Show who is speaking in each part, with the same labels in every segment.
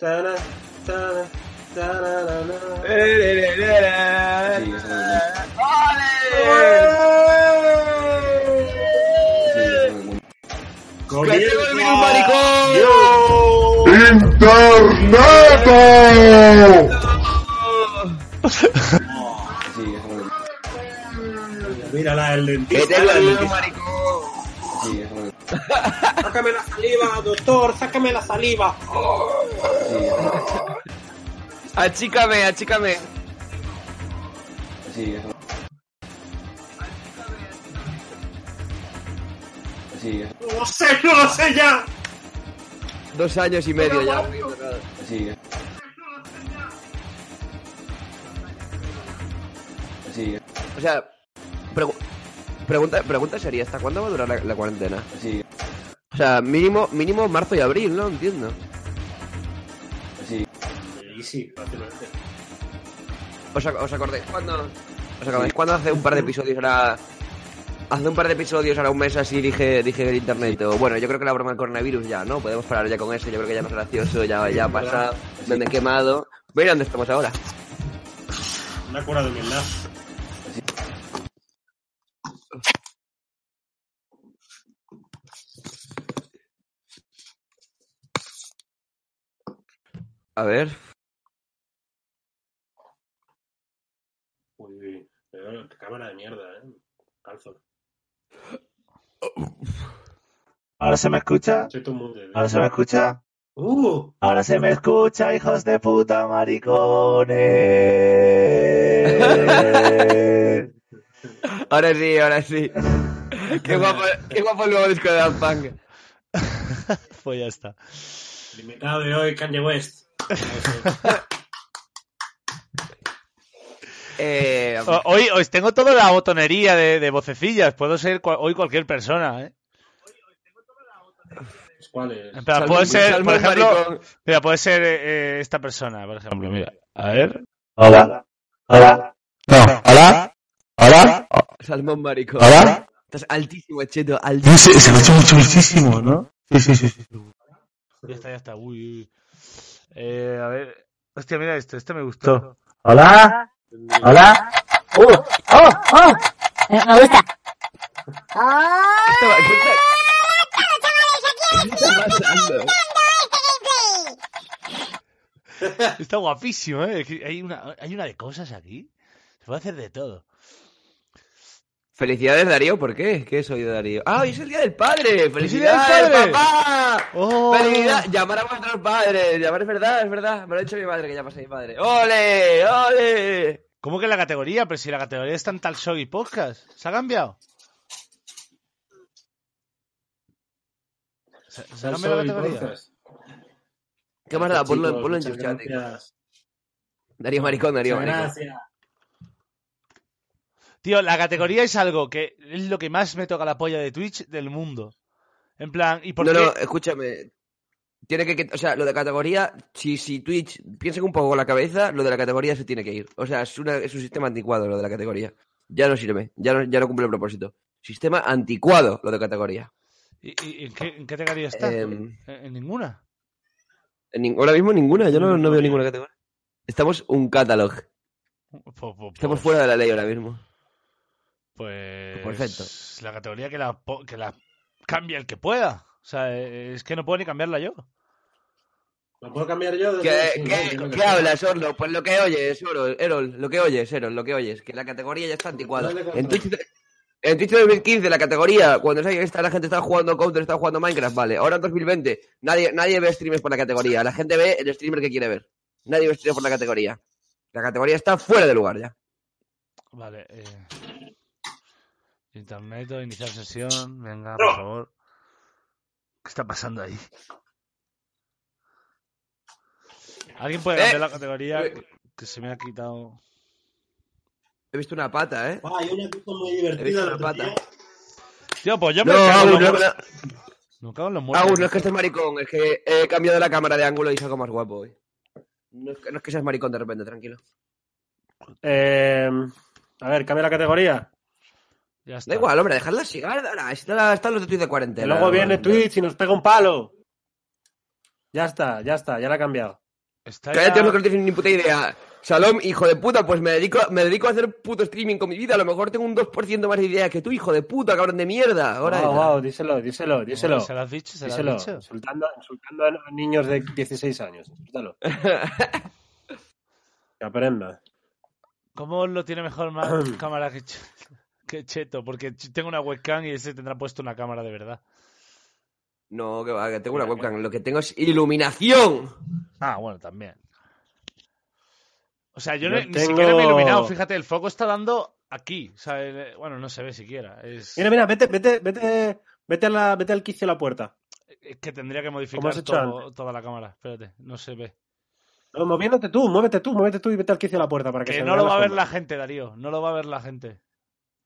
Speaker 1: Tarara, tarara, tarara, Sí, eso es Sí, eso es muy- Sí, eso es muy-
Speaker 2: Mira la del dentista.
Speaker 1: Sí, eso es muy-
Speaker 2: Sácame la saliva, doctor, sácame la saliva.
Speaker 1: Sí, eso es muy-
Speaker 3: Achícame, achícame.
Speaker 1: Sí, eso. Sí, eso.
Speaker 2: No lo sé, no lo sé ya.
Speaker 3: Dos años y medio ya.
Speaker 1: Sí, eso. Sí, eso.
Speaker 3: O sea, pregu- pregunta, pregunta sería, ¿hasta cuándo va a durar la, la cuarentena?
Speaker 1: sí,
Speaker 3: O sea, mínimo, mínimo marzo y abril, ¿no? Entiendo.
Speaker 1: sí,
Speaker 2: Y sí, fácilmente.
Speaker 3: ¿Os, ac- os acordáis cuando... ¿Os acordáis cuando hace un par de episodios era... Hace un par de episodios, ahora un mes así, dije, dije en internet, o, bueno, yo creo que la broma del coronavirus ya, ¿no? Podemos parar ya con eso, yo creo que ya no es gracioso, ya, ya pasa, me me he quemado. Mira dónde estamos ahora.
Speaker 2: Una cura de humildad.
Speaker 3: A ver,
Speaker 2: Uy, uy, pero qué cámara de mierda, eh. Calzo.
Speaker 4: Ahora se me escucha,
Speaker 2: Soy tu mute.
Speaker 5: eh.
Speaker 2: tío.
Speaker 4: ahora se me escucha,
Speaker 2: Uh,
Speaker 4: ahora se me escucha, hijos de puta maricones.
Speaker 3: ahora sí, ahora sí. qué, guapo, qué guapo el nuevo disco de Daft Punk.
Speaker 6: Pues ya está.
Speaker 2: el invitado de hoy, Kanye West.
Speaker 3: Eh,
Speaker 6: O- Hoy os tengo toda la botonería de, de vocecillas. Puedo ser cua- hoy cualquier persona, ¿eh?
Speaker 2: ¿Cuál es?
Speaker 6: En plan,
Speaker 3: Salmo-
Speaker 6: puedo ser,
Speaker 3: Salmo
Speaker 6: por ejemplo,
Speaker 3: Maricón.
Speaker 6: mira, puede ser eh, eh, esta persona, por ejemplo, mira. A ver.
Speaker 4: Hola, hola, no, hola, hola,
Speaker 3: Salmón maricón.
Speaker 4: hola.
Speaker 3: Estás altísimo, cheto,
Speaker 4: No
Speaker 3: altísimo.
Speaker 4: sé, se escucha mucho, muchísimo, ¿no? Sí, sí, sí. sí.
Speaker 6: Ya está, ya está. Uy, uy. Eh, a ver. Hostia, mira esto, este me gustó.
Speaker 4: Hola, hola. Uh, oh, oh.
Speaker 5: Me gusta.
Speaker 3: ¿Qué está- qué está- qué está pasando?
Speaker 6: Está guapísimo, ¿eh? Es que Hay una, hay una de cosas aquí. Se puede hacer de todo.
Speaker 3: Felicidades, Darío, ¿por qué? ¿Qué soy de Darío? ¡Ah, hoy es el día del padre! ¡Felicidades,
Speaker 6: ¡Felicidades, padre!
Speaker 3: papá!
Speaker 6: ¡Oh!
Speaker 3: Felicidad- Llamar a vuestros padres, llamar es verdad, es verdad. Me lo ha dicho mi madre que llamas a mi padre. ¡Ole! ¡Ole!
Speaker 6: ¿Cómo que la categoría? Pero si la categoría está en Tal Show y Podcast. ¿Se ha cambiado? ¿Se, se ha
Speaker 2: Salso
Speaker 6: cambiado la
Speaker 2: y
Speaker 6: categoría?
Speaker 2: podcast.
Speaker 3: ¿Qué más da?
Speaker 2: Chicos,
Speaker 3: Ponlo, ponlo en
Speaker 2: muchas
Speaker 3: YouTube chat.
Speaker 2: gracias.
Speaker 3: Darío Maricón, Darío
Speaker 2: Muchas
Speaker 3: Maricón.
Speaker 2: gracias.
Speaker 6: Tío, la categoría es algo que es lo que más me toca la polla de Twitch del mundo. En plan, ¿y por
Speaker 3: No,
Speaker 6: qué?
Speaker 3: no, escúchame. Tiene que, que- o sea, lo de categoría, si, si Twitch piensen un poco con la cabeza, lo de la categoría se tiene que ir. O sea, es, una- es un sistema anticuado lo de la categoría. Ya no sirve, ya no, ya no cumple el propósito. Sistema anticuado lo de categoría.
Speaker 6: ¿Y, y- en, qué, en qué categoría está?
Speaker 3: Em.
Speaker 6: ¿En, en ninguna?
Speaker 3: En nin- ahora mismo ninguna, yo no, no veo ninguna categoría. Estamos un catalog,
Speaker 6: Po- po-
Speaker 3: estamos
Speaker 6: pues-
Speaker 3: fuera de la ley ahora mismo.
Speaker 6: Pues
Speaker 3: Perfecto.
Speaker 6: la categoría que la, po- que la cambie el que pueda. O sea, eh, es que no puedo ni cambiarla yo.
Speaker 2: ¿Lo puedo cambiar yo? de
Speaker 3: ¿Qué,
Speaker 2: nuevo?
Speaker 3: qué-
Speaker 2: Sí,
Speaker 3: qué
Speaker 2: no, yo no sé.
Speaker 3: hablas, Orlo? Pues lo que oyes, Oro, Erol, lo que oyes, Erol, lo que oyes, que la categoría ya está anticuada.
Speaker 2: Dale,
Speaker 3: En
Speaker 2: cabrón.
Speaker 3: Twitch, en Twitch 2015, la categoría, cuando sale esta, la gente está jugando Counter, está jugando Minecraft, vale. Ahora en 2020, nadie, nadie ve streamers por la categoría, la gente ve el streamer que quiere ver. Nadie ve streamers por la categoría. La categoría está fuera de lugar ya.
Speaker 6: Vale. Eh... Internet, iniciar sesión. Venga, por favor. ¿Qué está pasando ahí? ¿Alguien puede
Speaker 3: Eh.
Speaker 6: cambiar la categoría? Que se me ha quitado.
Speaker 3: He visto una pata, ¿eh?
Speaker 2: Buah, hay una cosa muy
Speaker 3: He visto
Speaker 2: divertida.
Speaker 3: la
Speaker 2: el
Speaker 3: pata.
Speaker 2: otro día.
Speaker 6: Tío, pues yo me
Speaker 3: No,
Speaker 6: cago en
Speaker 3: Agus,
Speaker 6: los
Speaker 3: no,
Speaker 6: muertos.
Speaker 3: no,
Speaker 6: Me cago en los muertos.
Speaker 3: Agus, no es que estés maricón, es que he cambiado la cámara de ángulo y salgo más guapo hoy. No es que, no es que seas maricón de repente, tranquilo.
Speaker 5: Eh, a ver, cambia la categoría.
Speaker 6: Ya está.
Speaker 3: Da igual, hombre, dejadla así. ahora, Están la- están los de Twitch de
Speaker 5: Que
Speaker 3: cuarentena.
Speaker 5: luego viene
Speaker 3: Hombre.
Speaker 5: Twitch y nos pega un palo. Ya está, ya está, ya la ha cambiado.
Speaker 6: Está ya-
Speaker 3: Cállate, hombre, que no tienes ni puta idea. Shalom, hijo de puta, pues me dedico, me dedico a hacer puto streaming con mi vida. A lo mejor tengo un 2% más de idea que tú, hijo de puta, cabrón de mierda. Ahora
Speaker 5: Wow, wow, díselo, díselo, díselo.
Speaker 6: ¿Se lo has dicho? ¿Se lo has
Speaker 5: Díselo.
Speaker 6: dicho?
Speaker 5: Insultando, insultando a niños de 16 años. Insultalo. Que aprenda.
Speaker 6: ¿Cómo lo tiene mejor más cámara que, Ch- que Cheto? Porque ch- tengo una webcam y ese tendrá puesto una cámara de verdad.
Speaker 3: No, que va, que tengo una webcam. Lo que tengo es iluminación.
Speaker 6: Ah, bueno, también. O sea,
Speaker 5: Yo
Speaker 6: yo no- ni
Speaker 5: tengo-
Speaker 6: siquiera me he iluminado. Fíjate, el foco está dando aquí. O sea, el- bueno, no se ve siquiera. Es,
Speaker 5: Mira, mira, vete, vete, vete, vete, a la, vete al quicio de la puerta.
Speaker 6: es que tendría que
Speaker 5: ¿Cómo
Speaker 6: modificar
Speaker 5: has hecho
Speaker 6: todo- toda la cámara. Espérate, no se ve.
Speaker 5: No, moviéndote tú, muévete tú, muévete tú y vete al quicio de la puerta para que,
Speaker 6: Que
Speaker 5: se
Speaker 6: no
Speaker 5: vean
Speaker 6: lo
Speaker 5: las
Speaker 6: va a ver la
Speaker 5: sombras.
Speaker 6: gente, Darío. No lo va a ver la gente.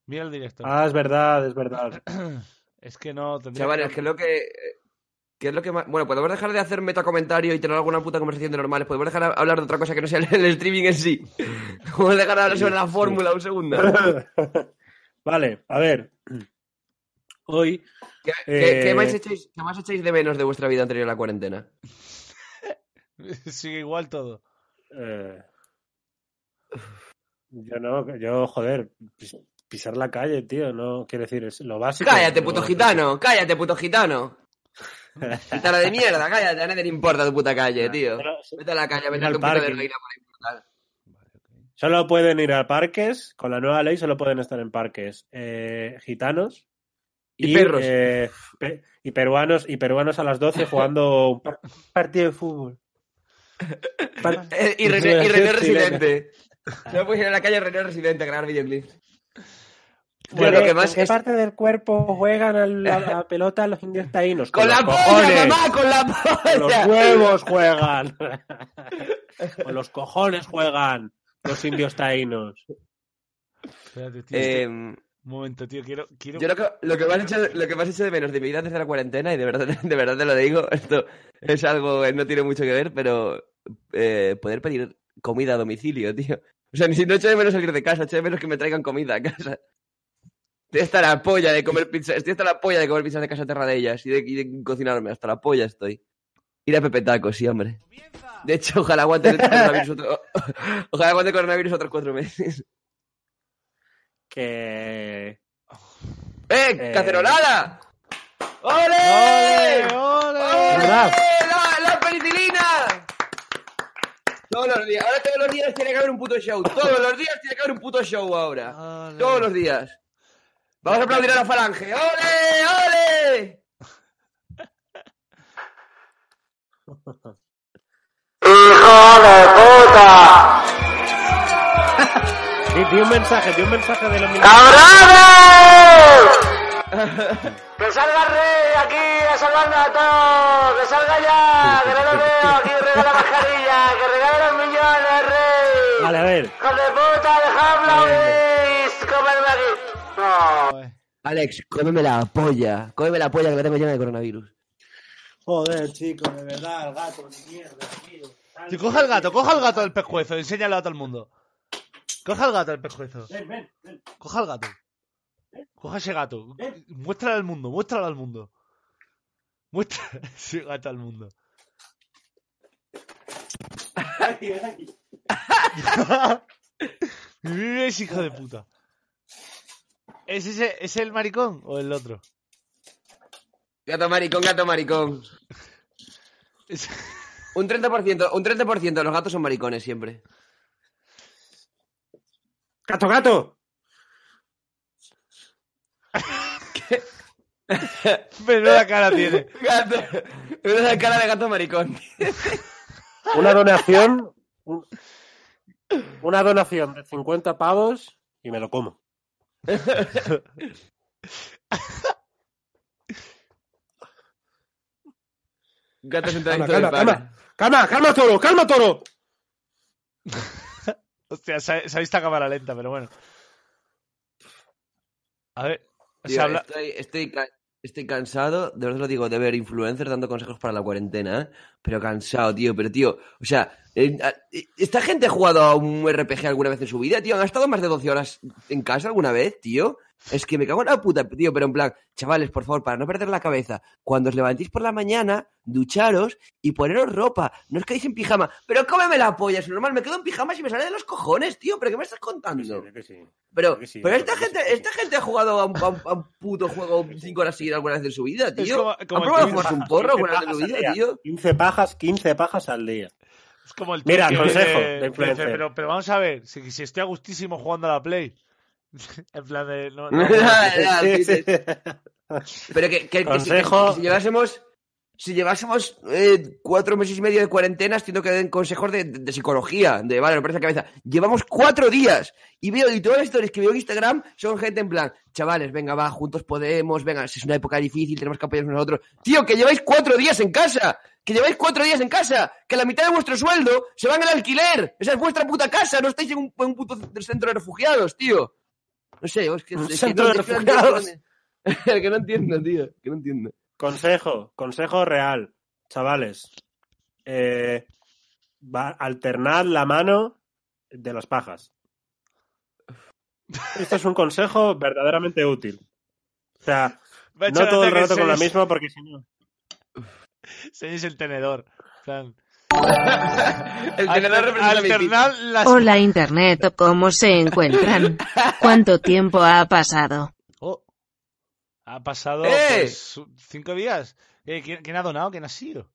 Speaker 6: Mira el directo.
Speaker 5: Ah, es verdad, es verdad.
Speaker 6: Es que no tendría
Speaker 3: Chavales, que es lo que. ¿Qué es lo que más.? Bueno, podemos dejar de hacer metacomentario y tener alguna puta conversación de normales. Podemos dejar de hablar de otra cosa que no sea el, el streaming en sí. Podemos dejar de hablar sobre la fórmula un segundo.
Speaker 5: vale, a ver. Hoy
Speaker 3: ¿Qué, qué-
Speaker 5: Eh.
Speaker 3: qué más echáis, qué más echáis de menos de vuestra vida anterior a la cuarentena?
Speaker 6: Sigue igual todo.
Speaker 5: Eh, yo no, yo, joder, pis- pisar la calle, tío, no, quiero decir, es lo básico.
Speaker 3: Cállate,
Speaker 5: pero-
Speaker 3: puto gitano, cállate, puto gitano. Gitana de mierda, cállate, a nadie le importa tu puta calle, tío.
Speaker 5: Solo,
Speaker 3: Vete a la calle a meterte
Speaker 5: Mira al
Speaker 3: un puto de
Speaker 5: parque.
Speaker 3: heroína para importar.
Speaker 5: solo pueden ir a parques, con la nueva ley solo pueden estar en parques eh, gitanos
Speaker 3: Y perros.
Speaker 5: eh, pe- y peruanos y peruanos a las 12 jugando un par- partido de fútbol. Par-
Speaker 3: Eh, Y René, y
Speaker 5: Regeneración
Speaker 3: René
Speaker 5: chilena.
Speaker 3: Residente. No puedes ir a la calle René Residente a grabar videoclips.
Speaker 5: Bueno,
Speaker 3: Bueno, lo que más
Speaker 5: ¿Con qué
Speaker 3: es...
Speaker 5: parte del cuerpo juegan a la, a la pelota los indios taínos?
Speaker 3: ¡Con la
Speaker 5: los cojones.
Speaker 3: polla, mamá! ¡Con la
Speaker 5: Con los
Speaker 3: polla!
Speaker 5: huevos juegan. Con los cojones juegan los indios taínos.
Speaker 6: Espérate, tío.
Speaker 3: Eh,
Speaker 6: estoy- Un momento, tío. Quiero. quiero...
Speaker 3: yo lo que, lo, que más hecho, lo que más hecho de menos de mi vida desde la cuarentena, y de verdad, de verdad te lo digo, esto es algo que no tiene mucho que ver, pero eh, poder pedir comida a domicilio, tío. O sea, ni si no echo de menos salir de casa, echo de menos que me traigan comida a casa. Estoy hasta la polla de comer pizza, estoy hasta la polla de comer pizzas de casa terra de ellas y de, y de cocinarme, hasta la polla estoy. Ir a Pepe Taco, sí, hombre. De hecho, ojalá aguante el coronavirus otro- ojalá aguante el coronavirus otros cuatro meses.
Speaker 5: Que.
Speaker 3: ¡Eh,
Speaker 5: Eh.
Speaker 3: cacerolada!
Speaker 6: ¡Ole!
Speaker 3: ¡Ole! ¡Ole!
Speaker 5: ¿Verdad?
Speaker 3: ¡La, la penicilina! Todos los días. Ahora todos los días tiene que haber un puto show. Todos los días tiene que haber un puto show ahora.
Speaker 6: ¡Ole!
Speaker 3: Todos los días. Vamos a aplaudir a la falange. ¡Ole! ¡Ole!
Speaker 5: Di, di un mensaje, di un mensaje de los mil-
Speaker 7: ¡Que salga el rey aquí a salvarnos a todos! ¡Que salga ya! ¡Que no lo veo! ¡Aquí regala mascarilla! ¡Que regale los millones, rey!
Speaker 5: Vale, a ver.
Speaker 7: ¡Hijo de puta, dejadme oír! ¡Comerme aquí! ¡No!
Speaker 3: Alex, cómeme la polla. Cómeme la polla que la tengo llena de coronavirus.
Speaker 2: Joder, chico, de verdad, el gato de mierda, tío.
Speaker 6: Tío, coja el gato, coja el gato del pescuezo, enséñalo a todo el mundo. Coja el gato del pescuezo.
Speaker 2: Ven, ven, ven.
Speaker 6: Coja el gato. Coja ese gato. Muéstralo al mundo, muéstralo al mundo. Muestra ese gato al mundo.
Speaker 2: Ay, ay.
Speaker 6: es hijo de puta. ¿Es ese es el maricón o el otro?
Speaker 3: Gato maricón, gato maricón.
Speaker 6: Es-
Speaker 3: Un 30%, un 30% de los gatos son maricones siempre.
Speaker 5: ¡Gato, gato!
Speaker 6: Menuda cara tiene.
Speaker 3: Gato. Una la cara de gato maricón.
Speaker 5: Una donación. un- Una donación de 50 pavos y me lo como.
Speaker 3: Gato sentado
Speaker 5: Calma,
Speaker 3: dentro del
Speaker 5: calma,
Speaker 3: pan.
Speaker 5: calma, calma, toro, calma, toro.
Speaker 6: Hostia, se ha, se ha visto a cámara lenta, pero bueno. A ver. o
Speaker 3: Tío,
Speaker 6: sea, habla-
Speaker 3: estoy, estoy, ca- estoy cansado, de verdad lo digo, de ver influencers dando consejos para la cuarentena, ¿eh? Pero cansado, tío, pero tío, o sea, eh, a- eh, ¿esta gente ha jugado a un RPG alguna vez en su vida, tío? ¿Han estado más de 12 horas en casa alguna vez, tío? Es que me cago en la puta, tío, pero en plan, chavales, por favor, para no perder la cabeza, cuando os levantéis por la mañana, ducharos y poneros ropa, no os quedéis en pijama, pero cómeme la polla, es normal, me quedo en pijama y me sale de los cojones, tío, pero ¿qué me estás contando?
Speaker 5: Que sí, que sí.
Speaker 3: Pero,
Speaker 5: Porque sí,
Speaker 3: pero
Speaker 5: porque
Speaker 3: esta,
Speaker 5: sí,
Speaker 3: gente,
Speaker 5: porque sí.
Speaker 3: esta gente ha jugado a un, a un- a un puto juego cinco horas seguidas alguna vez en su vida, tío.
Speaker 6: como-
Speaker 3: ¿Han
Speaker 6: como el
Speaker 3: probado a
Speaker 6: Twitch.
Speaker 3: fumarse un porro alguna vez en
Speaker 5: pajas
Speaker 3: su
Speaker 5: al
Speaker 3: vida,
Speaker 5: día.
Speaker 3: tío?
Speaker 5: 15 pajas, 15 pajas al día.
Speaker 6: Es como el
Speaker 5: Mira,
Speaker 6: tío
Speaker 5: consejo
Speaker 6: dice-
Speaker 5: de
Speaker 6: dice,
Speaker 5: influencer.
Speaker 6: pero, pero vamos a ver, si, si estoy a gustísimo jugando a la Play. En plan de. no- no-
Speaker 3: Ya, ya, sí, sí. Pero que, que- que si-
Speaker 5: Consejo.
Speaker 3: que si llevásemos, si llevásemos eh, cuatro meses y medio de cuarentena, estoy que den consejos de, de- de psicología, de vale, me parece la cabeza. Llevamos cuatro días y veo, y todas las historias que veo en Instagram son gente en plan, chavales, venga, va, juntos podemos, venga, si es una época difícil, tenemos que apoyarnos nosotros. Tío, que lleváis cuatro días en casa, que lleváis cuatro días en casa, que la mitad de vuestro sueldo se va en el alquiler. Esa es vuestra puta casa, no estáis en un, en un puto centro de refugiados, tío. No sé, es que,
Speaker 5: Un
Speaker 3: es que
Speaker 5: centro de
Speaker 3: es que entiendo-
Speaker 5: refugiados.
Speaker 3: que no entiendo, tío. Que no entiendo.
Speaker 5: Consejo, consejo real, chavales. Eh, va- alternad la mano de las pajas. Esto es un consejo verdaderamente útil. O sea,
Speaker 6: Me ha hecho
Speaker 5: no todo el
Speaker 6: gracia que
Speaker 5: rato con la
Speaker 6: enseñes-
Speaker 5: misma porque si no.
Speaker 6: enseñes el tenedor. En plan,
Speaker 3: El tenedor
Speaker 6: alter-
Speaker 3: representa mi
Speaker 6: alternad las.
Speaker 8: Hola Internet, ¿cómo se encuentran? ¿Cuánto tiempo ha pasado?
Speaker 6: Oh. ha pasado
Speaker 3: ¡Eh!
Speaker 6: pues, cinco días. Eh, ¿quién, quién ha donado? ¿Quién ha sido?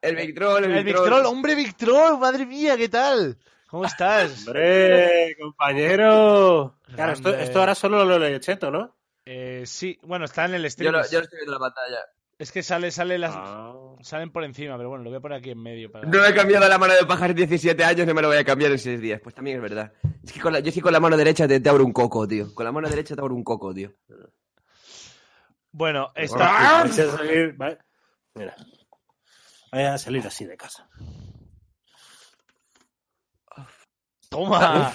Speaker 3: El Victrol, el,
Speaker 6: El
Speaker 3: Victrol.
Speaker 6: Victrol, hombre Victrol, madre mía, ¿qué tal? ¿Cómo estás?
Speaker 5: ¡Hombre, compañero! Claro, esto,
Speaker 6: Grande.
Speaker 5: esto ahora solo lo lee Cheto, ¿no?
Speaker 6: Eh, sí, bueno, está en el
Speaker 3: Yo
Speaker 6: stream.
Speaker 3: lo, yo lo estoy viendo en la pantalla.
Speaker 6: Es que sale, sale las,
Speaker 5: Ah.
Speaker 6: salen por encima, pero bueno, lo voy a poner aquí en medio. Para...
Speaker 3: No me he cambiado la mano de pajar en 17 años, no me lo voy a cambiar en 6 días. Pues también es verdad. Es que con la, yo sí con la mano derecha te, te abro un coco, tío. Con la mano derecha te abro un coco, tío.
Speaker 6: Bueno, está.
Speaker 5: Vais a salir, va- Mira. Voy a salir así de casa.
Speaker 6: Toma.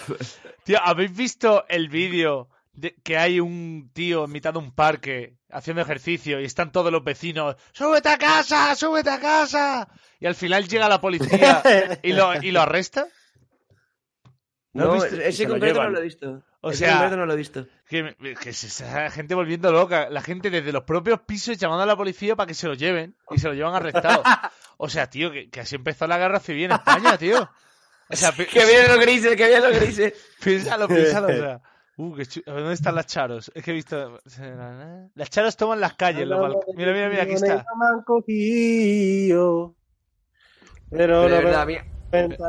Speaker 6: Tío, ¿habéis visto el vídeo de que hay un tío en mitad de un parque haciendo ejercicio y están todos los vecinos? ¡Súbete a casa! ¡Súbete a casa! Y al final llega la policía y lo, y lo arresta.
Speaker 5: ¿No lo
Speaker 3: No,
Speaker 5: has visto?
Speaker 3: ese
Speaker 5: Se
Speaker 3: en
Speaker 5: lo
Speaker 3: concreto no
Speaker 5: llevan.
Speaker 3: lo he visto.
Speaker 6: O
Speaker 3: Ese
Speaker 6: sea-
Speaker 3: en concreto no lo he visto.
Speaker 6: Que, que se está la gente volviendo loca. La gente desde los propios pisos llamando a la policía para que se lo lleven y se lo llevan arrestado. O sea, tío, que, que así empezó la guerra civil en España, tío. O sea, pi-
Speaker 3: Que vienen los grises, que vienen los grises.
Speaker 6: Piénsalo, piénsalo. o sea, uh, qué chu- ¿Dónde están las charos? Es que he visto. Las charos toman las calles. los balc- Mira, mira, mira, aquí está.
Speaker 5: Me han cogido, pero
Speaker 3: Pero de
Speaker 5: no me
Speaker 3: verdad, a mí,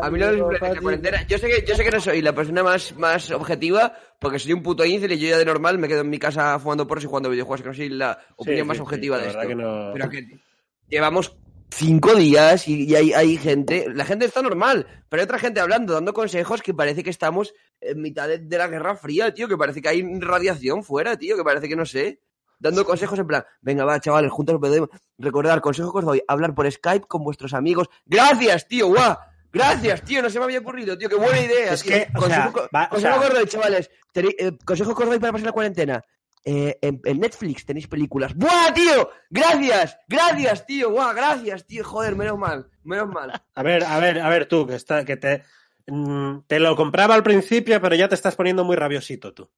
Speaker 3: a mí lo de la la cuarentena. Yo sé, que, yo sé que no soy la persona más, más objetiva, porque soy un puto incel y yo ya de normal me quedo en mi casa fumando porros y jugando videojuegos, que no soy la opinión
Speaker 5: sí,
Speaker 3: más
Speaker 5: sí,
Speaker 3: objetiva
Speaker 5: la
Speaker 3: de
Speaker 5: verdad
Speaker 3: esto.
Speaker 5: que no.
Speaker 3: Pero que llevamos cinco días y, y hay, hay gente. La gente está normal, pero hay otra gente hablando, dando consejos que parece que estamos en mitad de, de la Guerra Fría, tío, que parece que hay radiación fuera, tío, que parece que no sé. Dando consejos en plan, venga, va, chavales, juntos podemos recordar, consejo que os doy, hablar por Skype con vuestros amigos. Gracias, tío, guau. Gracias, tío, no se me había ocurrido, tío, qué buena idea.
Speaker 5: Es
Speaker 3: tío.
Speaker 5: que, o sea,
Speaker 3: consejo, co-
Speaker 5: va- o
Speaker 3: consejo
Speaker 5: sea-
Speaker 3: que os doy, chavales, tenéis, eh, consejo que os doy para pasar la cuarentena. Eh, en, en Netflix tenéis películas. ¡Buah, tío! ¡Gracias! ¡Gracias, tío! ¡Buah, gracias, tío! Joder, menos mal, menos mal.
Speaker 5: A ver, a ver, a ver, tú, que, está, que te, mm, te lo compraba al principio, pero ya te estás poniendo muy rabiosito tú.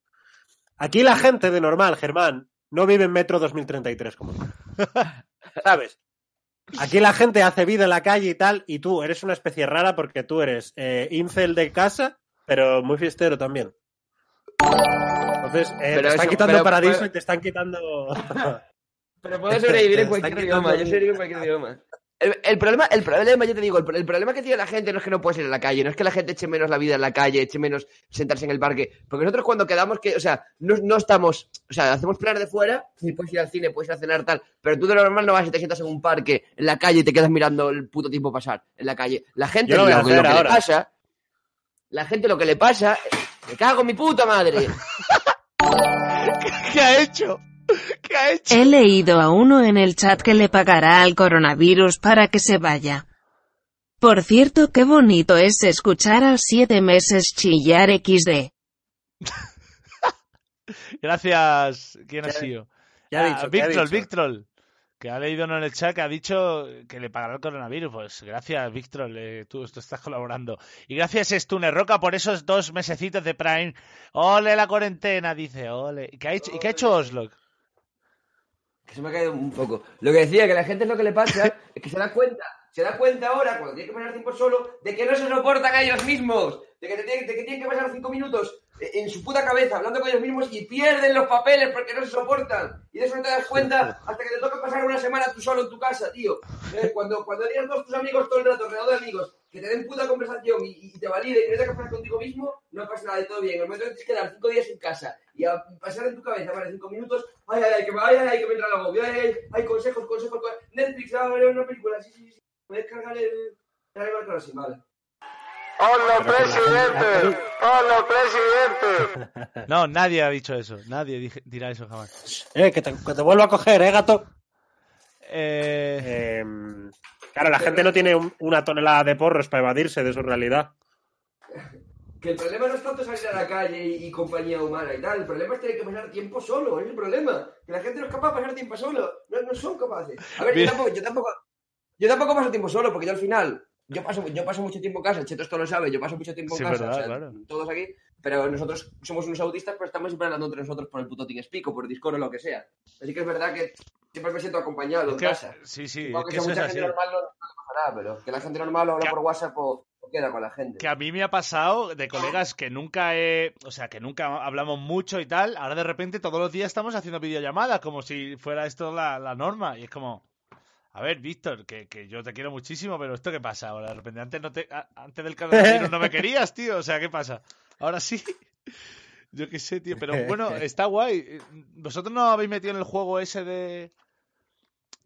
Speaker 5: Aquí la gente de normal, Germán, no vive en Metro 2033 como tú. ¿Sabes? Aquí la gente hace vida en la calle y tal, y tú eres una especie rara porque tú eres eh, incel de casa, pero muy fiestero también. Entonces, eh, te
Speaker 3: Pero
Speaker 5: están
Speaker 3: eso-
Speaker 5: quitando
Speaker 3: pero-
Speaker 5: paraíso
Speaker 3: pero-
Speaker 5: y te están quitando...
Speaker 3: Pero puedo sobrevivir en
Speaker 5: Está
Speaker 3: cualquier
Speaker 5: quitando-
Speaker 3: idioma. Yo sobrevivo en cualquier idioma. El, el problema, el problema, yo te digo, el, pro- el problema que tiene la gente no es que no puedes ir a la calle, no es que la gente eche menos la vida en la calle, eche menos sentarse en el parque. Porque nosotros cuando quedamos que, o sea, no, no estamos, o sea, hacemos planes de fuera, si puedes ir al cine, puedes ir a cenar, tal, pero tú de lo normal no vas y te sientas en un parque, en la calle, y te quedas mirando el puto tiempo pasar en la calle. La gente
Speaker 5: Yo lo voy a
Speaker 3: que,
Speaker 5: hacer
Speaker 3: que le
Speaker 5: ahora.
Speaker 3: pasa, la gente lo que le pasa, me cago en mi puta madre.
Speaker 6: ¿Qué ha hecho? ¿Qué ha hecho?
Speaker 8: He leído a uno en el chat que le pagará al coronavirus para que se vaya. Por cierto, qué bonito es escuchar al siete meses chillar XD.
Speaker 6: Gracias. ¿Quién ha
Speaker 5: Ya-
Speaker 6: sido?
Speaker 5: Ya
Speaker 6: Ah,
Speaker 5: he dicho,
Speaker 6: Big
Speaker 5: ya he
Speaker 6: Troll,
Speaker 5: dicho.
Speaker 6: Big Troll, Que ha leído en el chat que ha dicho que le pagará el coronavirus. Pues gracias, Big Troll, eh, tú, tú estás colaborando. Y gracias, Stune Roca, por esos dos mesecitos de Prime. ¡Ole la cuarentena! Dice, ole. ¿Y qué ha hecho, ¿y qué ha hecho Oslo?
Speaker 3: Que se me ha caído un poco. Lo que decía, que la gente es lo que le pasa, es que se da cuenta, se da cuenta ahora, cuando tiene que pasar tiempo solo, de que no se soportan a ellos mismos, de que, te tienen, de que tienen que pasar cinco minutos eh, en su puta cabeza hablando con ellos mismos y pierden los papeles porque no se soportan. Y de eso no te das cuenta hasta que te toca pasar una semana tú solo en tu casa, tío. Eh, cuando, cuando tienes dos tus amigos todo el rato, alrededor de amigos, que te den puta conversación y, y te validen y no te casas contigo mismo, no pasa nada de todo bien. En el momento que tienes que quedar cinco días en casa y a pasar en tu cabeza para cinco minutos, ay, ay, ay, que, me- ay, ay, ay, que me entra la agobio, ay, ay, ay, consejos, consejos, co- Netflix, ah, vale, una película, sí, sí, sí, voy a descargar el... Cargar con vale.
Speaker 7: ¡Hola, presidente! ¡Hola, presidente!
Speaker 6: No, nadie ha dicho eso. Nadie dije- dirá eso jamás.
Speaker 5: Eh, que te, que te vuelvo a coger, eh, gato.
Speaker 6: Eh,
Speaker 5: Eh, claro, la gente no tiene un- una tonelada de porros para evadirse de su realidad.
Speaker 3: Que el problema no es tanto salir a la calle y, y compañía humana y tal, el problema es tener que pasar tiempo solo, es el problema. Que la gente no es capaz de pasar tiempo solo, no, no son capaces. A ver, yo
Speaker 6: Mira.
Speaker 3: tampoco, yo tampoco, yo tampoco paso tiempo solo, porque yo al final, yo paso, yo paso mucho tiempo en casa, Cheto esto lo sabe, yo paso mucho tiempo en
Speaker 6: Sí,
Speaker 3: casa,
Speaker 6: verdad,
Speaker 3: o sea,
Speaker 6: claro.
Speaker 3: todos aquí, pero nosotros somos unos autistas, pero estamos siempre hablando entre nosotros por el puto Tingespico, por Discord o lo que sea. Así que es verdad que siempre me siento acompañado en
Speaker 6: que-
Speaker 3: casa.
Speaker 6: sí, sí,
Speaker 3: Supongo
Speaker 6: es
Speaker 3: que,
Speaker 6: que eso
Speaker 3: sea
Speaker 6: es
Speaker 3: mucha
Speaker 6: así.
Speaker 3: gente normal no, no le pasará, pero que la gente normal lo habla
Speaker 6: Que-
Speaker 3: por WhatsApp o, o queda con la gente.
Speaker 6: que a mí me ha pasado de colegas que nunca he, o sea, que nunca hablamos mucho y tal, ahora de repente todos los días estamos haciendo videollamadas, como si fuera esto la, la norma, y es como, a ver, Víctor, que, que yo te quiero muchísimo, pero ¿esto qué pasa ahora? De repente antes, no te, a- antes del coronavirus no me querías, tío, o sea, ¿qué pasa? Ahora sí. Yo qué sé, tío, pero bueno, está guay. ¿Vosotros no habéis metido en el juego ese de...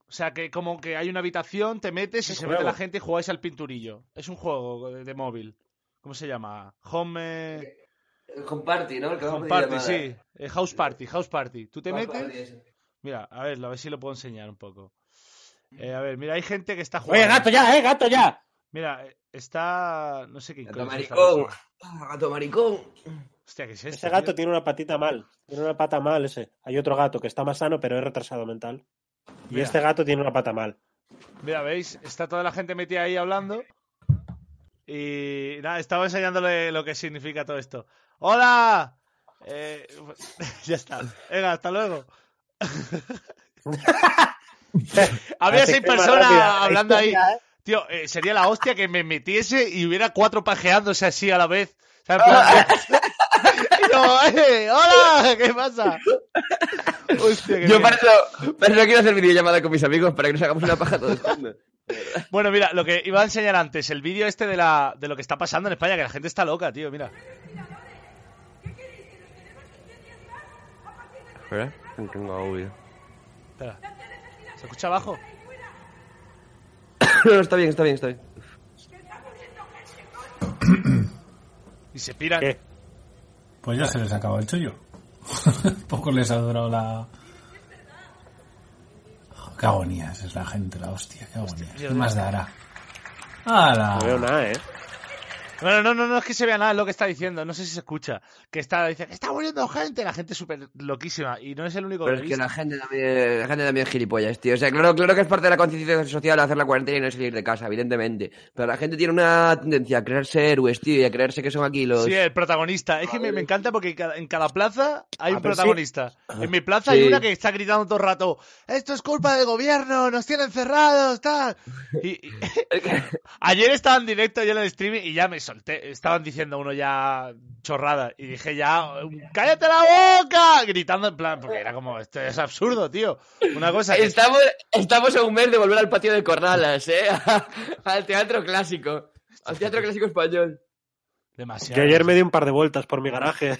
Speaker 6: O sea, que como que hay una habitación, te metes y
Speaker 5: Es
Speaker 6: se
Speaker 5: juego.
Speaker 6: mete la gente y jugáis al pinturillo. Es un juego de, de móvil. ¿Cómo se llama? Home... eh,
Speaker 3: Home Party, ¿no? El que vamos
Speaker 6: Home
Speaker 3: a
Speaker 6: Party,
Speaker 3: llamar.
Speaker 6: sí. Eh, House Party, House Party. Tú te
Speaker 3: Home
Speaker 6: metes...
Speaker 3: Party, eso.
Speaker 6: Mira, a ver, a ver si lo puedo enseñar un poco. Eh, a ver, mira, hay gente que está jugando.
Speaker 5: Oye, gato ya, eh, gato ya.
Speaker 6: Mira, eh, está... No sé qué...
Speaker 3: Gato
Speaker 6: coño es esta
Speaker 3: maricón.
Speaker 6: cosa.
Speaker 3: Ah, gato maricón.
Speaker 6: Hostia, ¿qué es
Speaker 5: Ese
Speaker 6: esto,
Speaker 5: Este gato
Speaker 6: tío?
Speaker 5: tiene una patita mal. Tiene una pata mal ese. Hay otro gato que está más sano, pero es retrasado mental. Y
Speaker 6: Mira.
Speaker 5: este gato tiene una pata mal.
Speaker 6: Mira, veis, está toda la gente metida ahí hablando. Y nada, estaba enseñándole lo que significa todo esto. ¡Hola! Eh, ya está. Venga, hasta luego. Había
Speaker 5: Hace
Speaker 6: seis
Speaker 5: que más
Speaker 6: personas
Speaker 5: rápida la
Speaker 6: hablando ahí.
Speaker 5: historia, ¿eh?
Speaker 6: Tío, eh, sería la hostia que me metiese y hubiera cuatro pajeándose así a la vez. O sea, en plan- Y yo, "Eh, ¡Hola! ¿Qué pasa? Hostia, qué
Speaker 3: Yo
Speaker 6: bien.
Speaker 3: para eso, para eso quiero hacer videollamada con mis amigos para que nos hagamos una paja todos juntos.
Speaker 6: Bueno, mira, lo que iba a enseñar antes, el vídeo este de, la, de lo que está pasando en España, que la gente está loca, tío, mira.
Speaker 3: Espera, tengo audio.
Speaker 6: Espera. ¿Se escucha abajo?
Speaker 3: No, no, está bien, está bien, está bien.
Speaker 6: Y se piran.
Speaker 5: ¿Qué?
Speaker 9: Pues ya se les acabó el chollo. Poco les ha durado la. Qué agonías es la gente, la hostia, qué agonías. ¿Qué
Speaker 6: mierda.
Speaker 9: más dará? ¡Hala!
Speaker 5: No veo nada, eh.
Speaker 6: Bueno, no, no, no es que se vea nada es lo que está diciendo, no sé si se escucha. Que está, dice, que está muriendo gente, la gente súper loquísima. Y no es el único
Speaker 3: Pero es
Speaker 6: que
Speaker 3: que
Speaker 6: he
Speaker 3: la
Speaker 6: visto.
Speaker 3: gente también, la gente también es gilipollas, tío. O sea, claro, claro que es parte de la conciencia social hacer la cuarentena y no salir de casa, evidentemente. Pero la gente tiene una tendencia a creerse héroes, tío, y a creerse que son aquí los...
Speaker 6: Sí, el protagonista. Es que me, me encanta porque cada- en cada plaza hay
Speaker 5: Ah,
Speaker 6: un
Speaker 5: pero sí.
Speaker 6: protagonista. En mi plaza hay
Speaker 3: Sí.
Speaker 6: una que está gritando todo el rato, esto es culpa del gobierno, nos tienen cerrados, tal. Y- y,
Speaker 3: Es que-
Speaker 6: Ayer estaba en directo yo en el streaming y ya me solté. Estaban diciendo uno ya chorrada. Y dije ya, ¡cállate la boca! Gritando en plan, porque era como, esto es absurdo, tío. Una cosa que
Speaker 3: Estamos, estamos a un mes de volver al patio de Corralas, ¿eh? al teatro clásico. Al teatro clásico español.
Speaker 6: demasiado.
Speaker 5: Yo ayer me di un par de vueltas por mi garaje.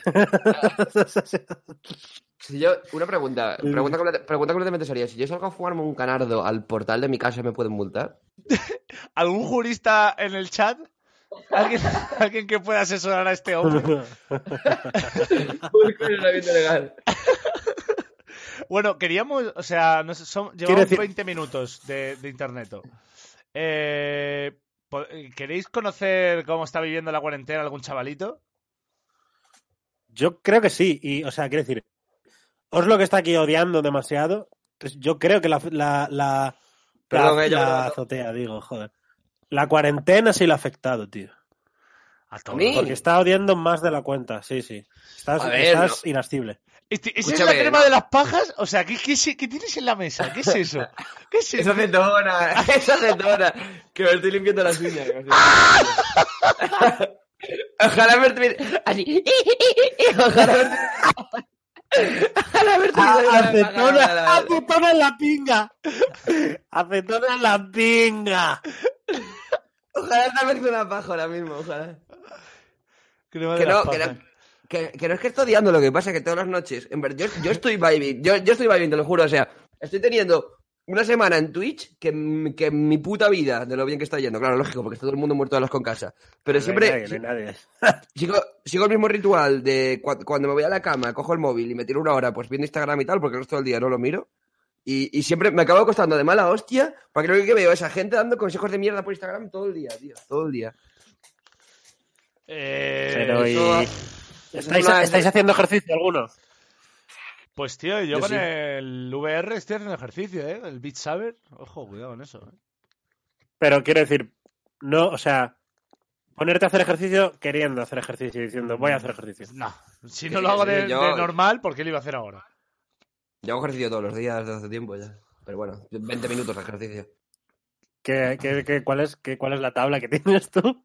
Speaker 3: Si yo, una pregunta, pregunta, completa- pregunta completamente seria. Si yo salgo a fumarme un canardo al portal de mi casa, ¿me pueden multar?
Speaker 6: ¿Algún jurista en el chat? ¿Alguien, alguien que pueda asesorar a este hombre?
Speaker 3: Un clemente legal.
Speaker 6: Bueno, queríamos, o sea, no sé, son- llevamos
Speaker 5: decir-
Speaker 6: 20 minutos de, de internet. Eh, po- eh, ¿Queréis conocer cómo está viviendo la cuarentena algún chavalito?
Speaker 5: Yo creo que sí. Y, o sea, quiero decir, Oslo que está aquí odiando demasiado, pues yo creo que la, la, la,
Speaker 3: Perdón,
Speaker 5: la-
Speaker 3: eh, yo
Speaker 5: la
Speaker 3: me levanto.
Speaker 5: azotea, digo, joder. La cuarentena sí la ha afectado, tío.
Speaker 6: A
Speaker 3: ¿A mí?
Speaker 5: Porque está odiando más de la cuenta, sí, sí. Estás,
Speaker 3: A ver,
Speaker 5: estás irascible.
Speaker 6: Este- ¿Esa es
Speaker 3: Escúchame,
Speaker 6: la crema
Speaker 3: no.
Speaker 6: de las pajas? O sea, ¿qué, qué, es- qué tienes en la mesa? ¿Qué es eso? ¿Qué es
Speaker 3: Esa
Speaker 6: eso?
Speaker 3: acetona, esa acetona. Que me estoy limpiando las uñas. que me estoy limpiando. Ojalá me estuviera- Así. Ojalá me estuviera- Ojalá me estuviera-
Speaker 5: ¡Acetona! ¡Acetona en la pinga! ¡Acetona en la pinga!
Speaker 3: Ojalá estarme con una paja ahora mismo, ojalá.
Speaker 6: Crema de
Speaker 3: Que
Speaker 6: las
Speaker 3: no, que
Speaker 6: pajas.
Speaker 3: no. Que, que no es que estoy odiando lo que pasa, que todas las noches. En verdad, yo, yo estoy vibing, yo, yo estoy vibing, te lo juro. O sea, estoy teniendo una semana en Twitch que, m- que mi puta vida, de lo bien que está yendo. Claro, lógico, porque está todo el mundo muerto de las con casa. Pero siempre. Eh,
Speaker 5: No hay nadie, no hay nadie.
Speaker 3: Sigo, sigo el mismo ritual de cua- cuando me voy a la cama, cojo el móvil y me tiro una hora pues viendo Instagram y tal, porque el resto del día no lo miro. Y, y siempre me acabo acostando de mala hostia, porque lo que veo es a gente dando consejos de mierda por Instagram todo el día, tío, todo el día.
Speaker 6: Eh,
Speaker 5: Pero y-
Speaker 3: eso-
Speaker 5: ¿Estáis,
Speaker 3: una-
Speaker 5: estáis haciendo ejercicio alguno?
Speaker 6: Pues tío, yo,
Speaker 3: Yo
Speaker 6: con
Speaker 3: sí.
Speaker 6: el VR estoy haciendo ejercicio, ¿eh? El Beat Saber. Ojo, cuidado con eso. ¿eh?
Speaker 5: Pero quiero decir, no, o sea, ponerte a hacer ejercicio queriendo hacer ejercicio y diciendo voy a hacer ejercicio.
Speaker 6: No, si
Speaker 3: Sí,
Speaker 6: no lo hago de,
Speaker 3: sí, yo-
Speaker 6: de normal, ¿por qué lo iba a hacer ahora?
Speaker 3: Yo hago ejercicio todos los días desde hace tiempo ya. Pero bueno, 20 minutos de ejercicio.
Speaker 5: ¿Qué, qué- qué- cuál, es, qué- ¿Cuál es la tabla que tienes tú?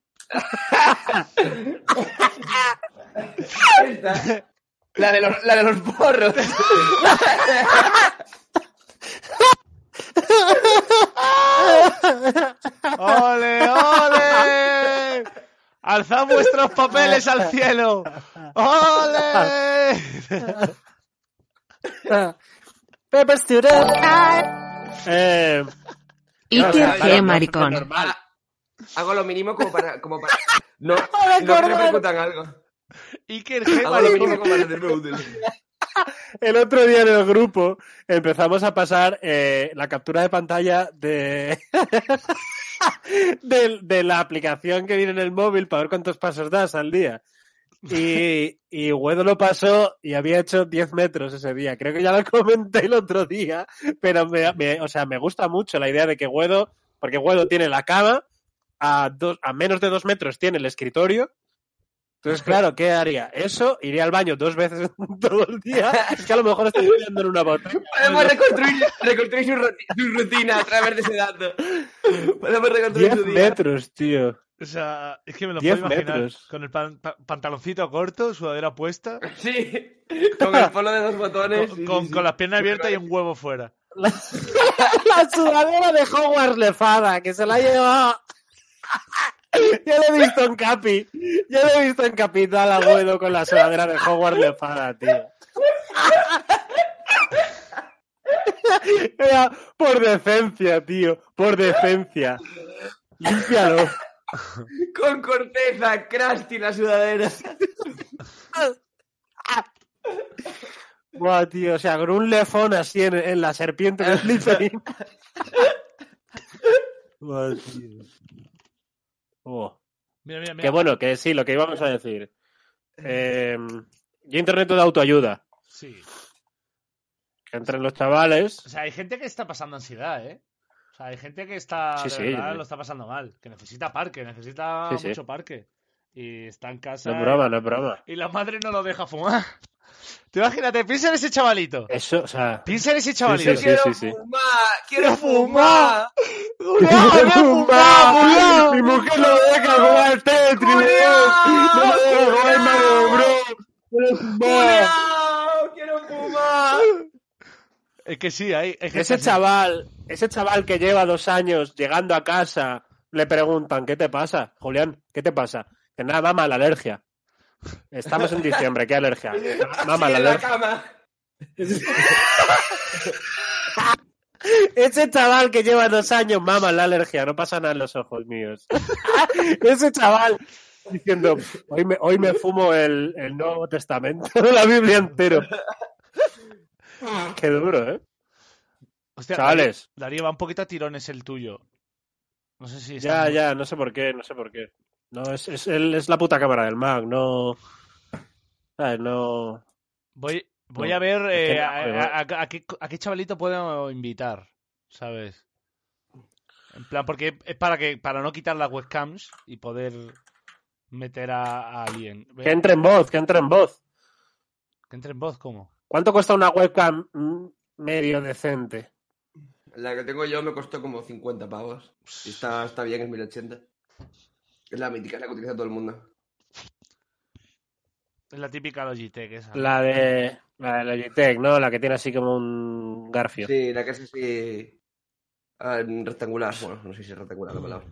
Speaker 3: La de los, la de los porros.
Speaker 6: ¡Ole, ole! ¡Alzad vuestros papeles al cielo! ¡Ole!
Speaker 5: Pepe Stewart. Eh,
Speaker 8: Iker,
Speaker 5: o sea,
Speaker 8: qué
Speaker 5: no,
Speaker 8: maricón.
Speaker 5: no, normal.
Speaker 3: Hago lo mínimo como para... Como para... No,
Speaker 5: Ahora
Speaker 3: no que me
Speaker 5: acordar.
Speaker 3: preguntan algo.
Speaker 6: Iker G.
Speaker 3: Hago lo mínimo como
Speaker 6: maricón.
Speaker 3: para sentirme útil.
Speaker 5: El otro día en el grupo empezamos a pasar eh, la captura de pantalla de... de, de la aplicación que viene en el móvil para ver cuántos pasos das al día. Y, y Guedo lo pasó y había hecho 10 metros ese día. Creo que ya lo comenté el otro día, pero me, me- o sea, me gusta mucho la idea de que Guedo, porque Guedo tiene la cama, a, dos, a menos de dos metros tiene el escritorio. Entonces, claro, ¿qué haría? Eso, iría al baño dos veces todo el día. Es que a lo mejor está estudiando en una botella.
Speaker 3: Podemos reconstruir, reconstruir su, ruti- su rutina a través de ese dato. Podemos reconstruir
Speaker 5: 10
Speaker 3: su día.
Speaker 5: metros, tío.
Speaker 6: O sea, es que me lo puedo
Speaker 5: Diez
Speaker 6: imaginar.
Speaker 5: metros.
Speaker 6: Con el pan- pa- pantaloncito corto, sudadera puesta,
Speaker 3: Sí. Con el polo de dos botones.
Speaker 6: con,
Speaker 3: sí,
Speaker 6: con-
Speaker 3: sí,
Speaker 6: con
Speaker 3: sí.
Speaker 6: las piernas abiertas y un huevo fuera.
Speaker 5: La sudadera de Hogwarts lefada, que se la ha llevado. Ya lo he visto en Capi. Ya lo he visto en Capital Agüedo con la sudadera de Hogwarts lefada, tío. Era por decencia, tío. Por decencia. Límpialo.
Speaker 3: Con corteza, crusty la sudadera.
Speaker 5: Buah, tío, o sea, con un lefón así en, en la serpiente de Slytherin. Buah, tío. Oh.
Speaker 6: Mira, mira, mira.
Speaker 5: Que bueno, que sí, lo que íbamos a decir. Eh, yo internet de autoayuda.
Speaker 6: Sí.
Speaker 5: Que entren los chavales.
Speaker 6: O sea, hay gente que está pasando ansiedad, ¿eh? O sea, hay gente que está,
Speaker 5: Sí,
Speaker 6: de
Speaker 5: sí,
Speaker 6: verdad,
Speaker 5: sí.
Speaker 6: lo está pasando mal, que necesita parque, necesita
Speaker 5: Sí, sí.
Speaker 6: mucho parque. Y está en casa
Speaker 5: No es broma, no es broma.
Speaker 6: y la madre no lo deja fumar. Te imagínate, piensa en ese chavalito.
Speaker 5: Eso, o sea.
Speaker 6: Piensa en ese chavalito.
Speaker 5: Sí, sí,
Speaker 3: quiero
Speaker 5: sí, sí.
Speaker 3: fumar, quiero fumar.
Speaker 5: ¡Fumar! ¡Mi mujer no me deja jugar al Tetris! ¡No me deja jugar Mario Bros! ¡Quiero fumar!
Speaker 3: ¡Culeao! ¡Quiero fumar!
Speaker 6: Es que sí, hay, hay gente
Speaker 5: Ese
Speaker 6: así.
Speaker 5: chaval, ese chaval que lleva dos años llegando a casa, le preguntan, ¿qué te pasa? Julián, ¿qué te pasa? Que nada, mamá, la alergia. Estamos en diciembre, ¿qué alergia? Mamá,
Speaker 3: Sí,
Speaker 5: la
Speaker 3: en la
Speaker 5: alergia.
Speaker 3: cama.
Speaker 5: Ese chaval que lleva dos años, mamá, la alergia, no pasa nada en los ojos míos. ese chaval diciendo, hoy me, hoy me fumo el, el Nuevo Testamento de la Biblia entero. Qué ¿eh? duro, ¿eh?
Speaker 6: Hostia,
Speaker 5: chavales.
Speaker 6: Darío, Darío, va un poquito a tirones el tuyo. No sé si
Speaker 5: Ya,
Speaker 6: está-
Speaker 5: ya, no sé por qué, no sé por qué. No, es, es, el- es la puta cámara del Mac, no. ¿sabes? No.
Speaker 6: Voy, voy
Speaker 5: No,
Speaker 6: a ver
Speaker 5: es que
Speaker 6: eh,
Speaker 5: no,
Speaker 6: a, a- a- a qué, a qué chavalito puedo invitar, ¿sabes? En plan, porque es para que para no quitar las webcams y poder meter a, a alguien.
Speaker 5: Que entre en voz, que entre en voz.
Speaker 6: Que entre en voz, ¿cómo?
Speaker 5: ¿Cuánto cuesta una webcam mm, medio decente?
Speaker 3: La que tengo yo me costó como 50 pavos. Y está, está bien, es 1080. Es la mítica, es la que utiliza todo el mundo.
Speaker 6: Es la típica Logitech esa.
Speaker 5: La de. La de Logitech, ¿no? La que tiene así como un garfio.
Speaker 3: Sí, la que es así. ah, rectangular. Bueno, no sé si es rectangular la palabra.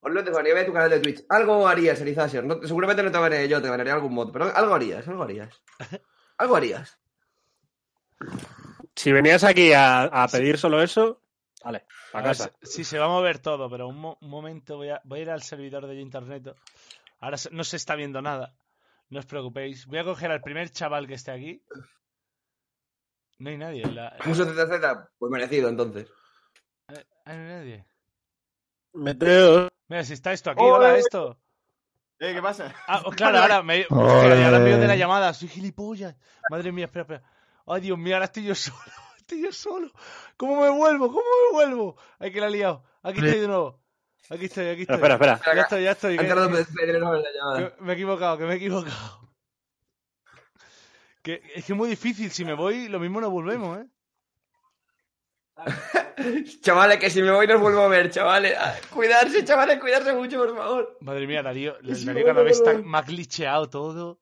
Speaker 3: Os lo dejo, ve tu canal de Twitch. Algo harías, Elizasher. No, seguramente no te banearé yo, te banearé algún mod, pero algo harías, algo harías. Algo harías.
Speaker 5: Si venías aquí a, a pedir solo eso, vale, a
Speaker 6: A ver,
Speaker 5: casa.
Speaker 6: se- Sí, se va a mover todo, pero un, mo- un momento voy a, voy a ir al servidor de internet. Ahora se- no se está viendo nada. No os preocupéis. Voy a coger al primer chaval que esté aquí. No hay nadie. en la-
Speaker 3: Muso ZZ, pues merecido entonces.
Speaker 6: eh, ah, no hay nadie.
Speaker 5: Meteo.
Speaker 6: Mira, si está esto aquí, hola,
Speaker 7: Oye.
Speaker 6: esto.
Speaker 7: Eh, ¿qué pasa?
Speaker 6: Ah, oh, claro, ahora me.
Speaker 4: Ole.
Speaker 6: Hostia, y ahora me de la llamada. Soy gilipollas. Madre mía, espera, espera. Ay, Dios mío, ahora estoy yo solo. Estoy yo solo. ¿Cómo me vuelvo? ¿Cómo me vuelvo? Ay, que la he liado. Aquí estoy de nuevo. Aquí estoy, aquí estoy.
Speaker 5: Espera, espera.
Speaker 6: Ya estoy, ya estoy.
Speaker 3: Han
Speaker 6: que-
Speaker 3: tardado
Speaker 6: que-
Speaker 3: Pedro en la llamada.
Speaker 6: que me he equivocado, que me he equivocado. Que, es que es muy difícil. Si me voy, lo mismo nos volvemos, ¿eh?
Speaker 3: Chavales, que si me voy nos vuelvo a ver, chavales. Ah, Cuidarse, chavales, cuidarse mucho, por favor.
Speaker 6: Madre mía, Darío, el
Speaker 3: Sí,
Speaker 6: Darío
Speaker 3: bueno,
Speaker 6: cada vez está
Speaker 3: bueno.
Speaker 6: más glitcheado todo.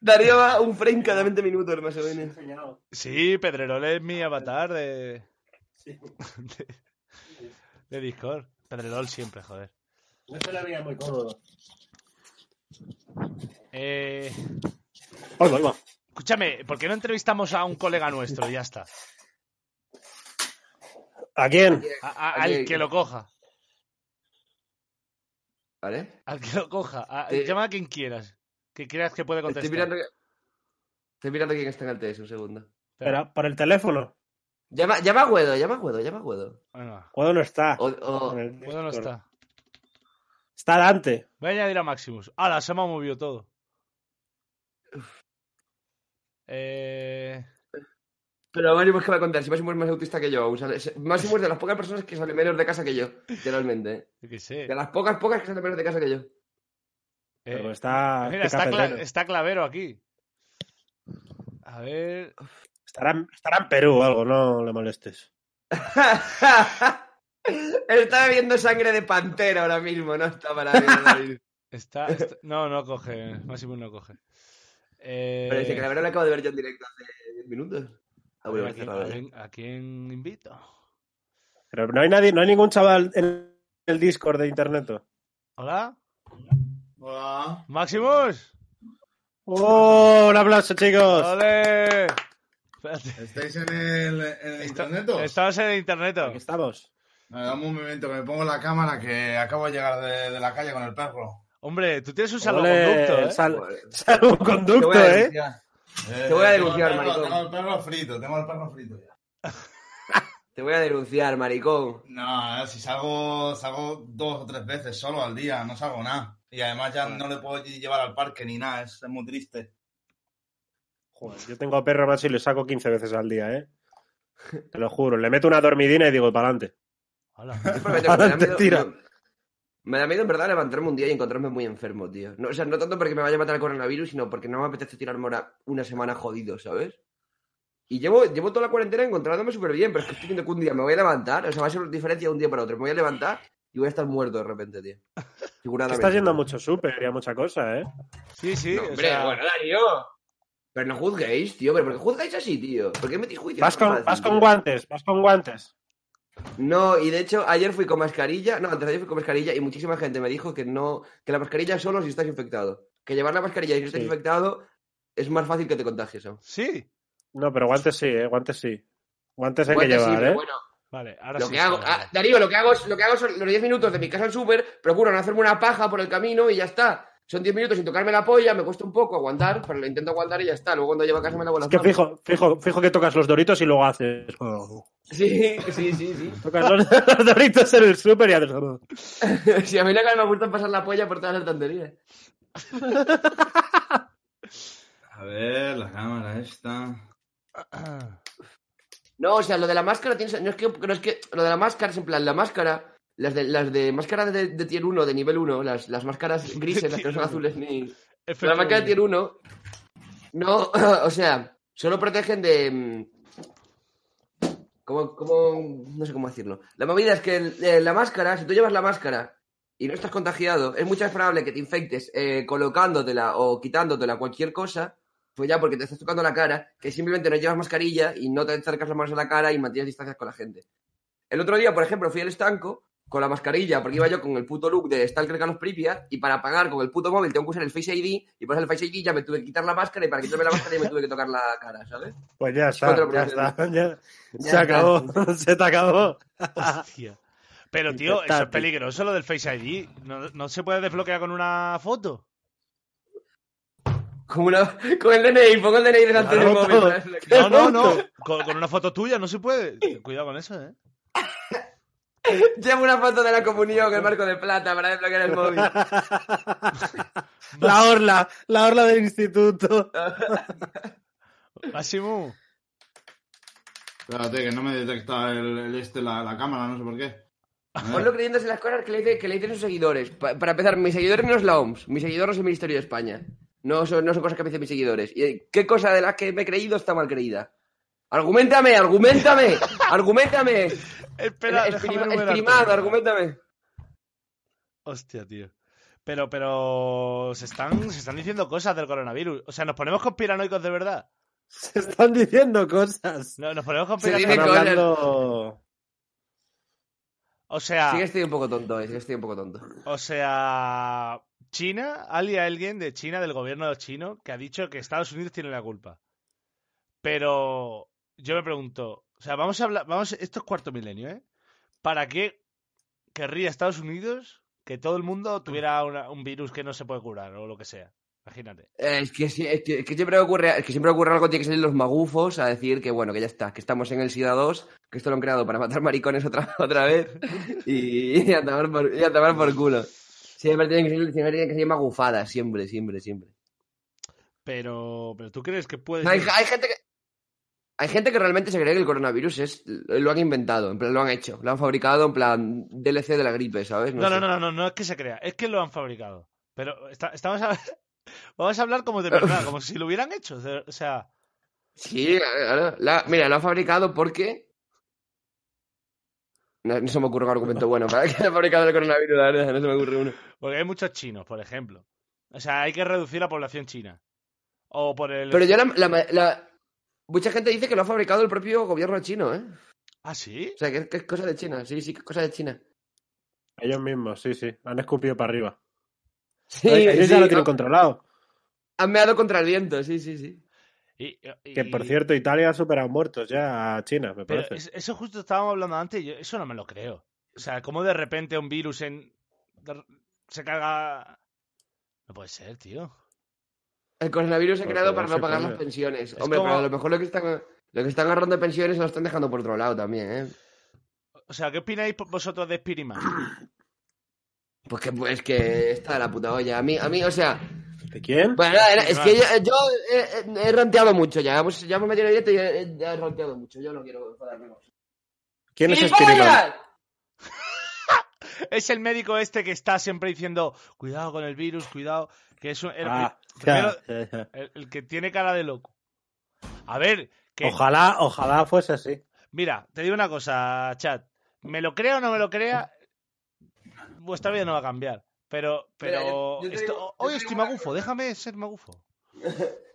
Speaker 3: Darío va un frame cada 20 minutos, más o menos.
Speaker 6: Sí, Pedrerol es mi avatar de. De, de Discord. Pedrerol siempre, joder.
Speaker 5: No se la veía muy cómodo.
Speaker 6: Eh,
Speaker 5: Oigo, oigo.
Speaker 6: escúchame, ¿por qué no entrevistamos a un colega nuestro? Ya está.
Speaker 5: ¿A quién?
Speaker 6: A- a- al que lo coja.
Speaker 3: ¿Vale?
Speaker 6: Al que lo coja. A-
Speaker 3: Eh,
Speaker 6: llama a quien quieras. Que creas que puede contestar.
Speaker 3: Estoy mirando, que- estoy mirando quién está en el TS, un segundo.
Speaker 5: Espera, por el teléfono.
Speaker 3: Llama, llama a Guedo, llama a Guedo, llama a Guedo.
Speaker 6: Venga,
Speaker 5: Guado no está.
Speaker 3: O- o-
Speaker 5: En el
Speaker 6: bueno, no Eh,
Speaker 5: Discord.
Speaker 6: está.
Speaker 5: Está Dante.
Speaker 6: Voy a añadir a Maximus. ¡Hala! Se me ha movido todo. Eh,
Speaker 3: Pero Máximo es que va a contar, si Máximo es más autista que yo aún, sale- se- Máximo es de las pocas personas que sale menos de casa que yo, literalmente.
Speaker 6: yo qué sé.
Speaker 3: De las pocas, pocas que sale menos de casa que yo.
Speaker 6: Eh,
Speaker 5: Pero está.
Speaker 6: mira,
Speaker 5: Ah, qué
Speaker 6: está, Cla-
Speaker 5: cafetero.
Speaker 6: está Clavero aquí. A ver.
Speaker 5: Estará, en- estará en Perú o algo, no le molestes.
Speaker 3: está bebiendo sangre de pantera ahora mismo, no está para ver a David.
Speaker 6: Está, está- No, no coge. Máximo no coge. Eh,
Speaker 3: Pero dice que la verdad lo acabo de ver yo en directo hace 10 minutos. Ah,
Speaker 6: a
Speaker 3: bueno,
Speaker 6: ver,
Speaker 3: me
Speaker 6: ¿a,
Speaker 3: he
Speaker 6: quién,
Speaker 3: cerrado
Speaker 6: a
Speaker 3: ya.
Speaker 6: quién- a quién invito?
Speaker 5: Pero no hay nadie, no hay ningún chaval en el Discord de internet.
Speaker 6: ¿Hola?
Speaker 7: Hola.
Speaker 6: ¡Maximus!
Speaker 5: ¡Oh! Un aplauso, chicos.
Speaker 6: ¡Ole! Espérate.
Speaker 7: ¿Estáis en el, en el internet?
Speaker 6: Estamos en el internet.
Speaker 5: Aquí estamos.
Speaker 7: Vale, Dame un momento que me pongo la cámara que acabo de llegar de, de la calle con el perro.
Speaker 6: Hombre, tú tienes un salvoconducto,
Speaker 5: Ole,
Speaker 6: ¿eh?
Speaker 5: sal-
Speaker 3: Joder. Te
Speaker 5: Salvoconducto,
Speaker 3: voy a
Speaker 5: ¿eh?
Speaker 3: denunciar,
Speaker 7: Eh,
Speaker 3: Te voy a
Speaker 7: tengo el
Speaker 3: denunciar,
Speaker 7: perro-
Speaker 3: maricón.
Speaker 7: Tengo el perro frito, tengo el perro frito ya.
Speaker 3: te voy a denunciar, maricón.
Speaker 7: No, si salgo, salgo dos o tres veces solo al día, no salgo nada. Y además ya no le puedo llevar al parque ni nada, es, es muy triste.
Speaker 5: Joder, yo tengo perro macho y le saco 15 veces al día, ¿eh? Te lo juro. Le meto una dormidina y digo, para adelante.
Speaker 6: Hola.
Speaker 3: Porque te- me da
Speaker 5: Adelante,
Speaker 3: miedo-
Speaker 5: tira.
Speaker 3: no, me da miedo en verdad levantarme un día y encontrarme muy enfermo, tío. No, o sea, no tanto porque me vaya a matar el coronavirus, sino porque no me apetece tirarme ahora una semana jodido, ¿sabes? Y llevo, llevo toda la cuarentena encontrándome súper bien, pero es que estoy viendo que un día me voy a levantar, o sea, va a ser diferencia de un día para otro. Me voy a levantar y voy a estar muerto de repente, tío. Figuradamente.
Speaker 5: Estás yendo a mucho súper y a mucha cosa, ¿eh?
Speaker 6: Sí, sí.
Speaker 3: No,
Speaker 6: o
Speaker 3: hombre,
Speaker 6: sea,
Speaker 3: bueno, Darío. Pero no juzguéis, tío, pero ¿por qué juzgáis así, tío? ¿Por qué metís juicio?
Speaker 5: Vas con, vas con guantes, vas con guantes.
Speaker 3: No, y de hecho ayer fui con mascarilla, no, antes de ayer fui con mascarilla y muchísima gente me dijo que no, que la mascarilla solo si estás infectado. Que llevar la mascarilla y si estás
Speaker 5: Sí.
Speaker 3: infectado es más fácil que te contagies. aún.
Speaker 6: Sí.
Speaker 5: No, pero guantes sí, ¿eh? Guantes sí. Guantes hay
Speaker 3: Bueno,
Speaker 5: que
Speaker 3: sí,
Speaker 5: llevar,
Speaker 3: pero
Speaker 5: ¿eh?
Speaker 3: bueno,
Speaker 6: Vale, ahora
Speaker 3: lo
Speaker 6: sí.
Speaker 3: que hago,
Speaker 6: está.
Speaker 3: ah, Darío, lo que hago es, lo que hago son los 10 minutos de mi casa al súper, procuro no hacerme una paja por el camino y ya está. Son 10 minutos sin tocarme la polla, me cuesta un poco aguantar, pero lo intento aguantar y ya está. Luego cuando llevo a casa me la vuelvo
Speaker 5: Es que fijo, fijo, fijo que tocas los doritos y luego haces.
Speaker 3: Sí, sí, sí, sí.
Speaker 5: Tocas los, los doritos en el súper y haces.
Speaker 3: si a mí la cara me gusta pasar la polla por todas las tonterías.
Speaker 10: A ver, la cámara esta.
Speaker 3: No, o sea, lo de la máscara tiene- no es que, no es que lo de la máscara es en plan la máscara las de las de máscaras de, de tier 1, de nivel 1, las, las máscaras grises, las que no son azules ni la máscara de tier 1 no, o sea, solo protegen de mm, como como no sé cómo decirlo. La movida es que el- eh, la máscara, si tú llevas la máscara y no estás contagiado, es mucho más probable que te infectes eh, colocándotela o quitándotela cualquier cosa pues ya porque te estás tocando la cara, que simplemente no llevas mascarilla y no te acercas las manos a la cara y mantienes distancias con la gente. El otro día, por ejemplo, fui al estanco con la mascarilla porque iba yo con el puto look de Stalker Carlos Pripia y para pagar con el puto móvil tengo que usar el Face ID y para usar el Face ID ya me tuve que quitar la máscara y para quitarme la máscara ya me tuve que tocar la cara, ¿sabes?
Speaker 5: Pues ya
Speaker 3: Cuatro
Speaker 5: está, ya
Speaker 3: problemas.
Speaker 5: está. ya-
Speaker 3: Ya
Speaker 5: se
Speaker 3: está.
Speaker 5: acabó, se te acabó.
Speaker 6: Hostia. Pero, tío, eso es
Speaker 5: Infectarte.
Speaker 6: peligroso lo del Face ID. ¿No, no se puede desbloquear con una foto?
Speaker 3: Como una- con el DNI, pongo el DNI delante del
Speaker 6: Claro,
Speaker 3: móvil.
Speaker 6: todo.
Speaker 3: ¿sabes?
Speaker 6: No, no, no. Con, con una foto tuya no se puede. Cuidado con eso, ¿eh?
Speaker 3: Llevo una foto de la comunión con el marco de plata para desbloquear el móvil.
Speaker 5: La orla, la orla del instituto.
Speaker 6: Máximo.
Speaker 10: Espérate, que no me detecta el, el este la, la cámara, no sé por qué. A ver.
Speaker 3: Ponlo creyéndose las cosas que le, dice- que le dicen sus seguidores. Pa- para empezar, mis seguidores no es la OMS, mis seguidores no es el Ministerio de España. No son, no son cosas que me dicen mis seguidores. ¿Y eh, qué cosa de las que me he creído está mal creída? ¡Argumentame, argumentame! ¡Argumentame!
Speaker 6: Espera, déjame
Speaker 3: Esprima-
Speaker 6: enumerarte.
Speaker 3: esprimado, argumentame.
Speaker 6: Hostia, tío. Pero, pero se están, se están diciendo cosas del coronavirus. O sea, nos ponemos conspiranoicos de verdad.
Speaker 5: Se están diciendo cosas.
Speaker 6: No, nos ponemos
Speaker 3: Se
Speaker 6: conspiranoicos.
Speaker 3: dime
Speaker 5: Están
Speaker 3: cosas.
Speaker 5: hablando.
Speaker 6: O sea,
Speaker 3: Sí que estoy un poco tonto, eh, sí que estoy un poco tonto.
Speaker 6: o sea, China, ali alguien de China, del gobierno chino, que ha dicho que Estados Unidos tiene la culpa. Pero yo me pregunto, o sea, vamos a hablar, vamos, esto es cuarto milenio, ¿eh? ¿Para qué querría Estados Unidos que todo el mundo tuviera una- un virus que no se puede curar o lo que sea? Imagínate.
Speaker 3: Eh, es, que, sí- es que- es que siempre ocurre, es que siempre ocurre algo, tiene que salir los magufos a decir que bueno, que ya está, que estamos en el SIDA 2, que esto lo han creado para matar maricones otra, otra vez y, y a tomar por, y a tomar por culo. Siempre tienen que salir, siempre tienen que salir magufadas, siempre, siempre, siempre.
Speaker 6: Pero, pero ¿tú crees que puede
Speaker 3: Hay,
Speaker 6: ser-
Speaker 3: hay gente que... Hay gente que realmente se cree que el coronavirus es lo han inventado, en plan lo han hecho, lo han fabricado en plan DLC de la gripe, ¿sabes?
Speaker 6: No, no,
Speaker 3: sé.
Speaker 6: no, no, no, no es que se crea, es que lo han fabricado. Pero está- estamos a- vamos a hablar como de verdad, como si lo hubieran hecho. de- O sea,
Speaker 3: Sí, eh, claro. La- mira, lo ha fabricado porque. No, no se me ocurre un argumento bueno para que haya fabricado el coronavirus, la verdad, no se me ocurre uno.
Speaker 6: porque hay muchos chinos, por ejemplo. O sea, hay que reducir la población china. O por el.
Speaker 3: Pero yo la, la- la- Mucha gente dice que lo ha fabricado el propio gobierno chino, ¿eh?
Speaker 6: ¿Ah, sí?
Speaker 3: O sea, que, que es cosa de China, sí, sí, que es cosa de China.
Speaker 5: Ellos mismos, sí, sí. Han escupido para arriba.
Speaker 3: Sí,
Speaker 5: Ellos ya
Speaker 3: sí,
Speaker 5: lo tienen
Speaker 3: han,
Speaker 5: controlado.
Speaker 3: han meado contra el viento, sí, sí, sí.
Speaker 6: Y- y-
Speaker 5: Que por cierto, Italia ha superado muertos ya a China, me
Speaker 6: pero
Speaker 5: parece.
Speaker 6: es- eso justo estábamos hablando antes, y yo, eso no me lo creo. O sea, cómo de repente un virus en. de- se carga. No puede ser, tío.
Speaker 3: El coronavirus se ha
Speaker 5: Por
Speaker 3: creado
Speaker 5: favor,
Speaker 3: para no
Speaker 5: sí,
Speaker 3: pagar
Speaker 5: coño.
Speaker 3: las pensiones.
Speaker 6: Es
Speaker 3: Hombre,
Speaker 6: como-
Speaker 3: pero a lo mejor lo que están. Lo que están agarrando de pensiones lo están dejando por otro lado también, ¿eh?
Speaker 6: O sea, ¿qué opináis vosotros de Spiderman?
Speaker 3: Pues que, pues que está de la puta olla. A mí, a mí, o sea,
Speaker 5: ¿De quién?
Speaker 3: Bueno, nada, es que
Speaker 6: Vale.
Speaker 3: yo, yo he, he- he ranteado mucho ya. Hemos, ya hemos metido en directo y he, he- he ranteado mucho. Yo no quiero enfadarme más.
Speaker 5: ¿Quién es este Spiriman?
Speaker 3: ¡Gilipollas!
Speaker 6: Es el médico este que está siempre diciendo, cuidado con el virus, cuidado, que es un- el,
Speaker 5: Ah,
Speaker 6: primero-
Speaker 5: ya, ya, ya.
Speaker 6: el- el que tiene cara de loco. A ver, que
Speaker 5: Ojalá, ojalá fuese así.
Speaker 6: mira, te digo una cosa, chat. Me lo crea o no me lo crea, vuestra vida no va a cambiar. Pero,
Speaker 3: Mira, yo-
Speaker 6: pero
Speaker 3: yo te
Speaker 6: esto-
Speaker 3: digo- yo
Speaker 6: hoy
Speaker 3: te
Speaker 6: estoy
Speaker 3: digo una
Speaker 6: magufo, déjame ser magufo.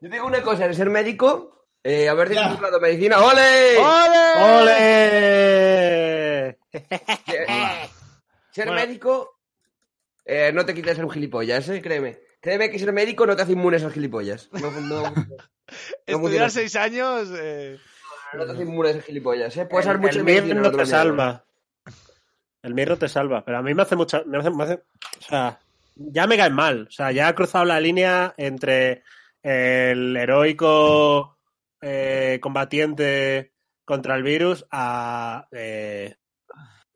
Speaker 3: Yo tengo una cosa, de ser médico, eh, haber titulado medicina. ¡Ole!
Speaker 6: ¡Ole!
Speaker 5: ¡Ole!
Speaker 3: Que- eh, Ser
Speaker 6: Bueno.
Speaker 3: médico eh, no te quita de ser un gilipollas, ¿eh? créeme. Créeme que ser médico no te hace inmune a esos gilipollas. No, no, no funciona
Speaker 6: Estudiar
Speaker 3: así.
Speaker 6: seis años. eh,
Speaker 3: No te hace inmune a esos gilipollas. ¿eh? Puedes saber mucho
Speaker 5: el
Speaker 3: de medicina,
Speaker 5: mirro no te
Speaker 3: pasa nada.
Speaker 5: salva. El mirro te salva. Pero a mí me hace mucha. Me hace, me hace- o sea, ya me caen mal. O sea, ya ha cruzado la línea entre el heroico eh, combatiente contra el virus a eh,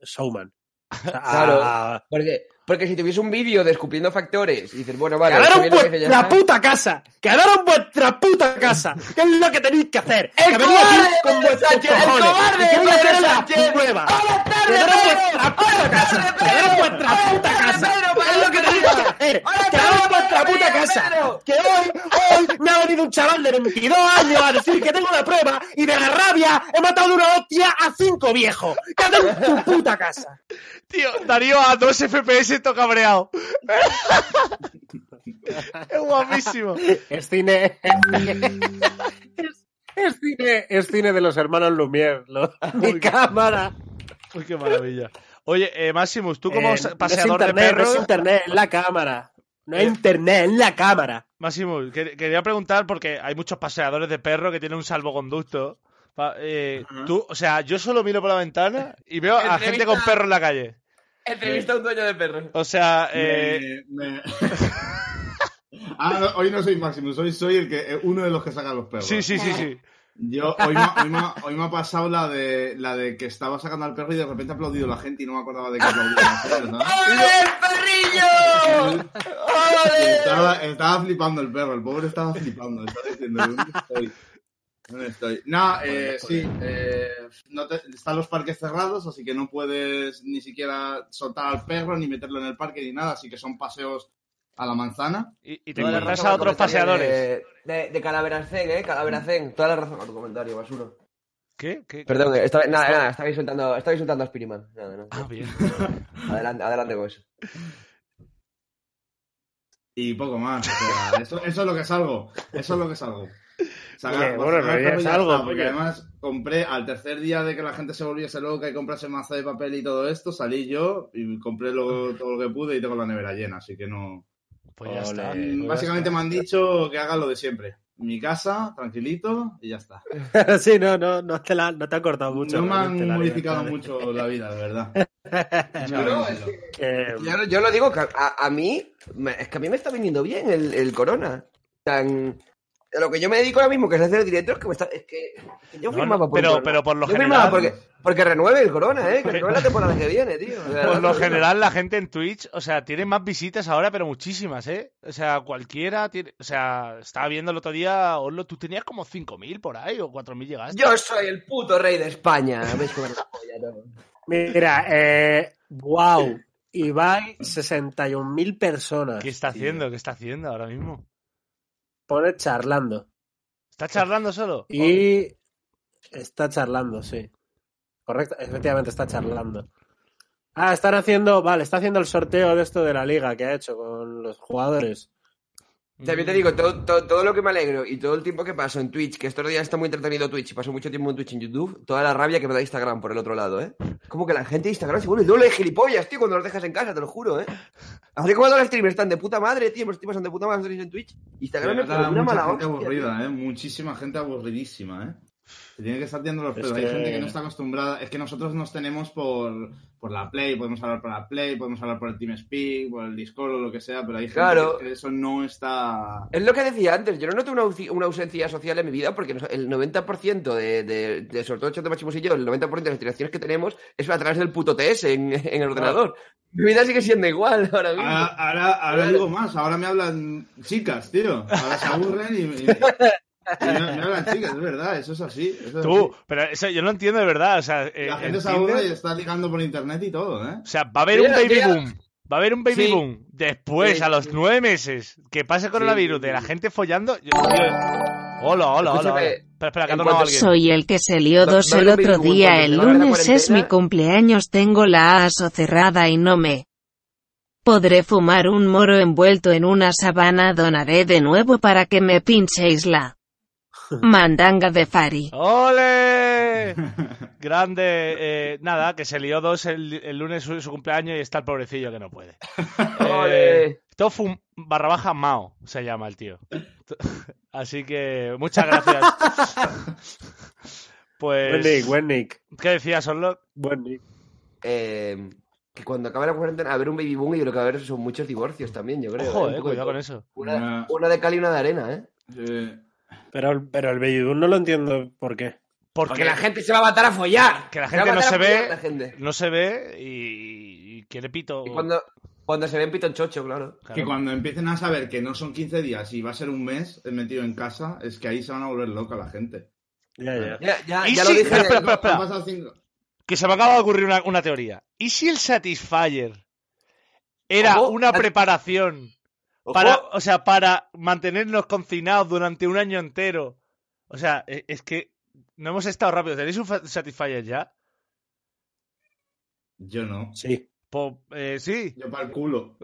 Speaker 5: Showman. O sea, a-
Speaker 3: Claro.
Speaker 5: Ah.
Speaker 3: Porque, porque si tuviese un vídeo de escupiendo factores y dices, bueno, vale,
Speaker 5: ¡Quedaron
Speaker 3: estoy viendo que ya
Speaker 5: vuestra
Speaker 3: está.
Speaker 5: pues, puta casa! ¡Quedaron vuestra puta casa! ¿Qué es lo que tenéis que hacer?
Speaker 7: ¡El
Speaker 5: ¡Que venid aquí
Speaker 7: cobarde
Speaker 5: con
Speaker 7: Pedro
Speaker 5: vuestros
Speaker 7: Sánchez! ¡El
Speaker 5: cojones!
Speaker 7: cobarde
Speaker 5: ¡Y que voy a
Speaker 7: Pedro
Speaker 5: hacer la
Speaker 7: Sánchez!
Speaker 5: prueba!
Speaker 7: tardes,
Speaker 5: ¡Quedaron
Speaker 7: Pedro!
Speaker 5: vuestra puta casa! ¡Quedaron vuestra puta casa! ¡Que es lo que tenéis que hacer! ¡Quedaron vuestra puta casa! ¡Que hoy, hoy me ha venido un chaval de 22 años a decir que tengo una prueba y de la rabia he matado de una hostia a cinco viejos! ¡Quédate en tu puta casa!
Speaker 6: Tío, Darío a 2 FPS toca cabreado.
Speaker 5: Es guapísimo. Es cine. Es, es cine. Es cine de los hermanos Lumière. lo-
Speaker 6: Ah,
Speaker 5: Mi cámara.
Speaker 6: Uy, qué maravilla. Oye, eh, Maximus, tú
Speaker 5: Eh,
Speaker 6: como
Speaker 5: no
Speaker 6: sa-
Speaker 5: es
Speaker 6: paseador de
Speaker 5: internet,
Speaker 6: perros.
Speaker 5: No es internet, es la cámara. No es
Speaker 6: Eh.
Speaker 5: internet, es la cámara.
Speaker 6: Máximo, que- quería preguntar porque hay muchos paseadores de perro que tienen un salvoconducto. Pa- eh, tú, o sea, yo solo miro por la ventana y veo a
Speaker 3: Entrevista-
Speaker 6: gente con perro en la calle.
Speaker 3: Entrevista a un dueño de perro.
Speaker 6: O sea,
Speaker 10: Me-
Speaker 6: eh,
Speaker 10: me- Ah, no, hoy no soy Maximus, hoy soy el que, eh, uno de los que saca los perros.
Speaker 6: sí, sí, sí, sí.
Speaker 10: Yo hoy me, ha- hoy me ha- hoy me ha pasado la de la de que estaba sacando al perro y de repente ha aplaudido la gente y no me acordaba de que aplaudía. ¿no?
Speaker 7: perrillo!
Speaker 10: Estaba, estaba flipando el perro, el pobre estaba flipando. Estaba diciendo, ¿dónde estoy? ¿Dónde estoy? No, eh, sí, eh, no te- están los parques cerrados, así que no puedes ni siquiera soltar al perro, ni meterlo en el parque, ni nada, así que son paseos a la manzana.
Speaker 6: Y,
Speaker 3: Toda la razón al comentario De, de, de Calaveracén, eh, Calaveracén. Toda la razón a tu comentario, basuro.
Speaker 6: ¿Qué? ¿Qué?
Speaker 3: Perdón, eh, estaba, nada, nada, estaba insultando, estaba insultando a Spiriman. Nada, nada.
Speaker 6: Ah, bien.
Speaker 3: Adelante, adelante con eso.
Speaker 10: Y poco más. o sea, eso, eso es lo que salgo. Eso es lo que salgo.
Speaker 5: Oye,
Speaker 10: Sacar-
Speaker 5: bueno, en
Speaker 10: sacar
Speaker 5: realidad
Speaker 10: perro y ya
Speaker 5: salgo,
Speaker 10: está, porque
Speaker 5: coño.
Speaker 10: además compré al tercer día de que la gente se volviese loca y comprase mazo de papel y todo esto, salí yo y compré lo- todo lo que pude y tengo la nevera llena, así que no.
Speaker 6: Pues ya está.
Speaker 10: Mm,
Speaker 6: Pues ya
Speaker 10: Básicamente me han dicho que haga lo de siempre. Mi casa, tranquilito y ya está.
Speaker 5: sí, no, no, no te, la, no te han cortado mucho.
Speaker 10: no me
Speaker 5: realmente,
Speaker 10: han
Speaker 5: la
Speaker 10: modificado
Speaker 5: libertad.
Speaker 10: mucho la vida, la verdad.
Speaker 3: No, es
Speaker 5: Que-
Speaker 3: Yo, yo lo digo, que a, a mí, me- es que a mí me está viniendo bien el, el corona. Tan, a lo que yo me dedico ahora mismo, que es hacer directos, que me está, es que que yo
Speaker 6: No,
Speaker 3: firmaba
Speaker 6: no,
Speaker 3: por el
Speaker 6: pero-
Speaker 3: corona.
Speaker 6: pero por lo
Speaker 3: Yo firmaba
Speaker 6: general-
Speaker 3: porque, porque renueve el corona, ¿eh? Que renueve la temporada que viene, tío. O sea,
Speaker 6: Por lo general, la gente en Twitch, o sea, tiene más visitas ahora, pero muchísimas, ¿eh? O sea, cualquiera tiene. O sea, estaba viendo el otro día, Orlo, tú tenías como 5.000 por ahí o 4.000 llegaste.
Speaker 3: Yo soy el puto rey de España. ¿Veis cómo me la polla, no?
Speaker 5: Mira, eh, wow. Ibai, 61.000 personas.
Speaker 6: ¿Qué está haciendo? ¿Qué está haciendo ahora mismo?
Speaker 5: Pone charlando.
Speaker 6: ¿Está charlando solo?
Speaker 5: Y está charlando, sí. Correcto, efectivamente está charlando. Ah, están haciendo, vale, está haciendo el sorteo de esto de la liga que ha hecho con los jugadores.
Speaker 6: Mm.
Speaker 3: También te digo,
Speaker 10: Mm.
Speaker 3: todo, todo, todo lo que me alegro y todo el tiempo que paso en Twitch, que estos días está muy entretenido Twitch y paso mucho tiempo en Twitch y en YouTube, toda la rabia que me da Instagram por el otro lado, ¿eh? Como que la gente de Instagram se vuelve el doble de gilipollas, tío, cuando los dejas en casa, te lo juro, ¿eh? Así como todos los streamers están de puta madre, tío, los streamers están de puta madre los streamers en Twitch, Instagram
Speaker 10: Pero
Speaker 3: me
Speaker 10: ahora
Speaker 3: pone una
Speaker 10: mucha
Speaker 3: mala
Speaker 10: gente
Speaker 3: hostia,
Speaker 10: aburrida, ¿eh? Muchísima gente aburridísima, ¿eh? Se tiene que estar tirando los
Speaker 5: Es
Speaker 10: pelos. Hay
Speaker 5: que-
Speaker 10: gente que no está acostumbrada. Es que nosotros nos tenemos por, por la Play, podemos hablar por la Play, podemos hablar por el TeamSpeak, por el Discord o lo que sea, pero hay gente
Speaker 3: Claro.
Speaker 10: que eso no está...
Speaker 3: Es lo que decía antes, yo no noto una, ausi- una ausencia social en mi vida porque nos- el 90% de, de, de, sobre todo Chato Máximos y yo, el 90% de las interacciones que tenemos es a través del puto TS en, en el ordenador. Mi vida sigue siendo igual ahora mismo.
Speaker 10: Ahora, ahora, ahora digo más, ahora me hablan chicas, tío. Ahora se aburren y, y- y me, me hablan chicas, es verdad, eso es así. eso es
Speaker 6: Tú,
Speaker 10: así.
Speaker 6: pero eso yo no entiendo de verdad. O sea, eh,
Speaker 10: La gente
Speaker 6: en
Speaker 10: se aburre y
Speaker 6: Tinder-
Speaker 10: está ligando por internet y todo, ¿eh?
Speaker 6: o sea, va a haber un
Speaker 3: Mira,
Speaker 6: baby
Speaker 3: mira.
Speaker 6: boom. Va a haber un baby
Speaker 3: Sí.
Speaker 6: boom. Después,
Speaker 3: Sí,
Speaker 6: a los
Speaker 3: sí.
Speaker 6: nueve meses, que pase el coronavirus de la gente follando. yo- Hola, hola, hola. hola.
Speaker 3: Escúchame,
Speaker 6: Espera, espera, que ha
Speaker 3: en
Speaker 6: donado
Speaker 3: cuanto-
Speaker 6: alguien.
Speaker 8: Soy el que se lió
Speaker 3: Va- va
Speaker 8: dos
Speaker 3: a haber
Speaker 8: el
Speaker 3: un
Speaker 8: otro
Speaker 3: videojuego
Speaker 8: día.
Speaker 3: cuando
Speaker 8: El
Speaker 3: se acabe la
Speaker 8: lunes es
Speaker 3: cuarentena.
Speaker 8: mi cumpleaños. Tengo la ASO cerrada y no me podré fumar un moro envuelto en una sabana. Donaré de nuevo para que me pinchéis la mandanga de Fari.
Speaker 6: ¡Ole! Grande. Eh, nada, que se lió dos el, el lunes su, su cumpleaños y está el pobrecillo que no puede.
Speaker 3: Ole.
Speaker 6: Eh, Tofu barra baja Mao se llama el tío. Así que muchas gracias. Pues,
Speaker 5: Buen Nick, buen Nick.
Speaker 6: ¿qué decías, Orlok?
Speaker 5: Buen Nick.
Speaker 3: Eh, que cuando acabe la cuarentena, a ver un baby boom y lo que va a haber son muchos divorcios también, yo creo.
Speaker 6: Ojo,
Speaker 3: Un
Speaker 6: eh,
Speaker 3: poco de
Speaker 6: cuidado
Speaker 3: todo.
Speaker 6: con eso.
Speaker 3: Una, una de cal y una de arena, ¿eh?
Speaker 5: Pero, el- pero el Baby Doom no lo entiendo por qué.
Speaker 3: Porque la gente se va a matar a follar.
Speaker 6: Que la
Speaker 3: va
Speaker 6: gente
Speaker 3: a
Speaker 6: no
Speaker 3: matar
Speaker 6: se
Speaker 3: a follar
Speaker 6: ve,
Speaker 3: la gente.
Speaker 6: no se ve y, y quiere pito.
Speaker 3: Y cuando, cuando se ven pito en chocho, claro.
Speaker 10: Que cuando empiecen a saber que no son 15 días y va a ser un mes eh, metido en casa, es que ahí se van a volver loca la gente.
Speaker 5: Ya,
Speaker 6: Ah.
Speaker 5: ya.
Speaker 3: Ya, ya,
Speaker 6: ¿Y
Speaker 3: ya
Speaker 6: si-
Speaker 3: lo dije.
Speaker 6: espera, espera, espera, espera.
Speaker 10: Han pasado cinco-
Speaker 6: Que se me acaba de ocurrir una, una teoría. ¿Y si el Satisfyer era
Speaker 3: Ojo,
Speaker 6: una
Speaker 3: Sat-
Speaker 6: preparación
Speaker 3: Ojo.
Speaker 6: para, o sea, para mantenernos confinados durante un año entero? O sea, e- es que no hemos estado rápido. ¿Tenéis un fa- Satisfyer ya?
Speaker 10: Yo no.
Speaker 5: Sí.
Speaker 6: Po- eh, sí.
Speaker 10: Yo para el culo.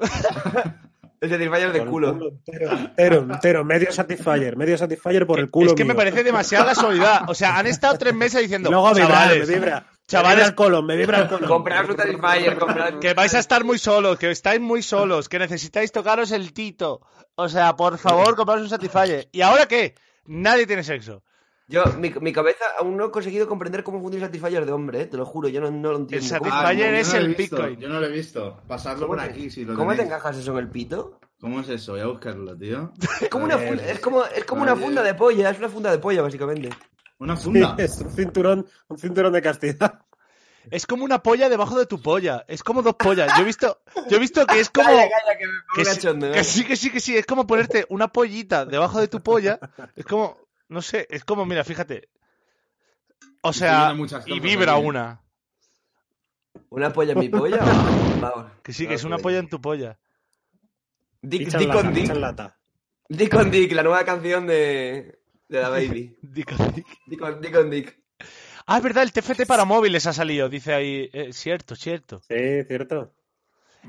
Speaker 3: El Satisfyer de culo.
Speaker 5: Entero, entero, entero. Medio Satisfyer. Medio Satisfyer por el culo.
Speaker 6: es que me
Speaker 5: mío.
Speaker 6: parece demasiada casualidad. O sea, han estado tres meses
Speaker 5: Y
Speaker 6: diciendo.
Speaker 5: Luego vibra,
Speaker 6: "Chavales,
Speaker 5: me vibra.
Speaker 6: chavales".
Speaker 5: Me vibra el colon, me vibra el colon.
Speaker 3: Compraros un Satisfyer, compraros.
Speaker 6: Que vais a estar muy solos, que estáis muy solos, que necesitáis tocaros el tito. O sea, por favor, compraos un Satisfyer. ¿Y ahora qué? Nadie tiene sexo.
Speaker 3: Yo, mi, mi cabeza aún no he conseguido comprender cómo funciona el Satisfyer de hombre, eh, te lo juro, yo no, no lo entiendo.
Speaker 6: Satisfyer-
Speaker 3: ¿Cómo-
Speaker 10: Ah, no, yo
Speaker 6: Bitcoin
Speaker 10: no
Speaker 6: es
Speaker 10: lo he
Speaker 6: el
Speaker 10: visto,
Speaker 6: Bitcoin.
Speaker 10: Yo no lo he visto. Pasarlo por
Speaker 3: te-
Speaker 10: aquí si lo
Speaker 3: ¿Cómo te
Speaker 10: tenéis.
Speaker 3: encajas eso en el pito?
Speaker 10: ¿Cómo es eso? Voy a buscarlo, tío.
Speaker 3: Es como una funda, es como, es como una
Speaker 10: Javier.
Speaker 3: funda de polla, es una funda de polla, básicamente.
Speaker 10: Una
Speaker 5: Sí,
Speaker 10: funda.
Speaker 5: es un cinturón, un cinturón de castidad.
Speaker 6: Es como una polla debajo de tu polla. Es como dos pollas. Yo he visto, yo he visto que es como.
Speaker 3: Calla, calla, que me pongo
Speaker 6: Que sí,
Speaker 3: cachondo,
Speaker 6: que
Speaker 3: ¿eh?
Speaker 6: sí, que sí, que sí. Es como ponerte una pollita debajo de tu polla. Es como, no sé, es como, mira, fíjate. O sea,
Speaker 10: tiene muchas
Speaker 6: y
Speaker 10: capas
Speaker 6: vibra
Speaker 10: también.
Speaker 6: una.
Speaker 3: ¿Una polla en mi polla? o- Vamos.
Speaker 6: Que sí, que es una
Speaker 3: Vamos,
Speaker 6: polla en tu polla.
Speaker 3: Dick,
Speaker 5: Picha en
Speaker 3: Dick
Speaker 5: lata,
Speaker 3: on
Speaker 5: picha en
Speaker 3: Dick.
Speaker 5: lata.
Speaker 3: Dick on Dick, la nueva canción de, de la Baby.
Speaker 6: Dick on dick.
Speaker 3: Dick on Dick. On dick.
Speaker 6: Ah, es verdad, el TFT para móviles ha salido, dice ahí. Eh, cierto, cierto.
Speaker 5: Sí, cierto.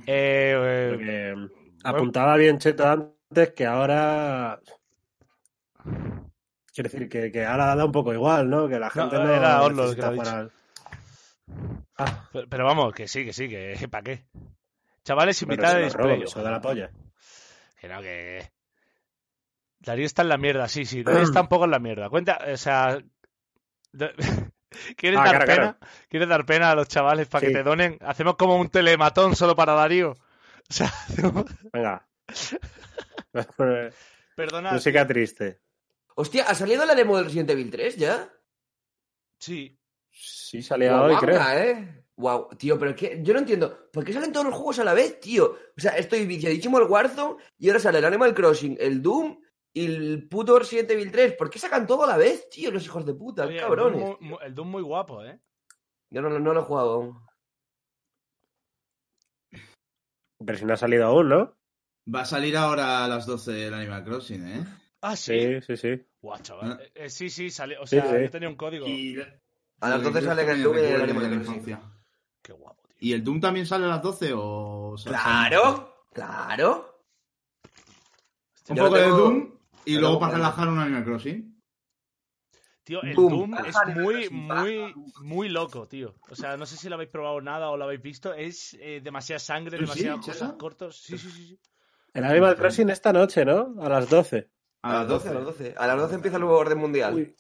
Speaker 6: Eh, eh,
Speaker 5: Porque apuntaba bien Cheto antes que ahora. Quiero decir, que, que ahora da un poco igual, ¿no? Que la gente no,
Speaker 6: era Orlo el que
Speaker 5: necesita
Speaker 6: lo ha
Speaker 5: jugar
Speaker 6: dicho.
Speaker 5: al- Ah,
Speaker 6: pero, pero vamos, que sí, que sí, que ¿para qué? Chavales,
Speaker 5: pero
Speaker 6: invitad
Speaker 5: se
Speaker 6: a
Speaker 5: lo roban,
Speaker 6: display.
Speaker 5: se lo da la polla.
Speaker 6: Que no, que. Darío está en la mierda, sí, sí. Darío está un poco en la mierda. Cuenta, o sea. da- ¿Quieres
Speaker 5: Ah,
Speaker 6: dar
Speaker 5: claro,
Speaker 6: pena? ¿Quieres dar pena a los chavales para que
Speaker 5: Sí.
Speaker 6: te donen? Hacemos como un telematón solo para Darío. O sea, hacemos-
Speaker 5: Venga. Pues
Speaker 6: perdonad. Sí.
Speaker 5: Música triste.
Speaker 3: Hostia, ¿ha salido la demo del Resident Evil 3 ya?
Speaker 5: Sí, salía hoy, creo.
Speaker 3: Guau, ¿eh? Guau, tío, pero es que yo no entiendo. ¿Por qué salen todos los juegos a la vez, tío? O sea, estoy viciadísimo al Warzone y ahora sale el Animal Crossing, el Doom y el puto Resident Evil 3. ¿Por qué sacan todo a la vez, tío? Los hijos de puta,
Speaker 6: Oye, el
Speaker 3: cabrones.
Speaker 6: Doom mu- mu- El Doom muy guapo, ¿eh?
Speaker 3: Yo no, lo- no lo he jugado aún.
Speaker 5: Pero si no ha salido aún, ¿no?
Speaker 10: Va a salir ahora a las 12 el Animal Crossing, ¿eh?
Speaker 6: Ah, sí.
Speaker 5: Sí, sí, sí.
Speaker 6: Guau, chaval.
Speaker 10: Ah.
Speaker 6: Eh, eh, sí, sí, sale. O
Speaker 5: Sí,
Speaker 6: sea,
Speaker 5: sí.
Speaker 6: yo tenía un código.
Speaker 3: A las 12 sale el Doom y el Animal Crossing.
Speaker 6: Qué guapo, tío.
Speaker 10: ¿Y el Doom también sale a las 12 o...? sale-
Speaker 3: ¡Claro! ¡Claro!
Speaker 10: Un
Speaker 3: Yo
Speaker 10: poco de
Speaker 3: tengo-
Speaker 10: Doom y
Speaker 3: yo
Speaker 10: luego
Speaker 3: tengo
Speaker 10: para
Speaker 3: ganas.
Speaker 10: relajar un Animal Crossing.
Speaker 6: Tío, el
Speaker 3: Boom.
Speaker 6: Doom es
Speaker 3: Ajá,
Speaker 6: muy,
Speaker 3: sin
Speaker 6: muy,
Speaker 3: baja,
Speaker 6: muy loco, tío. O sea, no sé si lo habéis probado nada o lo habéis visto. Es eh, demasiada sangre,
Speaker 10: ¿Sí,
Speaker 6: demasiadas
Speaker 10: Chesa?
Speaker 6: cosas cortas. Sí, sí, sí. sí.
Speaker 5: El Animal Crossing esta noche, ¿no? A las 12.
Speaker 3: A las 12, a las 12. A las 12 empieza el nuevo orden mundial.
Speaker 5: Uy, me,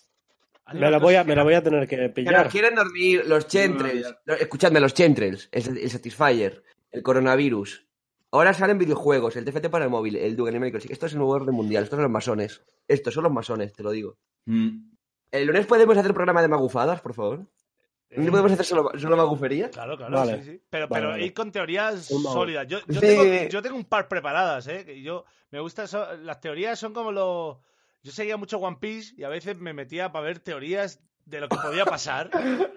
Speaker 6: Animal
Speaker 5: la voy a,
Speaker 6: Crossing
Speaker 5: me la voy a tener que
Speaker 3: Que nos
Speaker 5: pillar.
Speaker 3: quieren dormir los
Speaker 10: No,
Speaker 3: chentrels.
Speaker 10: no,
Speaker 3: Lo- Escuchadme, los chentrels, el, el Satisfyer, el coronavirus. Ahora salen videojuegos, el TFT para el móvil, el Duke Animal Crossing. Esto es el nuevo orden mundial, estos son los masones. Estos son los masones, te lo digo.
Speaker 10: Mm.
Speaker 3: El lunes podemos hacer programa de magufadas, por favor. ¿No podemos hacer solo, solo maguferías?
Speaker 6: Claro, claro,
Speaker 5: Vale.
Speaker 6: sí, sí. Pero,
Speaker 5: Vale,
Speaker 6: pero
Speaker 5: vale.
Speaker 6: ir con teorías
Speaker 5: Un mago.
Speaker 6: sólidas. Yo,
Speaker 3: Sí.
Speaker 6: yo tengo, yo tengo un par preparadas, ¿eh? Que Yo, me gustan so- las teorías son como los... Yo seguía mucho One Piece y a veces me metía para ver teorías de lo que podía pasar.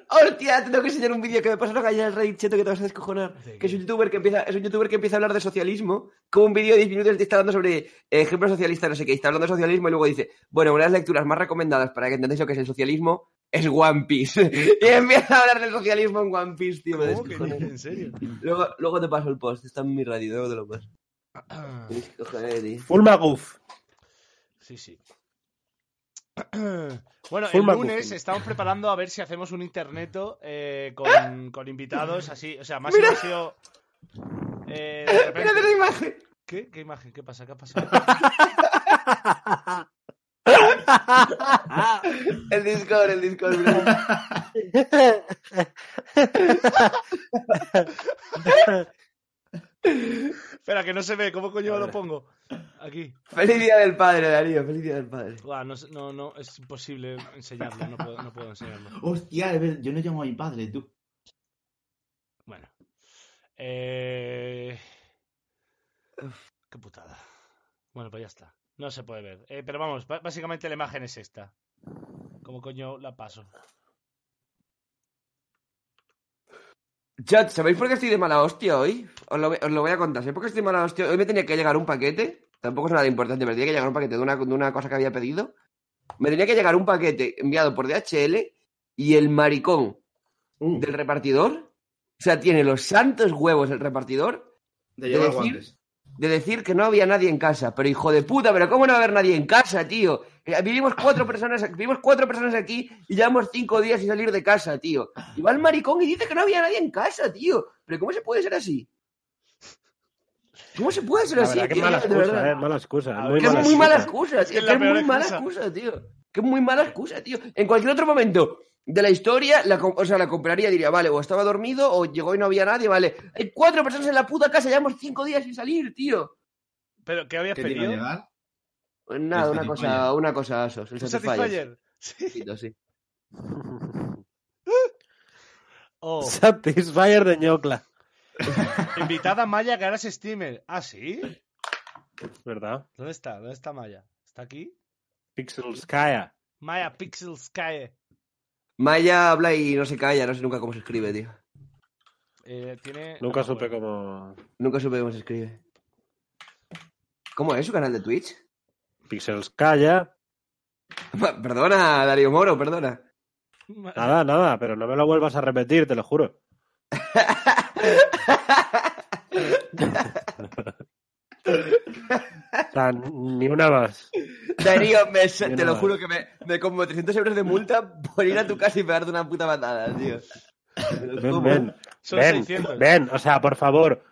Speaker 3: ¡Hostia! Te tengo que enseñar un vídeo que me pasaron allá el rey cheto que te vas a descojonar.
Speaker 6: ¿De qué?
Speaker 3: Que es un youtuber que empieza, es un youtuber que empieza a hablar de socialismo. Como un vídeo de 10 minutos te está hablando sobre ejemplos socialistas, no sé qué. y Está hablando de socialismo y luego dice, bueno, una de las lecturas más recomendadas para que entendáis lo que es el socialismo es One Piece. y empieza a hablar del socialismo en One Piece, tío. Me
Speaker 6: ¿Cómo que
Speaker 3: descojoné.
Speaker 6: dices? ¿En serio?
Speaker 3: Luego, luego te paso el post, está en mi radio, luego te lo paso. Me descojoné, tío.
Speaker 5: Full Maguf.
Speaker 6: Sí, sí. Bueno,
Speaker 5: Full
Speaker 6: el
Speaker 5: Marcus
Speaker 6: lunes
Speaker 5: Full.
Speaker 6: estamos preparando a ver si hacemos un interneto eh, con, con invitados así. O sea, más ha sido. eh, de repente-
Speaker 3: ¡Mírate la imagen!
Speaker 6: ¿Qué? ¿Qué imagen? ¿Qué pasa? ¿Qué ha pasado?
Speaker 3: El Discord, el Discord.
Speaker 6: Espera, que no se ve. ¿Cómo coño lo pongo? Aquí.
Speaker 3: Feliz día del padre, Darío. Feliz día del padre.
Speaker 6: Buah, no, sé- no, no, es imposible enseñarlo. No puedo, no puedo enseñarlo.
Speaker 10: Hostia, es verdad, yo no llamo a mi padre, tú.
Speaker 6: Bueno. Eh... Qué putada. Bueno, pues ya está. No se puede ver. Eh, pero vamos, ba- básicamente la imagen es esta. ¿Cómo coño la paso?
Speaker 3: Chat, ¿sabéis por qué estoy de mala hostia hoy? Os lo, voy- os lo voy a contar. ¿Sabéis por qué estoy de mala hostia? Hoy me tenía que llegar un paquete. Tampoco es nada importante, pero tenía que llegar un paquete de una, de una cosa que había pedido. Me tenía que llegar un paquete enviado por DHL y el maricón del repartidor. O sea, tiene los santos huevos el repartidor
Speaker 10: De llevar
Speaker 3: decir-
Speaker 10: guantes.
Speaker 3: de decir que no había nadie en casa. Pero hijo de puta, pero ¿cómo no va a haber nadie en casa, tío? Eh, Vivimos cuatro personas, vivimos cuatro personas aquí y llevamos cinco días sin salir de casa, tío. Y va el maricón y dice que no había nadie en casa, tío. Pero ¿cómo se puede ser así? ¿Cómo se puede ser
Speaker 5: La
Speaker 3: así?
Speaker 5: verdad, que
Speaker 3: tío?
Speaker 5: mala
Speaker 3: De
Speaker 5: excusa,
Speaker 3: verdad.
Speaker 5: eh, mala excusa.
Speaker 3: Que
Speaker 5: Muy
Speaker 3: es
Speaker 5: mala
Speaker 3: muy mala
Speaker 5: excusa.
Speaker 3: excusa, tío. que
Speaker 6: Es la
Speaker 3: es
Speaker 6: peor
Speaker 3: muy mala excusa, tío. Que es muy mala excusa, tío. En cualquier otro momento de la historia, la, com- o sea, la compraría y diría, vale, o estaba dormido, o llegó y no había nadie, vale. Hay cuatro personas en la puta casa, llevamos cinco días sin salir, tío.
Speaker 6: ¿Pero qué habías
Speaker 10: ¿Qué te iba a
Speaker 6: pedido?
Speaker 10: llegar?
Speaker 3: Pues Nada,
Speaker 10: El
Speaker 3: una
Speaker 10: Satisfyer.
Speaker 3: cosa, una cosa, Asos. El
Speaker 6: ¿Un
Speaker 3: Satisfyer.
Speaker 6: Satisfyer?
Speaker 3: Poquito, sí.
Speaker 6: Oh,
Speaker 5: Satisfyer de ñocla.
Speaker 6: invitada Maya que ahora es streamer. ¿Ah, sí?
Speaker 5: ¿Verdad?
Speaker 6: ¿Dónde está? ¿Dónde está Maya? ¿Está aquí?
Speaker 5: Pixel Skya.
Speaker 6: Maya Pixel Sky.
Speaker 3: Maya habla y no se calla, no sé nunca cómo se escribe, tío.
Speaker 6: Eh, tiene...
Speaker 5: Nunca
Speaker 6: no me
Speaker 5: supe
Speaker 6: acuerdo.
Speaker 5: cómo.
Speaker 3: Nunca supe cómo se escribe. ¿Cómo es su canal de Twitch?
Speaker 5: Pixel Skya.
Speaker 3: Ma- Perdona, Darío Moro, perdona.
Speaker 6: Ma-
Speaker 5: Nada, nada, pero no me lo vuelvas a repetir, te lo juro. O sea, ni una más.
Speaker 3: Darío, me- te
Speaker 5: nada.
Speaker 3: lo juro que me, me como 300 euros de multa por ir a tu casa y pegarte una puta patada, tío. Te lo
Speaker 5: Ven,
Speaker 3: juro.
Speaker 5: ven.
Speaker 6: Son
Speaker 5: Ven,
Speaker 6: 600.
Speaker 5: ven, o sea, por favor.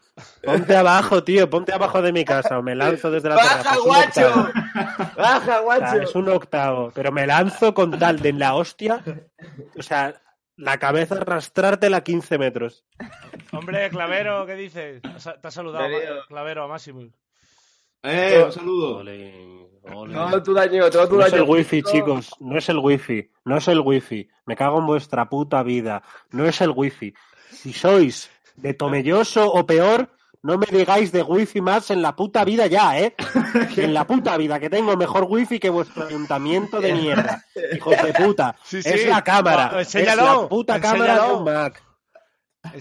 Speaker 5: Ponte abajo, tío, ponte abajo de mi casa o me lanzo desde la terraza.
Speaker 3: ¡Baja,
Speaker 5: Es un
Speaker 3: guacho!
Speaker 5: octavo.
Speaker 3: ¡Baja,
Speaker 5: O sea,
Speaker 3: guacho!
Speaker 5: es un octavo, pero me lanzo con tal de en la hostia. O sea, la cabeza arrastrártela a 15 metros.
Speaker 6: Hombre, Clavero, ¿qué dices? Sa- Te ha saludado,
Speaker 3: Darío.
Speaker 6: Ma- Clavero, a Máximo.
Speaker 10: ¡Eh, un saludo!
Speaker 5: Ole,
Speaker 3: Todo tu daño, todo tu
Speaker 5: No
Speaker 3: daño.
Speaker 5: es el wifi,
Speaker 3: físico.
Speaker 5: chicos. No es el wifi. No es el wifi. Me cago en vuestra puta vida. No es el wifi. Si sois de Tomelloso o peor, no me digáis de wifi más en la puta vida ya, ¿eh? En la puta vida, que tengo mejor wifi que vuestro ayuntamiento de mierda. Hijos de puta.
Speaker 6: Sí, sí.
Speaker 5: Es la cámara.
Speaker 6: No,
Speaker 5: es
Speaker 6: enséñalo,
Speaker 5: la puta cámara de
Speaker 6: enséñalo.
Speaker 5: un Mac.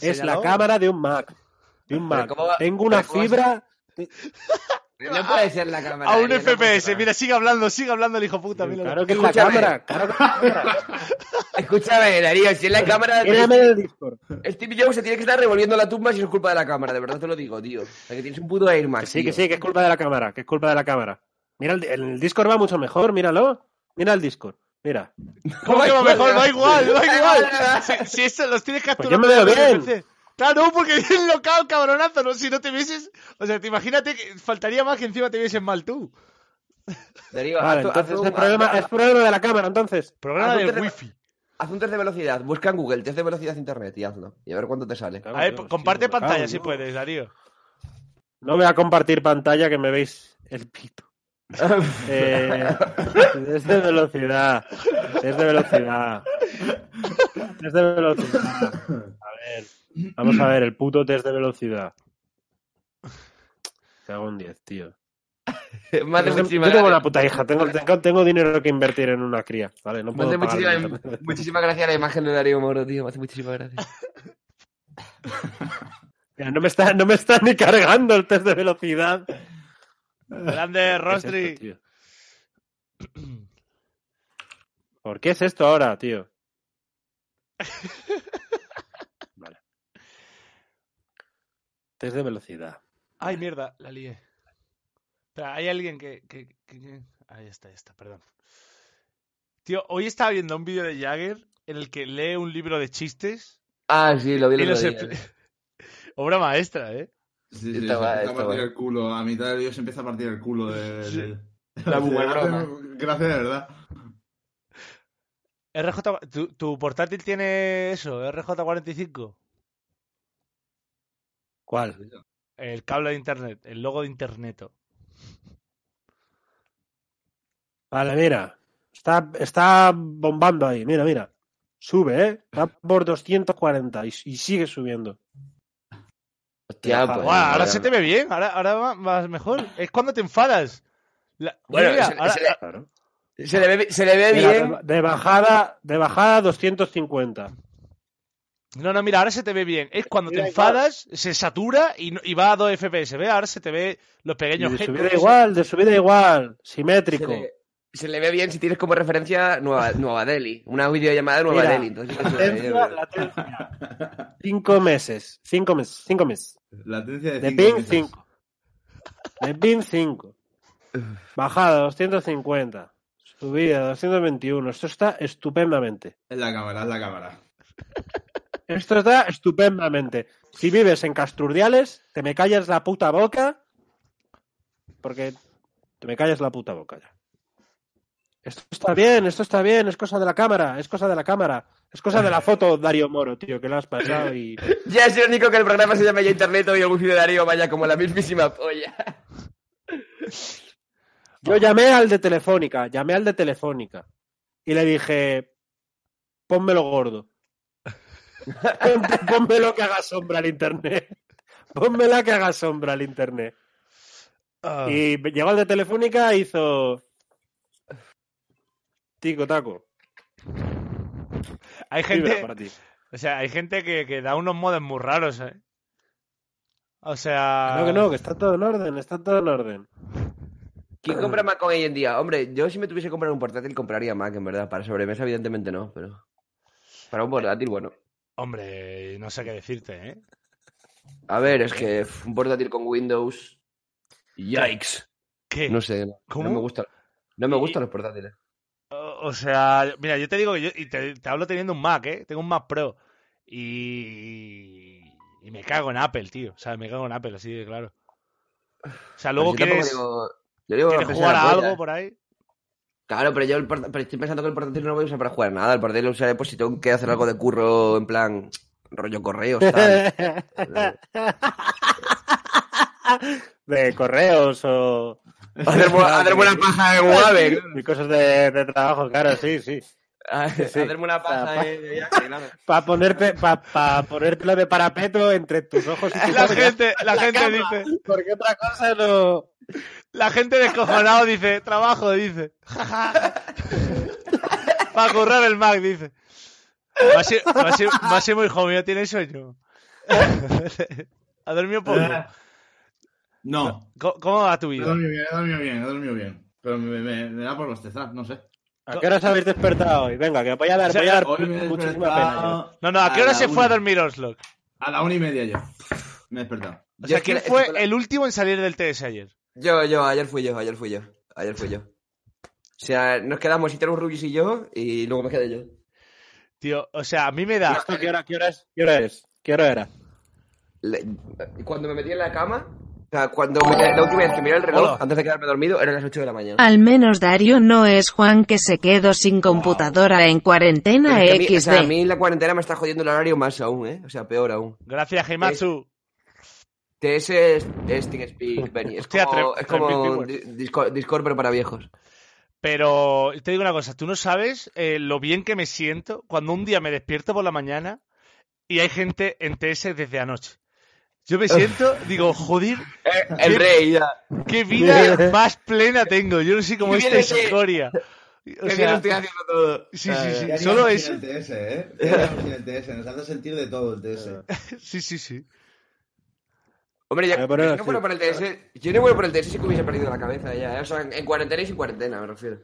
Speaker 5: Es la cámara de un Mac. De un Mac.
Speaker 3: cómo va-
Speaker 5: Tengo una
Speaker 3: pero cómo va a
Speaker 5: fibra.
Speaker 3: No puede ser la cámara.
Speaker 6: A un
Speaker 3: tío, no puede
Speaker 6: FPS.
Speaker 3: ser.
Speaker 6: Mira, sigue hablando, sigue hablando el hijo puta.
Speaker 5: Claro
Speaker 6: míralo.
Speaker 5: que es la
Speaker 3: Escúchame.
Speaker 5: cámara. Claro que es la cámara.
Speaker 3: Escúchame, Darío, si es la cámara.
Speaker 5: Mírame en el Discord.
Speaker 3: Steve Jobs se tiene que estar revolviendo la tumba si no es culpa de la cámara, de verdad te lo digo, tío. O sea, que tienes un puto Air Max.
Speaker 5: Que sí,
Speaker 3: tío.
Speaker 5: que sí, que es culpa de la cámara, que es culpa de la cámara. Mira, el, el Discord va mucho mejor, míralo. Mira el Discord, mira.
Speaker 6: ¿Cómo que va mejor? Da igual, da
Speaker 3: Da
Speaker 6: igual.
Speaker 3: igual.
Speaker 6: Si, si esto los tienes
Speaker 5: Pues yo
Speaker 6: capturados.
Speaker 5: me veo
Speaker 6: en el
Speaker 5: bien.
Speaker 6: PC. Claro, porque bien local, cabronazo, ¿no? Si no te vieses. O sea, te imagínate que faltaría más que encima te vieses mal tú.
Speaker 3: Darío,
Speaker 5: Vale,
Speaker 3: haz-
Speaker 5: entonces
Speaker 3: haz un-
Speaker 5: es problema,
Speaker 3: haz-
Speaker 5: es problema de la cámara, entonces.
Speaker 6: Programa
Speaker 3: Ah,
Speaker 6: de
Speaker 3: ponte-
Speaker 6: wifi.
Speaker 3: haz un test de velocidad, busca en Google, test de velocidad de internet y hazlo. Y a ver cuánto te sale.
Speaker 6: A ver, comparte pantalla si puedes, Darío.
Speaker 5: No voy a compartir pantalla que me veis el pito. Eh, es de velocidad. Es de velocidad. Es de velocidad. A ver. Vamos a ver, el puto test de velocidad. Cago en 10, tío.
Speaker 3: Más de
Speaker 5: Yo
Speaker 3: muchísimas
Speaker 5: tengo una
Speaker 3: gracias.
Speaker 5: puta hija, tengo, tengo, tengo dinero que invertir en una cría, ¿vale? No
Speaker 3: Me hace
Speaker 5: puedo pagar
Speaker 3: muchísimas muchísimas gracias la imagen de Darío Moro, tío. Me hace muchísimas gracias.
Speaker 5: Mira, no, me está, no me está ni cargando el test de velocidad. ¿Qué
Speaker 6: Grande
Speaker 5: es esto,
Speaker 6: Rostri.
Speaker 5: tío? ¿Por qué es esto ahora, tío? Vale. Test de velocidad.
Speaker 6: Ay, mierda, la lié. Espera, hay alguien que, que- que- que- Ahí está, ahí está, perdón. Tío, hoy estaba viendo un vídeo de Jagger en el que lee un libro de chistes
Speaker 3: Ah, sí, lo vi
Speaker 6: y
Speaker 3: el
Speaker 6: los...
Speaker 3: otro día.
Speaker 6: expl- Obra maestra, ¿eh?
Speaker 10: Sí, sí, se
Speaker 3: Está guay,
Speaker 10: empieza a
Speaker 3: está
Speaker 10: partir
Speaker 3: guay.
Speaker 10: el culo. A mitad del vídeo se empieza a partir el culo de...
Speaker 6: Sí.
Speaker 10: de-
Speaker 3: La
Speaker 10: de-
Speaker 3: bububroma.
Speaker 10: Gracias, de verdad.
Speaker 6: RJ, ¿tu, tu portátil tiene eso? ¿RJ45?
Speaker 5: ¿Cuál?
Speaker 6: El cable de internet, el logo de interneto.
Speaker 5: Vale, mira. Está, está bombando ahí. Mira, mira. Sube, ¿eh? Está por 240 y, y sigue subiendo.
Speaker 3: Hostia,
Speaker 5: pues,
Speaker 6: Guau, ahora
Speaker 3: ahora-
Speaker 6: se te ve bien, ahora, ahora va- vas mejor. Es cuando te enfadas. La-
Speaker 3: Bueno,
Speaker 6: mira,
Speaker 3: se-
Speaker 6: ahora-
Speaker 3: se le- Se le ve, se le ve
Speaker 5: Mira,
Speaker 3: bien.
Speaker 5: de, de bajada, de bajada 250.
Speaker 6: No, no, mira, ahora se te ve bien. Es cuando
Speaker 5: Mira,
Speaker 6: te
Speaker 5: igual.
Speaker 6: enfadas, se satura y, no- y va a 2 FPS. ¿Ve? Ahora se te ve los
Speaker 5: Y
Speaker 6: pequeños
Speaker 5: de
Speaker 6: gestos.
Speaker 5: subida igual, de subida igual, simétrico.
Speaker 3: Se le, se le ve bien si tienes como referencia Nueva, Nueva Delhi. Una videollamada de Nueva
Speaker 5: Mira,
Speaker 3: Delhi. Entonces, sí que se le ve bien.
Speaker 5: Latencia, latencia. Cinco meses, cinco meses, cinco meses.
Speaker 10: Latencia de
Speaker 5: De
Speaker 10: 5
Speaker 5: pin 5. De pin 5. Bajada 250. Subida 221. Esto está estupendamente.
Speaker 10: Es la cámara, es la cámara.
Speaker 5: Esto está estupendamente. Si vives en Casturdiales, te me callas la puta boca. Porque te me callas la puta boca ya. Esto está bien, esto está bien, es cosa de la cámara, es cosa de la cámara. Es cosa de la foto, Darío Moro, tío, que la has pasado y.
Speaker 3: Ya es irónico que el programa se llame Ya Internet y algún ciudadano vaya como la mismísima polla.
Speaker 5: Yo llamé al de Telefónica, llamé al de Telefónica y le dije, pónmelo gordo. Ponte- Pónmelo que haga sombra al internet. Pónmela que haga sombra al internet.
Speaker 6: Ah,
Speaker 5: Y llegó al de Telefónica e hizo... Tico taco.
Speaker 6: hay
Speaker 5: vibra
Speaker 6: gente,
Speaker 5: para ti.
Speaker 6: o sea, hay gente que, que da unos modos muy raros, ¿eh? O sea,
Speaker 5: No, que no, que está todo en orden, está todo en orden.
Speaker 3: ¿Quién compra Mac hoy en día? Hombre, yo si me tuviese que comprar un portátil compraría Mac, en verdad. Para sobremesa, evidentemente no, pero. Para un portátil, bueno.
Speaker 6: hombre, no sé qué decirte, ¿eh?
Speaker 3: A ver, es que uf, un portátil con Windows. Yikes.
Speaker 6: ¿Qué?
Speaker 3: No sé, no,
Speaker 6: ¿Cómo?
Speaker 3: no me gusta. No me gustan los portátiles.
Speaker 6: O o sea, mira, yo te digo que yo, y te, te hablo teniendo un Mac, ¿eh? Tengo un Mac Pro. Y, y me cago en Apple, tío. O sea, me cago en Apple, así de claro. O sea, luego
Speaker 3: Pero si Pues
Speaker 6: quieres,
Speaker 3: tampoco digo- yo digo
Speaker 6: quieres
Speaker 3: que
Speaker 6: jugar
Speaker 3: sea
Speaker 6: a
Speaker 3: la
Speaker 6: algo
Speaker 3: polla.
Speaker 6: por ahí.
Speaker 3: Claro, pero yo el port- pero estoy pensando que el portátil no lo voy a usar para jugar nada. El portátil lo usaré por si tengo que hacer algo de curro, en plan, rollo correos, tal. Eh,
Speaker 5: de correos o...
Speaker 3: hacer,
Speaker 6: Ah,
Speaker 3: bu- hacer buena paja de guave.
Speaker 5: Y cosas de, de trabajo, claro, sí, sí.
Speaker 3: Hacerme una paja de, de viaje, claro.
Speaker 5: Para ponerte, pa, pa ponértelo de parapeto entre tus ojos y tu
Speaker 6: La
Speaker 5: boca.
Speaker 6: gente, la gente
Speaker 5: cama.
Speaker 6: dice,
Speaker 5: Porque otra cosa no.
Speaker 6: la gente descojonado dice, trabajo, dice. Para currar el Mac, dice. Masi, Masi, Masi muy joven, ya tiene sueño. ha dormido poco.
Speaker 10: No.
Speaker 6: ¿Cómo, cómo va tu
Speaker 10: He
Speaker 6: vida?
Speaker 10: dormido bien, he dormido bien, he dormido bien. Pero me, me- me da por bostezar, no sé.
Speaker 5: ¿A qué horas habéis despertado hoy? Venga, que voy a dar, voy a dar
Speaker 10: Hoy me he
Speaker 5: muchísima pena.
Speaker 10: despertado
Speaker 6: No, no, ¿a qué
Speaker 10: a
Speaker 6: hora
Speaker 10: la
Speaker 6: se fue a
Speaker 10: una.
Speaker 6: dormir Oslo?
Speaker 10: a la una y media yo. Me he despertado.
Speaker 6: O
Speaker 3: Yo
Speaker 6: sea,
Speaker 3: es que
Speaker 6: ¿quién
Speaker 3: la- es
Speaker 6: fue
Speaker 3: que la-
Speaker 6: el último en salir del TS ayer?
Speaker 3: Yo, yo, ayer fui yo, ayer fui yo. Ayer fui yo. O sea, nos quedamos si tenemos Rubius y yo, y luego me quedé yo.
Speaker 6: Tío, o sea, a mí me
Speaker 5: yo.
Speaker 6: da.
Speaker 5: ¿Esto qué hora, qué hora es? ¿Qué hora es? ¿Qué hora era?
Speaker 3: Le- Cuando me metí en la cama, o sea, cuando me, la última vez que miré el reloj,
Speaker 6: Hola.
Speaker 3: antes de quedarme dormido, eran las 8 de la mañana.
Speaker 8: Al menos Darío no es Juan que se quedó sin computadora en cuarentena
Speaker 3: Pero es que a, mí, o sea, a
Speaker 8: XD.
Speaker 3: mí la cuarentena me está jodiendo el horario más aún, ¿eh? O sea, peor aún.
Speaker 6: Gracias, Heimatsu.
Speaker 3: TS es, es TeamSpeak, Benny. Es
Speaker 6: Hostia,
Speaker 3: como,
Speaker 6: tre-
Speaker 3: es como
Speaker 6: tremendo,
Speaker 3: un di- Discord, Discord, pero para viejos.
Speaker 6: Pero te digo una cosa, tú no sabes eh, lo bien que me siento cuando un día me despierto por la mañana y hay gente en TS desde anoche. Yo me siento, digo, joder,
Speaker 3: el rey, ya.
Speaker 6: qué vida más plena tengo. Yo no sé cómo
Speaker 3: Qué
Speaker 6: esta
Speaker 3: bien es que-
Speaker 6: historia. O
Speaker 3: Que
Speaker 6: sea,
Speaker 3: bien estoy haciendo todo.
Speaker 6: sí, sí, sí.
Speaker 10: Ya
Speaker 6: Solo
Speaker 10: haríamos sin
Speaker 6: eso.
Speaker 10: el TS, ¿eh? Ya haríamos sin el TS, Nos hace sentir de todo el TS.
Speaker 6: Sí, sí, sí.
Speaker 3: Hombre, yo,
Speaker 5: A ver, pero
Speaker 3: si
Speaker 5: ahora
Speaker 3: no
Speaker 5: sí.
Speaker 3: fuera por el TS, yo no fuera por el TS sí que hubiese perdido la cabeza ya. ¿eh? O sea, en, en cuarentena y sin cuarentena, me refiero.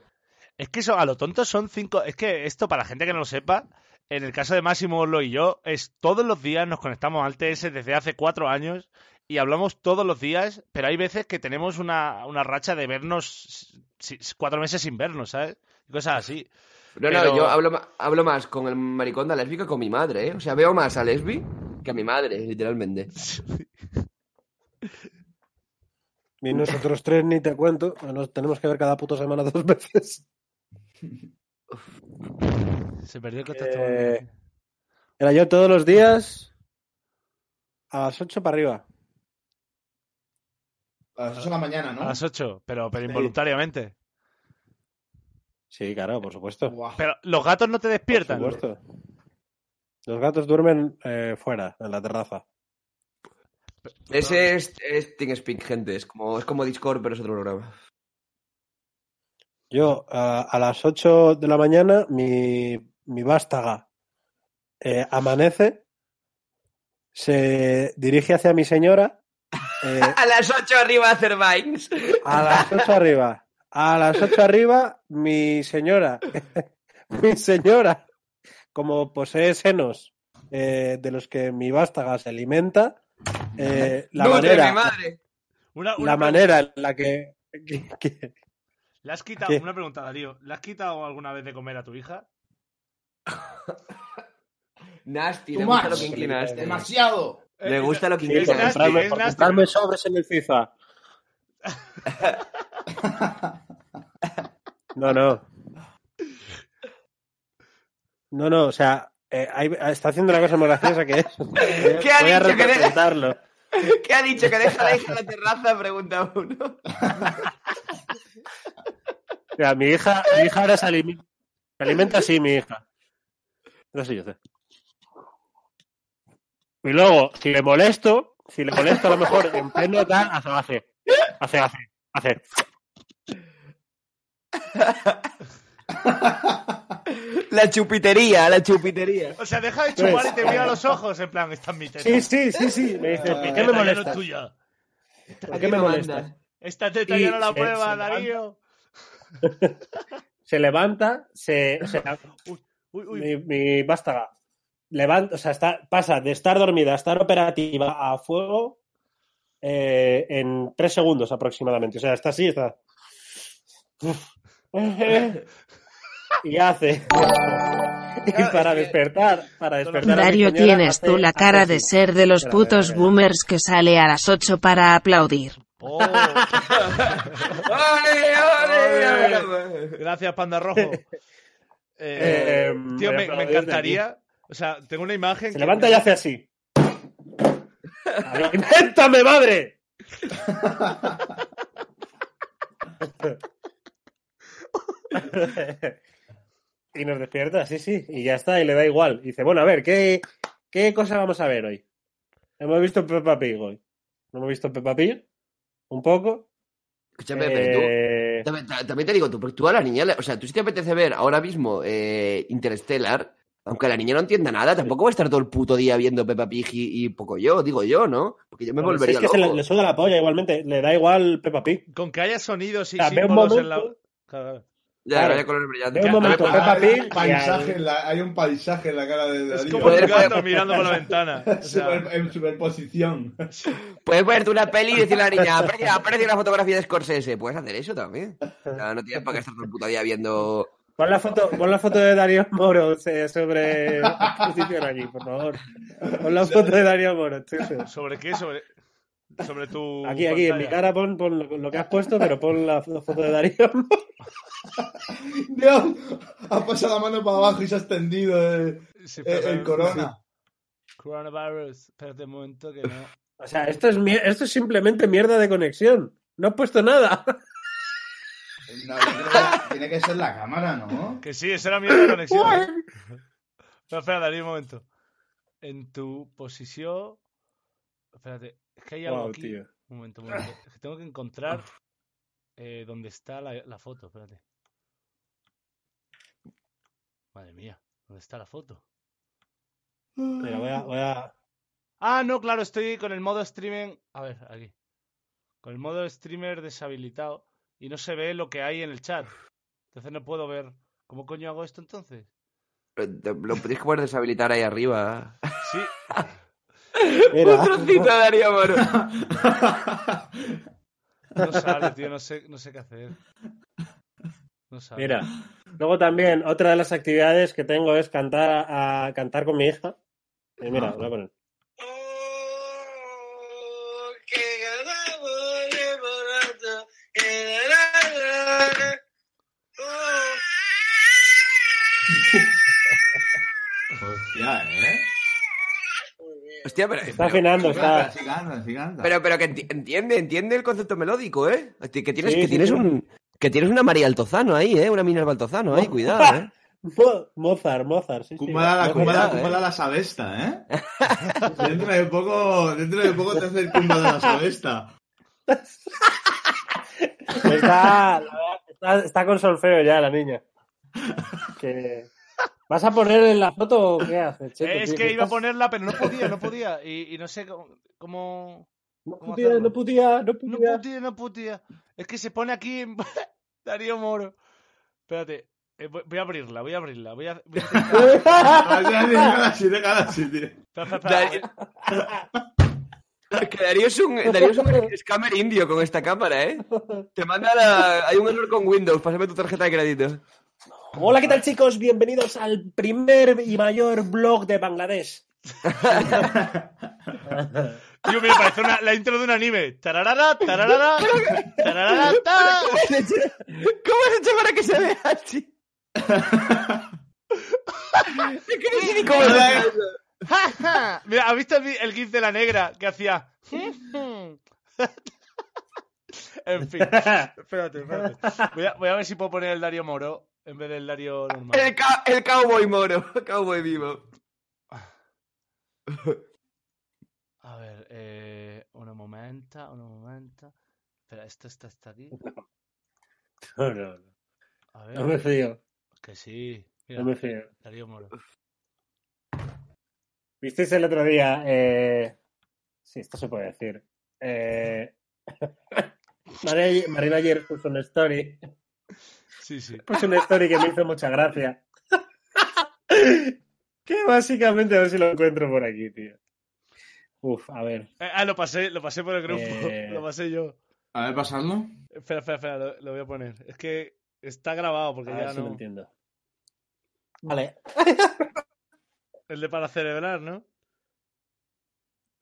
Speaker 6: Es que eso, a lo tonto son cinco. Es que esto, para la gente que no lo sepa, en el caso de Máximo Orlo y yo, es todos los días nos conectamos al TS desde hace cuatro años y hablamos todos los días, pero hay veces que tenemos una, una racha de vernos si- cuatro meses sin vernos, ¿sabes? Y Cosas así.
Speaker 3: No,
Speaker 6: Pero-
Speaker 3: no, yo hablo, ma- hablo más con el maricón de la lesbi que con mi madre, ¿eh? O sea, veo más a lesbi que a mi madre, literalmente.
Speaker 5: Ni nosotros tres ni te cuento. Nos tenemos que ver cada puta semana dos veces.
Speaker 6: Se perdió el contacto.
Speaker 5: Eh, Era yo todos los días a las 8 para arriba.
Speaker 10: A las 8 de la mañana, ¿no?
Speaker 6: A las 8, pero, pero involuntariamente.
Speaker 5: Sí, claro, por supuesto.
Speaker 6: Pero los gatos no te despiertan.
Speaker 5: Por supuesto. Los gatos duermen eh, fuera, en la terraza.
Speaker 3: Ese es, es TeamSpeak, gente. Es como, es como Discord, pero es otro programa.
Speaker 5: Yo a, a las 8 de la mañana mi, mi vástaga eh, amanece, se dirige hacia mi señora eh,
Speaker 3: A las 8 arriba, Cervines.
Speaker 5: a las 8 arriba. A las 8 arriba mi señora, mi señora, como posee senos eh, de los que mi vástaga se alimenta, eh, la
Speaker 3: Nutre,
Speaker 5: manera...
Speaker 3: mi madre.
Speaker 6: Una- una
Speaker 5: la manera en la que, que- que-
Speaker 6: ¿Le has quitado,
Speaker 5: ¿Qué?
Speaker 6: una pregunta, Darío, ¿le has quitado alguna vez de comer a tu hija?
Speaker 3: Nasty,
Speaker 10: Too
Speaker 3: le gusta lo
Speaker 10: much.
Speaker 3: que este. inclinas.
Speaker 6: este.
Speaker 10: Demasiado.
Speaker 3: Le gusta lo que
Speaker 5: por
Speaker 3: inclinas.
Speaker 5: comprarme,
Speaker 6: es
Speaker 5: por
Speaker 6: nasty,
Speaker 5: comprarme
Speaker 6: pero-
Speaker 5: sobres en el FIFA. No, no. No, no, o sea, eh, ahí- está haciendo una cosa muy graciosa que es. eh,
Speaker 3: ¿Qué ha
Speaker 5: Voy a
Speaker 3: dicho que deja?
Speaker 5: representarlo.
Speaker 3: ¿Qué ha dicho? ¿Que deja la hija en la terraza? Pregunta uno.
Speaker 5: O sea, mi hija, mi hija ahora se alimenta, se alimenta así, mi hija. No sé yo sé. Y luego, si le molesto, si le molesto a lo mejor en pleno tal, hace, hace, hace, hace, hace.
Speaker 3: La chupitería, la chupitería.
Speaker 6: O sea, deja de chupar y te mira a los ojos, en plan, esta es mi teta.
Speaker 5: Pues, eh, Sí, sí, sí, sí. Me
Speaker 3: Ah,
Speaker 5: dice, ¿por
Speaker 6: Mi
Speaker 5: qué me
Speaker 6: teta ya no es
Speaker 5: molestas?
Speaker 6: tuya.
Speaker 5: ¿Por qué me molestas?
Speaker 6: Esta teta
Speaker 5: Y
Speaker 6: ya no la
Speaker 5: se-
Speaker 6: prueba,
Speaker 5: se levanta.
Speaker 6: Darío.
Speaker 5: Se levanta, se, o sea,
Speaker 6: Uy, uy.
Speaker 5: mi, mi vástaga levanta, o sea, está, pasa de estar dormida a estar operativa a fuego eh, en tres segundos aproximadamente. O sea, está así, está. y hace. y
Speaker 3: Claro,
Speaker 5: para
Speaker 3: Ah, es que-
Speaker 5: despertar, para despertar. a mi
Speaker 8: Dario,
Speaker 5: señora,
Speaker 8: tienes
Speaker 5: hace-
Speaker 8: tú la
Speaker 5: hace
Speaker 8: cara
Speaker 5: así.
Speaker 8: de ser de los
Speaker 5: Espera,
Speaker 8: putos
Speaker 5: espera, espera.
Speaker 8: boomers que sale a las 8 para aplaudir.
Speaker 6: Oh,
Speaker 3: ¡Ole, ole!
Speaker 6: gracias, Panda Rojo. Eh,
Speaker 5: Eh,
Speaker 6: tío, me,
Speaker 5: voy a
Speaker 6: me
Speaker 5: aplaudir de
Speaker 6: encantaría. O sea, tengo una imagen.
Speaker 5: Se
Speaker 6: que-
Speaker 5: levanta y hace así. ¡Alimentame, madre! y nos despierta, sí, sí. Y ya está, y le da igual. Y dice, bueno, a ver, ¿qué, qué cosa vamos a ver hoy? Hemos visto Peppa Pig hoy. ¿No hemos visto Peppa Pig? Un poco.
Speaker 3: Escúchame, pero tú.
Speaker 5: Eh,
Speaker 3: También, ta- también te digo, tú, pero tú a la niña, le- o sea, tú si te apetece ver ahora mismo eh, Interstellar, aunque la niña no entienda nada, tampoco va a estar todo el puto día viendo Peppa Pig y, y poco yo, digo yo, ¿no? Porque yo me
Speaker 5: bueno, si
Speaker 3: volvería
Speaker 5: es que se
Speaker 3: loco.
Speaker 5: le, le suda la polla igualmente. Le da igual Peppa Pig.
Speaker 6: Con que haya sonidos y
Speaker 5: O sea, ve un
Speaker 6: símbolos en la.
Speaker 5: momento-
Speaker 6: Claro.
Speaker 3: Ya,
Speaker 5: claro.
Speaker 3: vaya colores brillantes.
Speaker 5: Ve un
Speaker 3: Ya,
Speaker 5: momento,
Speaker 3: no me-
Speaker 5: Peppa
Speaker 10: Ah, Hay un
Speaker 5: Pig y
Speaker 10: paisaje,
Speaker 5: al-
Speaker 10: en la- hay un paisaje en la cara de
Speaker 6: Es
Speaker 10: Darío.
Speaker 6: como un
Speaker 3: Poder-
Speaker 6: gato mirando por la ventana. O sea,
Speaker 10: Super- en superposición.
Speaker 3: Puedes ponerte Pues una peli y decirle a la niña, aprecia, aprecia una fotografía de Scorsese. Puedes hacer eso también. O sea, no tienes para qué estar todo el puto día viendo.
Speaker 5: Pon la foto, pon la foto de Darío Moro eh, sobre la exposición allí, por favor. Pon la foto de Darío Moro. chicos.
Speaker 6: ¿sobre qué? Sobre, sobre tu.
Speaker 5: Aquí, aquí, en mi
Speaker 6: pantalla.
Speaker 5: cara pon, pon lo, lo que has puesto, pero pon la fo- foto de Darío Moro.
Speaker 10: Dios, ha pasado la mano para abajo y se ha extendido el,
Speaker 6: Sí,
Speaker 10: el-
Speaker 6: pero-
Speaker 10: el corona.
Speaker 6: Coronavirus. Espérate un momento que no.
Speaker 5: O sea, esto es, mier- esto es simplemente mierda de conexión. No has puesto nada.
Speaker 10: No, yo creo que tiene que ser la cámara, ¿no?
Speaker 6: Que sí, esa era mi otra conexión. no, espera, Darío, un momento. En tu posición. Espérate, es que hay algo
Speaker 5: Guau,
Speaker 6: aquí.
Speaker 5: tío.
Speaker 6: Un momento, un momento. Es que tengo que encontrar eh, dónde está la, la foto, espérate. Madre mía, ¿dónde está la foto?
Speaker 5: Mira, voy a, voy a-
Speaker 6: Ah, no, claro, estoy con el modo streaming. A ver, aquí. Con el modo streamer deshabilitado y no se ve lo que hay en el chat. Entonces no puedo ver. ¿Cómo coño hago esto entonces?
Speaker 3: eh, Lo podéis poder deshabilitar ahí arriba.
Speaker 6: Sí,
Speaker 5: Mira.
Speaker 3: Un trocito de Darío Moro.
Speaker 6: No sale, tío, no sé, no sé qué hacer. No sale.
Speaker 5: Mira. Luego también, otra de las actividades que tengo es cantar a, a- cantar con mi hija. Eh, mira, voy a poner.
Speaker 10: ya, ¿eh?
Speaker 3: Hostia, pero.
Speaker 5: Está afinando, está.
Speaker 10: Sí canta, sí canta.
Speaker 3: Pero, pero que enti- entiende, entiende el concepto melódico, ¿eh? Hostia, Que tienes,
Speaker 5: Sí,
Speaker 3: que
Speaker 5: sí,
Speaker 3: tienes
Speaker 5: sí.
Speaker 3: un. Que tienes una María Altozano ahí, ¿eh? Una Minas Altozano ahí, cuidado, ¿eh?
Speaker 5: Mo- Mozart, Mozart, sí. sí.
Speaker 10: Cumada, la,
Speaker 5: Mozart,
Speaker 10: cumada, la,
Speaker 5: cuidado,
Speaker 10: cumada
Speaker 5: eh.
Speaker 10: la sabesta, ¿eh? dentro, de poco, dentro de poco te hace el cumba de la sabesta.
Speaker 5: Está, la verdad, está, está con solfeo ya la niña. Que... ¿Vas a poner en la foto o qué haces? Checo,
Speaker 6: "Eh, es
Speaker 5: tío?
Speaker 6: que iba a
Speaker 5: estás-
Speaker 6: ponerla, pero no podía, no podía. Y, y no sé cómo- cómo.
Speaker 5: No
Speaker 6: cómo
Speaker 5: putía,
Speaker 6: hacerlo.
Speaker 5: no putía, no
Speaker 6: No
Speaker 5: putía.
Speaker 6: putía, no putía. Es que se pone aquí en- Darío Moro. Espérate, eh, voy voy a abrirla, voy a abrirla. Voy a, voy a intentar-
Speaker 10: Ah, ya, sí, cada siete, cada siete.
Speaker 6: Espera, espera, espera,
Speaker 3: Darío... Que Darío es un, Darío es un scammer indio con esta cámara, ¿eh? Te manda la... Hay un error con Windows, pásame tu tarjeta de crédito.
Speaker 5: Hola, ¿qué tal chicos? Bienvenidos al primer y mayor blog de Bangladesh.
Speaker 6: Tío, me parece una- la intro de un anime. Tararara, tararara, tararara, ta.
Speaker 3: ¿Cómo has hecho, cómo has hecho para que se vea así? Es que no sé ni cómo lo haces.
Speaker 6: Ja, ja. Mira, ¿has visto el, el gif de la negra que hacía? en fin. Espérate, espérate. Voy a, voy a ver si puedo poner el Darío Moro en vez del Darío normal.
Speaker 3: El, ca- el cowboy moro, cowboy vivo.
Speaker 6: A ver, eh, una momenta, una momenta. Espera, esto está, está aquí.
Speaker 5: No, no, no.
Speaker 6: A
Speaker 5: No me
Speaker 6: ver,
Speaker 5: fío,
Speaker 6: que sí. Mira,
Speaker 5: no me fío.
Speaker 6: Darío Moro.
Speaker 5: ¿Visteis el otro día? Eh... Sí, esto se puede decir. Eh... Mari- Marina ayer puso una story.
Speaker 6: Sí, sí.
Speaker 5: Puso una story que me hizo mucha gracia. Que básicamente, a ver si lo encuentro por aquí, tío. Uf, a ver.
Speaker 6: Eh, ah, lo pasé, lo pasé por el grupo.
Speaker 5: Eh.
Speaker 6: Lo pasé yo.
Speaker 10: A ver, pasarlo.
Speaker 6: Espera, espera, espera, lo, lo voy a poner. Es que está grabado porque
Speaker 5: A ver
Speaker 6: Pues ya
Speaker 5: si lo
Speaker 6: no.
Speaker 5: entiendo. Vale.
Speaker 6: El de para celebrar, ¿no?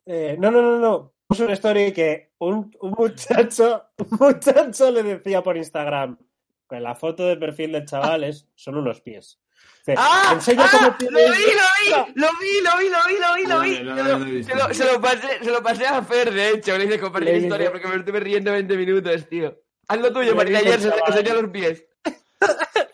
Speaker 5: Eh, no, no, no, no. Puso una story que un, un muchacho, un muchacho le decía por Instagram, con la foto de perfil del chaval es, son unos pies. Dice,
Speaker 3: ¡Ah!
Speaker 5: enseña
Speaker 3: ¡Ah!
Speaker 5: cómo
Speaker 3: ¡Lo vi, lo
Speaker 5: tienes-
Speaker 3: vi! ¡Lo vi, lo vi, lo vi, lo vi, lo vi!
Speaker 10: No,
Speaker 3: Se
Speaker 10: no, no,
Speaker 3: lo-
Speaker 10: no lo he visto.
Speaker 3: se lo- Se lo pasé- se lo pasé a Fer, de hecho. Le hice compartir
Speaker 5: Le
Speaker 3: historia
Speaker 5: dije-
Speaker 3: porque me estuve riendo 20 minutos, tío. Haz lo
Speaker 5: Le
Speaker 3: tuyo, Marina,
Speaker 5: dije,
Speaker 3: ayer se
Speaker 5: chaval.
Speaker 3: enseñó los pies.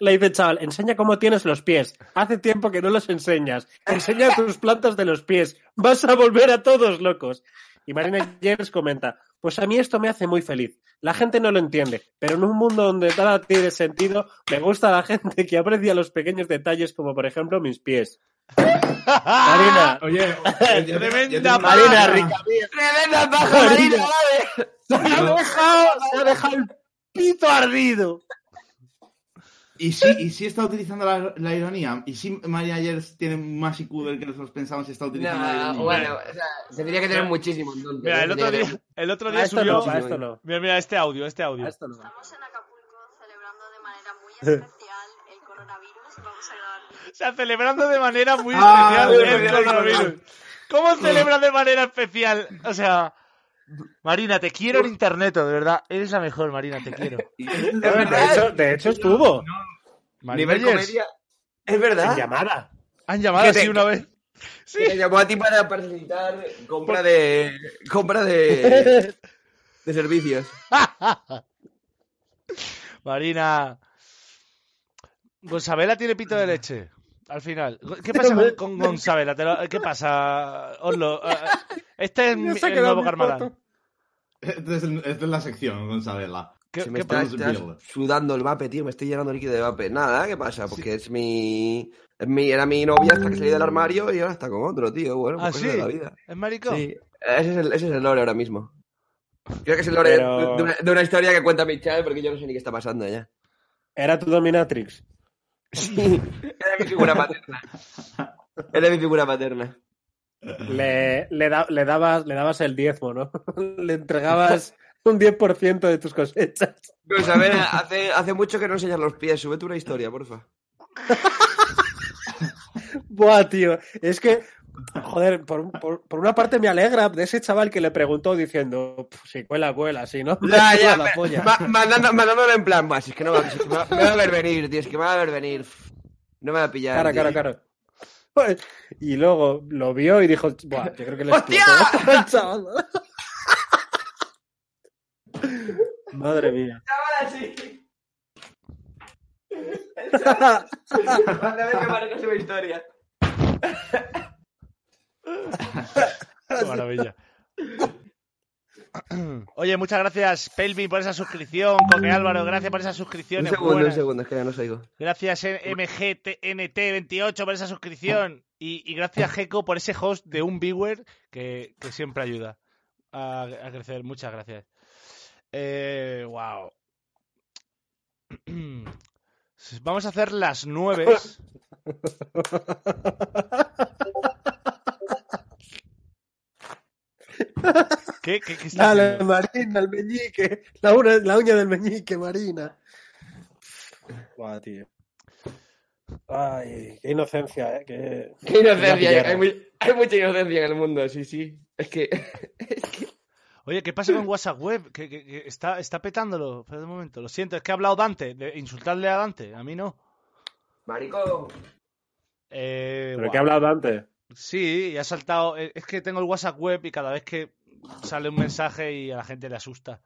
Speaker 5: Le dice el chaval, enseña cómo tienes los pies. Hace tiempo que no los enseñas. Enseña tus plantas de los pies. Vas a volver a todos locos. Y Marina Yers comenta, pues a mí esto me hace muy feliz. La gente no lo entiende, pero en un mundo donde nada tiene sentido, me gusta la gente que aprecia los pequeños detalles como por ejemplo mis pies. Marina,
Speaker 10: Oye,
Speaker 6: Tremenda
Speaker 5: Marina, rica mía.
Speaker 3: ¡Tremenda paja, Marina!
Speaker 5: Marina.
Speaker 3: dale!
Speaker 5: Se ha dejado, se ha dejado el pito ardido.
Speaker 10: Y sí, y sí está utilizando la, la ironía. Y sí, María Ayers tiene más IQ del que nosotros pensamos y está utilizando la
Speaker 3: No,
Speaker 10: ironía.
Speaker 3: bueno, o sea, se tenía que tener muchísimo. entonces,
Speaker 6: Mira,
Speaker 3: ¿eh?
Speaker 6: el
Speaker 3: Se
Speaker 6: otro
Speaker 3: tenía que
Speaker 6: día, el otro
Speaker 5: A
Speaker 6: día
Speaker 5: Ah, esto no,
Speaker 6: subió.
Speaker 5: a esto no.
Speaker 6: Mira, mira, este audio, este audio.
Speaker 5: A esto no.
Speaker 11: Estamos en Acapulco celebrando de manera muy especial el coronavirus. Vamos a grabar
Speaker 6: O sea, celebrando de manera muy
Speaker 10: Ah,
Speaker 6: especial el
Speaker 10: bueno, bueno, bueno.
Speaker 6: coronavirus. ¿Cómo celebra de manera especial? O sea, Marina, te quiero en internet, de verdad. Eres la mejor, Marina, te quiero.
Speaker 5: Bueno, de, hecho, de hecho estuvo
Speaker 3: tener-
Speaker 6: Marina
Speaker 3: Nivel
Speaker 6: Yers,
Speaker 3: comedia. Es
Speaker 5: en
Speaker 3: verdad.
Speaker 5: llamada.
Speaker 6: Han llamado
Speaker 3: Que te-
Speaker 6: así una vez.
Speaker 3: Que te llamó a ti para facilitar compra de. compra de. de servicios.
Speaker 6: Marina. Gonzabela tiene pito de leche. Al final. ¿Qué pasa con, con Gonzabela? Te lo- ¿Qué pasa, Oslo? Eh, Este es mi- el nuevo Carmalán.
Speaker 10: Esta es, esta es la sección, Gonzabela.
Speaker 6: ¿Qué,
Speaker 3: Se me
Speaker 6: qué
Speaker 3: está,
Speaker 6: pasa?
Speaker 10: pasa?
Speaker 3: está sudando el vape, tío. Me estoy llenando líquido de vape. Nada, ¿qué pasa? Porque es mi. es mi- Era mi novia hasta que salí del armario y ahora está con otro, tío. Bueno, pues
Speaker 6: ¿Ah,
Speaker 3: cosas
Speaker 6: sí?
Speaker 3: de la vida.
Speaker 6: ¿Es maricón?
Speaker 3: Sí. Ese es, el, ese es el lore ahora mismo. Creo que es el lore
Speaker 5: Pero-
Speaker 3: de, de una, de una historia que cuenta Michelle porque yo no sé ni qué está pasando ya.
Speaker 5: Era tu dominatrix.
Speaker 3: Sí. Era mi figura paterna. Era mi figura paterna.
Speaker 5: Le, le, da- le dabas, le dabas el diezmo, ¿no? Le entregabas un 10% de tus cosechas.
Speaker 3: Pues a ver, hace, hace mucho que no enseñas los pies. Súbete una historia, porfa.
Speaker 5: Buah, tío. Es que, joder, por, por- por una parte me alegra de ese chaval que le preguntó diciendo, "Pf, si cuela, cuela, si no, me
Speaker 3: Ya,
Speaker 5: suda
Speaker 3: ya,
Speaker 5: la
Speaker 3: ma-
Speaker 5: polla".
Speaker 3: ma- mandando- mandándolo en plan, más. Es que no va, es que me va, me va a ver venir, tío. Es que me va a ver venir. No me va a pillar.
Speaker 5: Cara,
Speaker 3: tío.
Speaker 5: cara, cara. Y luego lo vio y dijo, Buah, yo creo que le
Speaker 7: ¡Hostia!
Speaker 5: explotó al chaval. Madre mía.
Speaker 7: Ahora sí.
Speaker 3: Cada
Speaker 7: vez que Marco sube historia.
Speaker 6: Qué maravilla. Oye, muchas gracias, Pelvin, por esa suscripción. Coque Álvaro, gracias por esas
Speaker 3: Un
Speaker 6: suscripciones.
Speaker 3: segundo, un
Speaker 6: buenas.
Speaker 3: segundo, es que ya no os oigo.
Speaker 6: Gracias, eh, MGTNT28, por esa suscripción. Y, y gracias, Gecko, por ese host de un viewer que, que siempre ayuda a, a crecer. Muchas gracias. Eh, wow. Vamos a hacer las nueve. ¿Qué, qué, qué está
Speaker 5: Dale,
Speaker 6: haciendo?
Speaker 5: Marina, el meñique. La, una- la uña del meñique, Marina. Buah, tío. Ay, qué inocencia, ¿eh? Qué,
Speaker 3: Qué inocencia,
Speaker 5: pillaron.
Speaker 3: hay, muy- hay mucha inocencia en el mundo, sí, sí. Es que.
Speaker 6: Oye, ¿qué pasa con WhatsApp Web? Que, que- que está, está petándolo. Espera un momento. Lo siento, es que ha hablado Dante. De, insultadle a Dante. A mí no.
Speaker 3: Marico.
Speaker 6: Eh,
Speaker 5: ¿Pero
Speaker 6: guau.
Speaker 5: qué ha hablado antes?
Speaker 6: Sí, y ha saltado. eh, Es que tengo el WhatsApp web y cada vez que sale un mensaje y a la gente le asusta.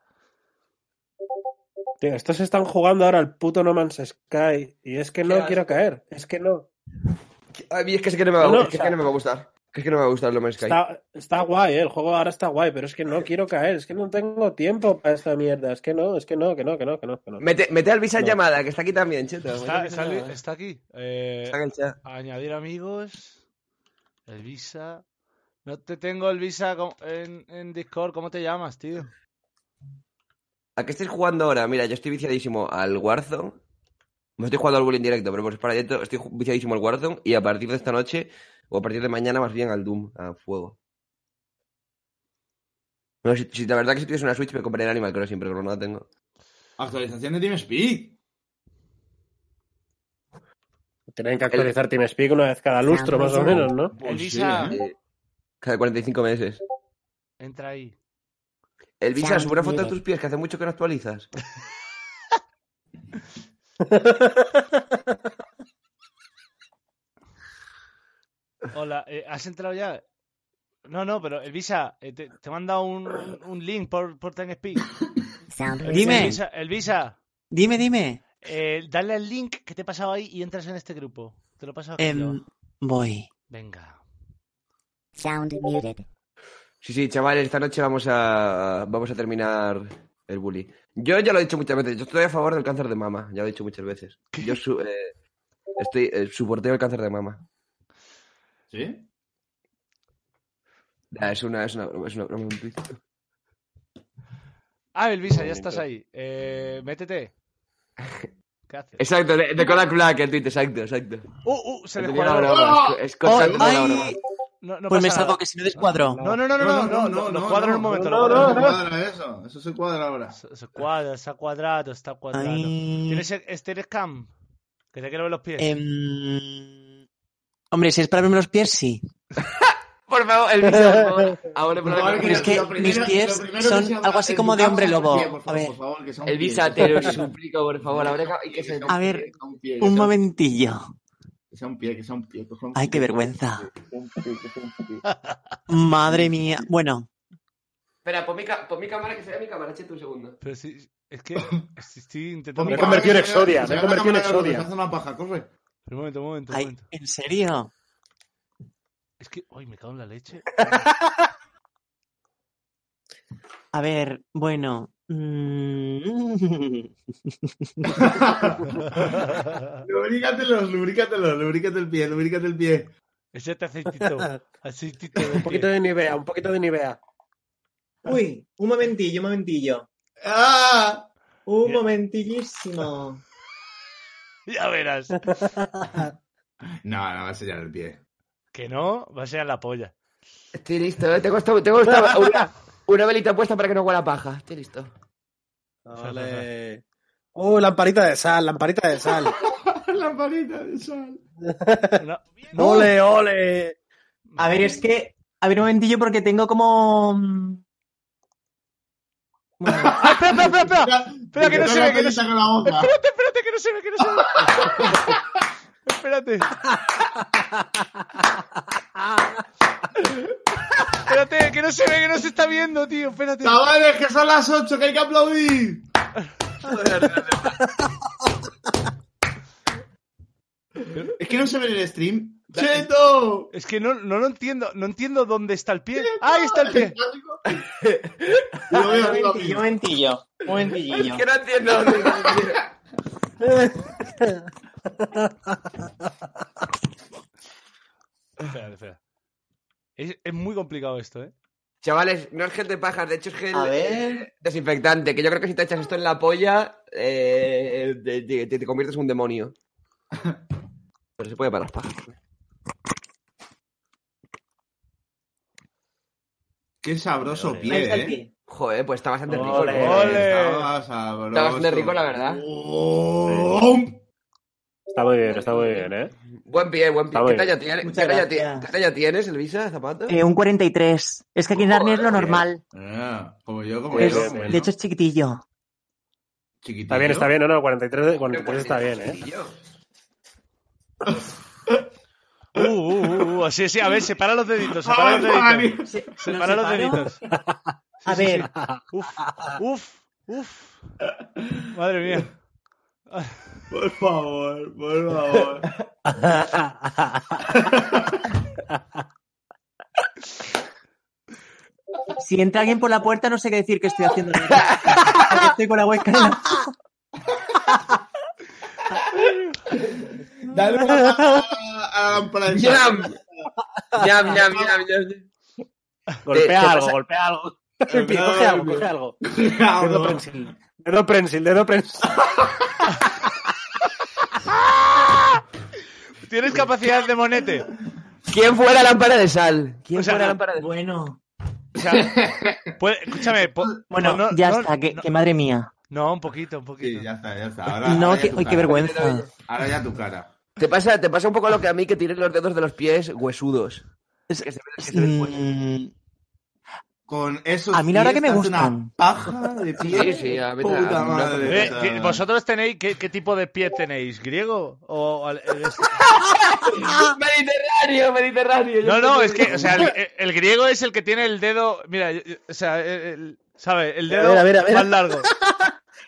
Speaker 5: Tío, estos están jugando ahora al puto No Man's Sky y es que no
Speaker 3: Qué
Speaker 5: quiero caer, es que no.
Speaker 3: A mí es que, es que no me va a
Speaker 5: No,
Speaker 3: gustar.
Speaker 5: o
Speaker 3: es que,
Speaker 5: sea-
Speaker 3: no me va a gustar. Es que no me va a gustar lo más Sky.
Speaker 5: Está, está guay, ¿eh? el juego ahora está guay, pero es que no quiero caer, es que no tengo tiempo para esta mierda, es que no, es que no, que no, que no, que no. Que no.
Speaker 3: Mete, mete al Visa en
Speaker 5: No.
Speaker 3: llamada, que está aquí también, cheto. Mete al
Speaker 6: Está,
Speaker 3: Visa
Speaker 6: está
Speaker 3: en
Speaker 6: li-
Speaker 3: llamada.
Speaker 6: ah, está aquí. Eh,
Speaker 3: Está en el chat.
Speaker 6: añadir amigos. El visa. No te tengo el visa con- en, en Discord. ¿Cómo te llamas, tío?
Speaker 3: ¿A qué estáis jugando ahora? Mira, yo estoy viciadísimo al Warzone. Me estoy jugando al bullying directo, pero por para directo estoy ju- viciadísimo al Warzone y a partir de esta noche, o a partir de mañana más bien al Doom, a fuego. No, si, si la verdad que si tuviese una Switch me compraría el Animal Crossing, pero como no la tengo.
Speaker 10: Actualización de TeamSpeak.
Speaker 5: Tienen que actualizar TeamSpeak una vez cada lustro, más o menos, ¿no?
Speaker 6: Elisa,
Speaker 3: Eh, cada 45 meses.
Speaker 6: Ah. entra ahí.
Speaker 3: El Visa,
Speaker 6: Ya,
Speaker 3: sube una foto de
Speaker 6: mira.
Speaker 3: tus pies, que hace mucho que no actualizas.
Speaker 6: Hola, eh, ¿has entrado ya? No, no, pero el visa, eh, te, te manda un, un- un link por, por TimeSpeak.
Speaker 12: Dime.
Speaker 6: El visa, el visa
Speaker 12: Dime, dime.
Speaker 6: eh, dale al link que te he pasado ahí y entras en este grupo. Te lo paso aquí.
Speaker 12: Em,
Speaker 6: abajo.
Speaker 12: voy.
Speaker 6: Venga.
Speaker 12: Sound muted.
Speaker 3: Sí, sí, chavales, esta noche vamos a vamos a terminar el bully. Yo ya lo he dicho muchas veces, yo estoy a favor del cáncer de mama, ya lo he dicho muchas veces. Yo su- eh, estoy eh, soporteo el cáncer de mama.
Speaker 10: ¿Sí?
Speaker 3: Ah, es una es una broma, es una broma, un tuit.
Speaker 6: Ah, el visa, ya
Speaker 3: Momento.
Speaker 6: estás ahí. Eh, métete. ¿Qué haces?
Speaker 3: Exacto, de, de Kodak Black el tuit, exacto, exacto.
Speaker 6: Uh, uh, se
Speaker 3: Es
Speaker 6: descuadró.
Speaker 3: una broma, es- es constante
Speaker 12: Oh,
Speaker 3: una
Speaker 12: ay.
Speaker 3: broma.
Speaker 6: No, no
Speaker 12: pues me
Speaker 6: pasa nada.
Speaker 12: salvo que si no descuadro.
Speaker 6: No, no, no, no, no, no, lo- lo cuadro en un momento. lo cuadro en un momento.
Speaker 10: cuadra eso, eso se cuadra ahora.
Speaker 6: Se cuadra, está cuadrado, está cuadrado.
Speaker 12: Ay.
Speaker 6: ¿Tienes este cam? Que te quiero ver los pies.
Speaker 12: Em, hombre, si es para verme los pies, sí.
Speaker 3: Por favor, el Visa, por favor. Ahora, por favor.
Speaker 12: Pero es que
Speaker 10: Lo primero-
Speaker 12: mis
Speaker 10: lo
Speaker 12: pies
Speaker 10: primero que se
Speaker 12: son
Speaker 10: habla
Speaker 12: algo así
Speaker 10: en
Speaker 12: como
Speaker 10: tu
Speaker 12: de
Speaker 10: casa
Speaker 12: hombre
Speaker 10: es un
Speaker 12: lobo.
Speaker 10: pie, por
Speaker 12: A
Speaker 10: favor,
Speaker 12: ver,
Speaker 10: por favor, que sea un
Speaker 3: El
Speaker 10: pie.
Speaker 3: Visa, te lo suplico, por favor, ahora y que se
Speaker 12: a ver,
Speaker 10: sea un pie, que
Speaker 12: un
Speaker 10: sea
Speaker 12: momentillo.
Speaker 10: Que sea un pie, que sea un pie. que sea un
Speaker 12: Ay, qué
Speaker 10: pie,
Speaker 12: vergüenza.
Speaker 10: que sea un pie, que sea un pie.
Speaker 12: Madre mía. Bueno,
Speaker 3: Espera, pon mi, ca- pon mi cámara que se vea mi cámara, chete un segundo.
Speaker 6: Pero si, es que si estoy intentando.
Speaker 5: Me he convertido en Exodia,
Speaker 10: Se
Speaker 5: me he
Speaker 10: llama
Speaker 5: convertido en
Speaker 10: cámara de los
Speaker 5: Exodia.
Speaker 10: dos, haz una paja, corre.
Speaker 6: Pero un momento, un momento, un
Speaker 12: ay,
Speaker 6: momento.
Speaker 12: ¿en serio?
Speaker 6: Es que. ¡Ay, me cago en la leche!
Speaker 12: A ver, bueno. mm.
Speaker 10: Lubrícatelos, lubrícatelos, lubrícate el pie, lubrícate el pie.
Speaker 6: Ese te aceitito. Aceitito de
Speaker 5: Un poquito de Nivea, un poquito de Nivea.
Speaker 13: Uy, un momentillo, un momentillo.
Speaker 10: ¡Ah!
Speaker 13: Un
Speaker 6: Mira.
Speaker 13: momentillísimo.
Speaker 6: Ya verás.
Speaker 10: No, no va a sellar el pie.
Speaker 6: Que no, va a ser la polla.
Speaker 3: Estoy listo, ¿eh? tengo, esta, tengo esta- una, una velita puesta para que no huela a paja. Estoy listo.
Speaker 5: Ole. Uh, lamparita de sal, lamparita de sal.
Speaker 10: Lamparita de sal.
Speaker 6: No,
Speaker 5: ole, ole.
Speaker 13: A ver, es que. A ver, un momentillo porque tengo como. mm, bueno,
Speaker 6: ¡Ah, espera, espera, espera! espera! Espera, que no se ve, que no se
Speaker 10: Con la boca.
Speaker 6: Espérate, espérate, que no se ve, que no se ve. espérate. espérate, que no se ve, que no se está viendo, tío. Espérate.
Speaker 10: Chavales, que son las 8, que hay que aplaudir. es que no se ve en el stream. ¡Cheto!
Speaker 6: Es que no, no lo entiendo, no entiendo dónde está el pie. ¡Ah, ahí está el pie!
Speaker 10: Lo veo
Speaker 13: un
Speaker 10: arriba mío.
Speaker 13: momentillo, un momentillo, un momentillo.
Speaker 3: Es que no entiendo dónde está el pie.
Speaker 6: Espera, espera. Es, es muy complicado esto, ¿eh?
Speaker 3: Chavales, no es gel de pajas, de hecho es gel
Speaker 13: A ver.
Speaker 3: eh, desinfectante, que yo creo que si te echas esto en la polla, eh, te, te- te conviertes en un demonio. Pero se puede para las pajas.
Speaker 10: Qué sabroso
Speaker 3: Ahí
Speaker 10: pie,
Speaker 3: está el
Speaker 10: eh.
Speaker 3: Joder, pues está bastante rico.
Speaker 10: Ole.
Speaker 3: ¿no?
Speaker 10: Estaba sabroso.
Speaker 3: Está bastante rico, la verdad.
Speaker 10: Oh.
Speaker 5: Está muy bien, está muy bien, ¿eh?
Speaker 3: Buen pie, buen pie.
Speaker 5: Está muy
Speaker 3: ¿Qué talla,
Speaker 5: bien.
Speaker 3: tiene-
Speaker 13: Muchas
Speaker 3: qué talla
Speaker 13: gracias.
Speaker 3: ti- qué talla tienes, Elvisa, Zapata?
Speaker 13: Eh, un 43. Es que aquí en Narnia es lo normal.
Speaker 10: Ah, como yo, como
Speaker 13: Es-
Speaker 10: yo. como
Speaker 13: de
Speaker 10: yo.
Speaker 13: hecho, es chiquitillo.
Speaker 10: Chiquitillo.
Speaker 5: Está bien, está bien, no, no, 43, 43 está bien, ¿eh?
Speaker 6: Uh, uh, uh, uh, así, así, a ver, separa los deditos, separa
Speaker 10: Ay,
Speaker 6: los deditos.
Speaker 10: Mario.
Speaker 6: Separa los deditos.
Speaker 13: A
Speaker 6: Sí, sí,
Speaker 13: ver,
Speaker 6: sí. Uf, uf, uf. Madre mía.
Speaker 10: Por favor, por favor.
Speaker 13: si entra alguien por la puerta, no sé qué decir que estoy haciendo. Porque estoy con la webcam. en la-
Speaker 10: Dale una patada a la lámpara de
Speaker 3: ¡Yam!
Speaker 10: sal.
Speaker 3: ¡Yam, yam, yam, yam!
Speaker 5: Golpea
Speaker 3: te
Speaker 5: algo,
Speaker 3: pasa-
Speaker 5: golpea algo.
Speaker 10: El
Speaker 5: Coge
Speaker 10: pie,
Speaker 5: algo,
Speaker 10: el pie.
Speaker 5: coge algo. Dedo
Speaker 10: Claro.
Speaker 5: prensil. Dedo prensil, dedo prensil.
Speaker 6: ¿Tienes capacidad de monete?
Speaker 3: ¿Quién fue la lámpara de sal? ¿Quién
Speaker 6: O sea,
Speaker 3: fue la lámpara de sal?
Speaker 13: Bueno,
Speaker 6: O sea, puede- escúchame. po-
Speaker 13: bueno,
Speaker 6: po- no-
Speaker 13: ya
Speaker 6: no-
Speaker 13: está, que,
Speaker 6: no-
Speaker 13: que madre mía.
Speaker 6: No, un poquito, un poquito.
Speaker 10: Sí, ya está, ya está. Ahora,
Speaker 13: no,
Speaker 10: ahora ya
Speaker 13: que,
Speaker 10: tu
Speaker 13: uy, qué
Speaker 10: cara.
Speaker 13: vergüenza.
Speaker 10: Ahora ya tu cara.
Speaker 3: ¿Te pasa, te pasa un poco lo que a mí, que tienes los dedos de los pies huesudos.
Speaker 13: Es-
Speaker 3: Que se ven- que se ven huesos.
Speaker 13: Mm,
Speaker 10: Con esos
Speaker 13: A mí la verdad
Speaker 10: pies
Speaker 13: que me
Speaker 10: te hace una
Speaker 13: gustan.
Speaker 10: paja de pie.
Speaker 3: Sí, sí, a mí
Speaker 10: Puta
Speaker 3: también.
Speaker 10: madre.
Speaker 6: Eh,
Speaker 10: o sea.
Speaker 6: ¿qué- ¿Vosotros tenéis qué, qué tipo de pie tenéis? ¿Griego? ¿O, al- el- es-
Speaker 3: Ah, Mediterráneo, Mediterráneo. yo
Speaker 6: no, no,
Speaker 3: estoy-
Speaker 6: es que, o sea, el, el griego es el que tiene el dedo. Mira, yo- yo- o sea, el- el- ¿sabes? El dedo
Speaker 12: ver, a ver, a ver.
Speaker 6: más largo.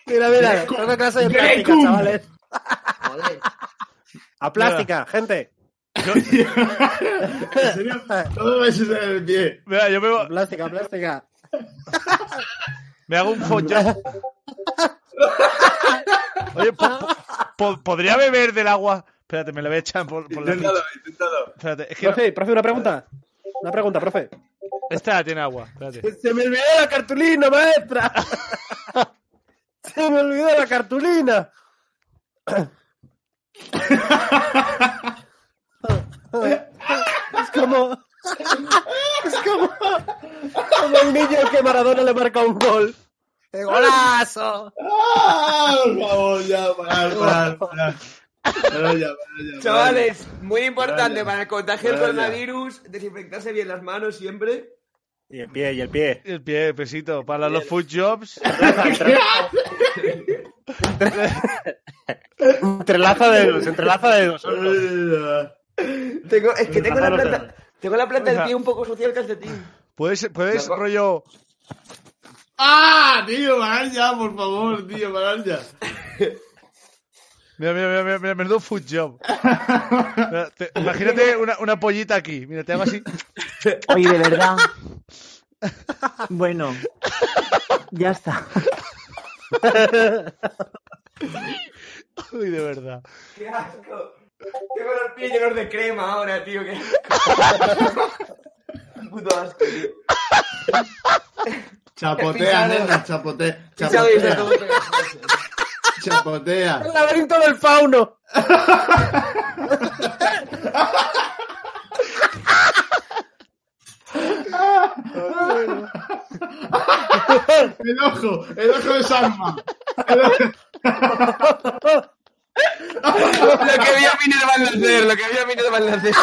Speaker 12: Mira, mira, una clase de práctica, chavales.
Speaker 3: Joder.
Speaker 5: A plástica, gente.
Speaker 10: ¿En serio? Todo eso es en el pie.
Speaker 6: Mira, yo me,
Speaker 12: Plástica, plástica.
Speaker 6: me hago un follón. Oye, po- po- po- ¿podría beber del agua? Espérate, me lo voy a echar por, por la
Speaker 10: Inténtalo, inténtalo.
Speaker 6: Espérate, es que no-
Speaker 5: Profe, profe, una pregunta. Una pregunta, profe.
Speaker 6: esta tiene agua. Espérate.
Speaker 12: Se me olvidó la cartulina, maestra. Se me olvidó la cartulina. Es como. Es como. Como el niño al que Maradona le marca un gol. ¡Qué golazo!
Speaker 10: ¡Ah! Por favor, ya, parar, parar, parar. Pero ya, pero ya,
Speaker 3: Chavales, muy importante
Speaker 10: Vaya.
Speaker 3: para el contagio del
Speaker 10: Vaya.
Speaker 3: coronavirus, desinfectarse bien las manos siempre.
Speaker 5: Y el pie, y el pie.
Speaker 6: El pie, el pesito. Para los food jobs.
Speaker 5: Entrelaza dedos, entrelaza dedos.
Speaker 10: parar.
Speaker 3: Tengo, es que tengo la
Speaker 5: Lázaro,
Speaker 3: planta, tengo la planta del pie un poco sucia el calcetín.
Speaker 6: Puedes, puedes
Speaker 3: Mejor-
Speaker 6: rollo.
Speaker 10: ¡Ah! Tío, parar ya, por favor, tío, parar ya.
Speaker 6: Mira, mira, mira, mira, mira, menudo food job. Mira, te- imagínate una, una pollita aquí. Mira, te hago así.
Speaker 13: Oye, de verdad. Bueno, ya está.
Speaker 6: Uy, de verdad.
Speaker 3: ¡Qué asco! Tengo los pies llenos de crema ahora, tío. ¡Qué puto asco, tío!
Speaker 10: Chapotea,
Speaker 3: Pisado.
Speaker 10: nena, chapotea.
Speaker 3: ¿Sabéis de todo
Speaker 10: Chapotea,
Speaker 3: lo que-
Speaker 10: chapotea.
Speaker 12: ¡El laberinto del fauno!
Speaker 10: El ojo, el ojo de Salma. El ojo-
Speaker 3: Lo que había Minerva en hacer, lo que había Minerva en hacer.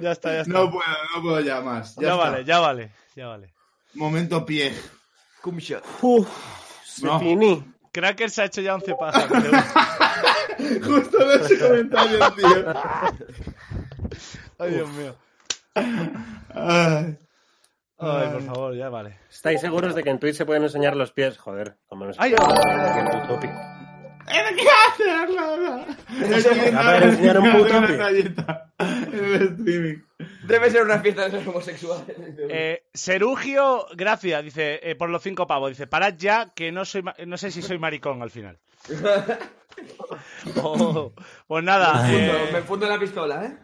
Speaker 6: Ya está, ya está.
Speaker 10: No puedo, no puedo ya más.
Speaker 6: ya
Speaker 10: Ya, está.
Speaker 6: vale, ya vale, ya vale.
Speaker 10: Momento pie.
Speaker 3: Cum shot.
Speaker 6: No. Cracker se ha hecho ya 11 pasos.
Speaker 10: Justo en ese comentario, tío.
Speaker 6: Ay, Dios mío.
Speaker 10: Ay,
Speaker 6: Ay, por favor, ya vale.
Speaker 5: ¿Estáis seguros de que en Twitch se pueden enseñar los pies? Joder, como no se
Speaker 6: Ay,
Speaker 5: puede en el topic.
Speaker 10: ¿Qué haces, Laura?
Speaker 5: Acaba de enseñar un puto pie.
Speaker 3: Debe ser una fiesta de esos homosexuales.
Speaker 6: Eh, Serugio Gracia dice, eh, por los cinco pavos, dice, parad ya que no soy ma- no sé si soy maricón al final. Oh, pues nada,
Speaker 3: Me
Speaker 6: eh,
Speaker 3: enfundo- Me enfundo la pistola, ¿eh?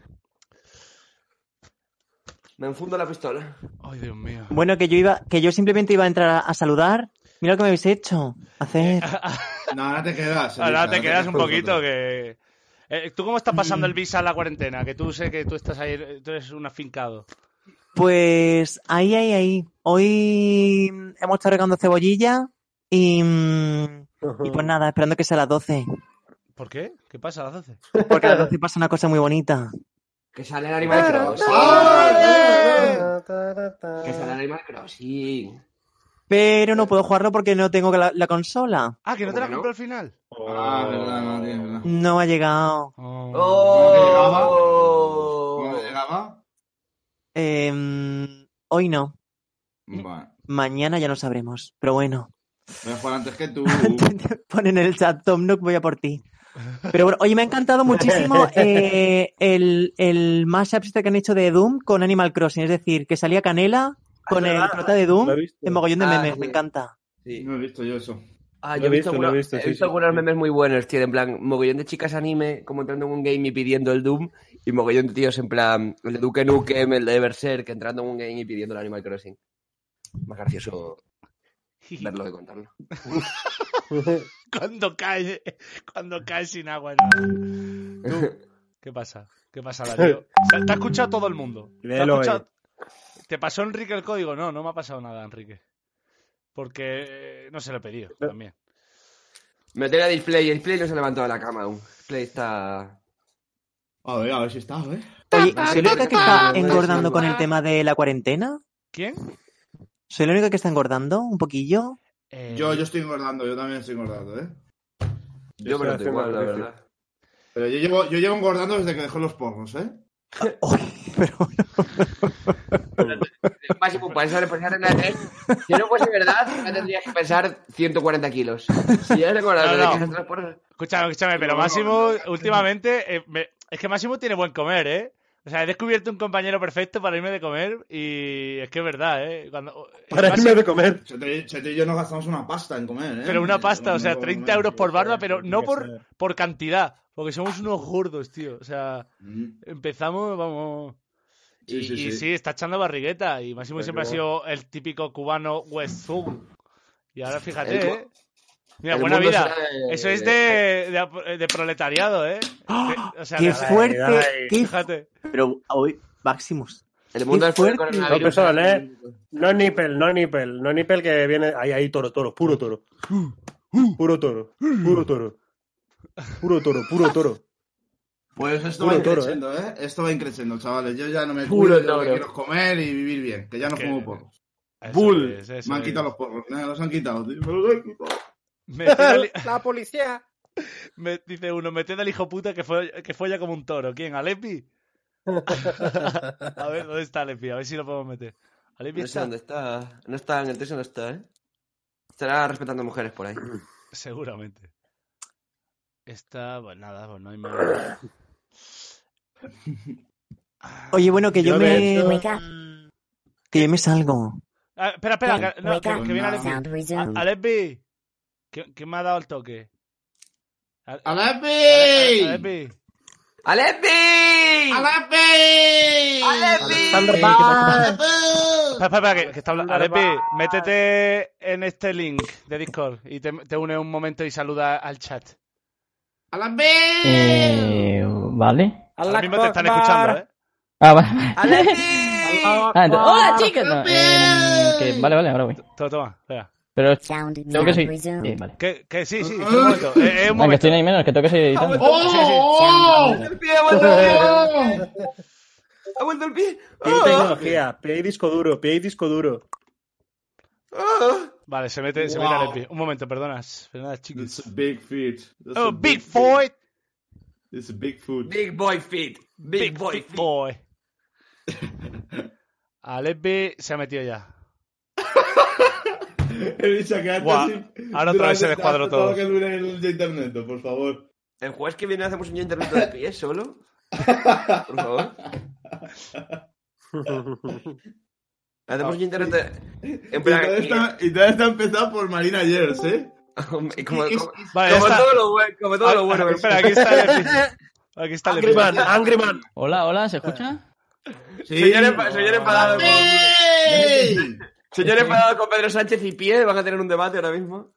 Speaker 3: Me enfundo la pistola.
Speaker 6: Ay, Dios mío.
Speaker 13: Bueno, que yo iba, que yo simplemente iba a entrar a, a saludar. Mira lo que me habéis hecho. Hacer.
Speaker 6: Eh,
Speaker 10: No, ahora te quedas.
Speaker 6: ahora
Speaker 10: Elisa,
Speaker 6: te quedas un
Speaker 10: con
Speaker 6: poquito que... Eh, ¿Tú cómo estás pasando el visa a la cuarentena? Que tú sé que tú estás ahí, eh, tú eres un afincado.
Speaker 13: Pues ahí, ahí, ahí. Hoy mm, hemos estado regando cebollilla y, mm, y pues nada, esperando que sea a las 12.
Speaker 6: ¿Por qué? ¿Qué pasa a las 12?
Speaker 13: Porque a las 12 pasa una cosa muy bonita.
Speaker 3: Que sale el Animal Crossing.
Speaker 13: Ah,
Speaker 3: Ah,
Speaker 5: Ah,
Speaker 3: Que sale el Animal Crossing.
Speaker 13: Pero no puedo jugarlo porque no tengo la, la consola.
Speaker 6: Ah, que no te la compro al final.
Speaker 10: Ah, verdad, no, tío, verdad.
Speaker 13: No ha llegado.
Speaker 10: ¿Cómo
Speaker 3: Oh.
Speaker 10: te llegaba?
Speaker 13: Eh, mm, hoy no.
Speaker 10: Bueno,
Speaker 13: Mañana ya lo sabremos. Pero bueno.
Speaker 10: voy a jugar antes que tú.
Speaker 13: Ponen en el chat, Tom Nook, voy a por ti. Pero bueno, oye, me ha encantado muchísimo eh, el, el mashup este que han hecho de Doom con Animal Crossing. Es decir, que salía Canela con el prota de Doom
Speaker 10: lo he visto.
Speaker 13: en mogollón de
Speaker 10: Ah,
Speaker 13: memes.
Speaker 10: sí.
Speaker 13: Me encanta.
Speaker 10: No he visto yo eso.
Speaker 3: Ah,
Speaker 10: Lo
Speaker 3: yo
Speaker 10: he
Speaker 3: he visto,
Speaker 10: visto, lo he
Speaker 3: alguna-
Speaker 10: visto,
Speaker 3: he
Speaker 10: sí,
Speaker 3: visto
Speaker 10: sí,
Speaker 3: algunos memes muy buenos, tío. En plan, mogollón de chicas anime, como entrando en un game y pidiendo el Doom. Y mogollón de tíos en plan, el de Duke Nukem, el de Berserk, entrando en un game y pidiendo el Animal Crossing. Más gracioso verlo que contarlo.
Speaker 6: cuando cae, cuando cae sin agua. en- Tú, ¿Qué pasa? ¿Qué pasa, Darío? O sea, Te ha escuchado todo el mundo. Te, ha
Speaker 5: Léelo,
Speaker 6: escuchado- ¿Te pasó Enrique el código? No, no me ha pasado nada, Enrique. Porque eh, no se lo he pedido también.
Speaker 3: Me tenía display, el display no se ha levantado de la cama aún. Display está.
Speaker 10: A ver, a ver si está, a ver.
Speaker 13: Oye, ¿soy la única que está engordando con el tema de la cuarentena?
Speaker 6: ¿Quién?
Speaker 13: ¿Soy la única que está engordando un poquillo?
Speaker 10: Yo, yo estoy engordando, yo también estoy engordando, ¿eh?
Speaker 3: Yo me lo tengo igual, la verdad.
Speaker 10: Pero yo llevo, yo llevo engordando desde que dejé los pornos, ¿eh?
Speaker 3: Más para eso le pensar en la ¿eh? Si no fuese verdad, ya tendrías que pesar 140 kilos. Si ya recuerdas,
Speaker 6: No, no.
Speaker 3: desde que estás por-
Speaker 6: Escúchame, escúchame, pero
Speaker 3: No, no,
Speaker 6: Máximo, últimamente, eh, me- es que Máximo tiene buen comer, ¿eh? O sea, he descubierto un compañero perfecto para irme de comer y es que es verdad, ¿eh? Cuando- Máximo-
Speaker 10: comer. Chete, Chete y yo nos gastamos una pasta en comer, ¿eh?
Speaker 6: Pero una pasta, o
Speaker 10: No
Speaker 6: sea,
Speaker 10: como
Speaker 6: 30
Speaker 10: comer.
Speaker 6: euros por barba, pero no
Speaker 10: que
Speaker 6: por,
Speaker 10: ser.
Speaker 6: por cantidad, porque somos unos gordos, tío. O sea,
Speaker 10: Mm.
Speaker 6: empezamos, vamos.
Speaker 10: Sí,
Speaker 6: Y y
Speaker 10: sí,
Speaker 6: sí,
Speaker 10: sí.
Speaker 6: está echando barrigueta. Y Máximo
Speaker 10: Pero-
Speaker 6: siempre ha sido el típico cubano West Zoom. Y ahora fíjate,
Speaker 3: El cu-
Speaker 6: ¿eh? Mira,
Speaker 3: el
Speaker 6: buena
Speaker 3: mundo
Speaker 6: vida.
Speaker 3: será de-
Speaker 6: Eso es de, de- de proletariado, ¿eh? De- o sea,
Speaker 13: ¡Ah! ¡Qué
Speaker 6: de-
Speaker 13: fuerte! ¡Qué
Speaker 6: Fíjate.
Speaker 13: Pero hoy, Maximus.
Speaker 3: El mundo
Speaker 13: Qué
Speaker 3: del fuerte
Speaker 13: fuerte.
Speaker 5: No,
Speaker 3: coronavirus.
Speaker 5: pesón, ¿eh? No nipple, no nipple, no nipple que viene... Ahí, ahí, toro, toro, puro toro. Puro toro, puro toro. Puro toro, puro toro.
Speaker 10: Pues esto
Speaker 5: Puro
Speaker 10: va
Speaker 5: toro,
Speaker 10: creciendo, ¿eh? Esto va creciendo, chavales. Yo ya no me
Speaker 3: Puro
Speaker 10: cuido de lo que
Speaker 3: toro.
Speaker 10: quiero comer y vivir bien, que ya no
Speaker 6: Que-
Speaker 10: como porros.
Speaker 6: Eso
Speaker 10: Bull.
Speaker 6: es, eso
Speaker 10: me han
Speaker 6: es.
Speaker 10: quitado los porros, me los han quitado, tío. Me los han quitado.
Speaker 6: Meted al-
Speaker 12: La policía.
Speaker 6: me- dice uno, meted al hijo puta que, fue, que folla como un toro. ¿Quién? ¿Alepi? a ver, ¿dónde está Alepi? A ver si lo podemos meter. Alepi
Speaker 3: No sé
Speaker 6: está.
Speaker 3: dónde está. No está, en el techo no está, ¿eh? Estará respetando mujeres por ahí.
Speaker 6: Seguramente. Está, pues nada, pues no hay más.
Speaker 13: Oye, bueno, que yo,
Speaker 5: Yo, de
Speaker 13: me.
Speaker 5: hecho-
Speaker 13: mm, Que yo me salgo.
Speaker 6: Ah, espera, espera, que, no, que, que viene Alepi.
Speaker 13: Sound
Speaker 14: Ah,
Speaker 13: resumed.
Speaker 6: A- Alepi, ¿qué, qué me ha dado el toque? A-
Speaker 10: ¡Alepi!
Speaker 6: Ale- Alepi.
Speaker 3: ¡Alepi!
Speaker 10: ¡Alepi!
Speaker 6: Espera, espera, espera, que, que está hablando. Alepi, métete en este link de Discord y te, te une un momento y saluda al chat.
Speaker 14: Eh, vale.
Speaker 6: Ahora mismo
Speaker 12: Oh,
Speaker 6: te están escuchando, ¿eh?
Speaker 14: Ah, vale. Ah, ento- ¡Hola, chicas! No, eh, que- vale, vale, ahora voy.
Speaker 6: Toma, toma, espera.
Speaker 14: Pero tengo que seguir. eh, vale.
Speaker 6: Que, que sí, sí, un momento. Eh, eh, un
Speaker 14: Ah, que
Speaker 6: momento.
Speaker 14: estoy ahí menos, que tengo que seguir editando.
Speaker 10: ¡Oh!
Speaker 3: ¡El pie, ha vuelto el pie! ¡Ha vuelto el pie! ¡Oh!
Speaker 5: Pie y tecnología, pie y disco duro, pie y disco duro.
Speaker 3: ¡Ah!
Speaker 6: Vale, se mete, se Ah,
Speaker 10: Wow.
Speaker 6: mete a Lepi. Un momento, perdonas. Perdonas, chicos.
Speaker 10: It's a big feet. That's
Speaker 6: Oh,
Speaker 10: a
Speaker 6: big
Speaker 10: feat.
Speaker 6: boy.
Speaker 10: It's a big foot.
Speaker 3: Big boy fit. Big, boy
Speaker 6: big
Speaker 3: fit.
Speaker 6: boy. A Lepi se ha metido ya.
Speaker 10: He dicho que antes
Speaker 6: Guau,
Speaker 10: sí,
Speaker 6: ahora otra vez se
Speaker 10: durante-
Speaker 6: descuadró
Speaker 10: hasta todo
Speaker 6: todo.
Speaker 10: que dure el de internet, por favor.
Speaker 3: El jueves que viene hacemos un internet de pie ¿eh? solo. Por favor. Hacemos un internet de... En
Speaker 10: Y todo
Speaker 3: plan,
Speaker 10: está, y todo está empezado por Marina Yers, ¿eh?
Speaker 3: y como, como-
Speaker 6: Vale, ya
Speaker 3: como
Speaker 6: está.
Speaker 3: todo lo bueno, como todo
Speaker 6: Ah,
Speaker 3: lo bueno. Ah,
Speaker 6: espera, aquí está Lepi. Aquí está Lepi.
Speaker 5: Angry Man, Angry Man.
Speaker 14: Hola, hola, ¿se escucha?
Speaker 3: Señor, empa- señor enfadado con... Señor enfadado con Pedro Sánchez y Pie, van a tener un debate ahora mismo.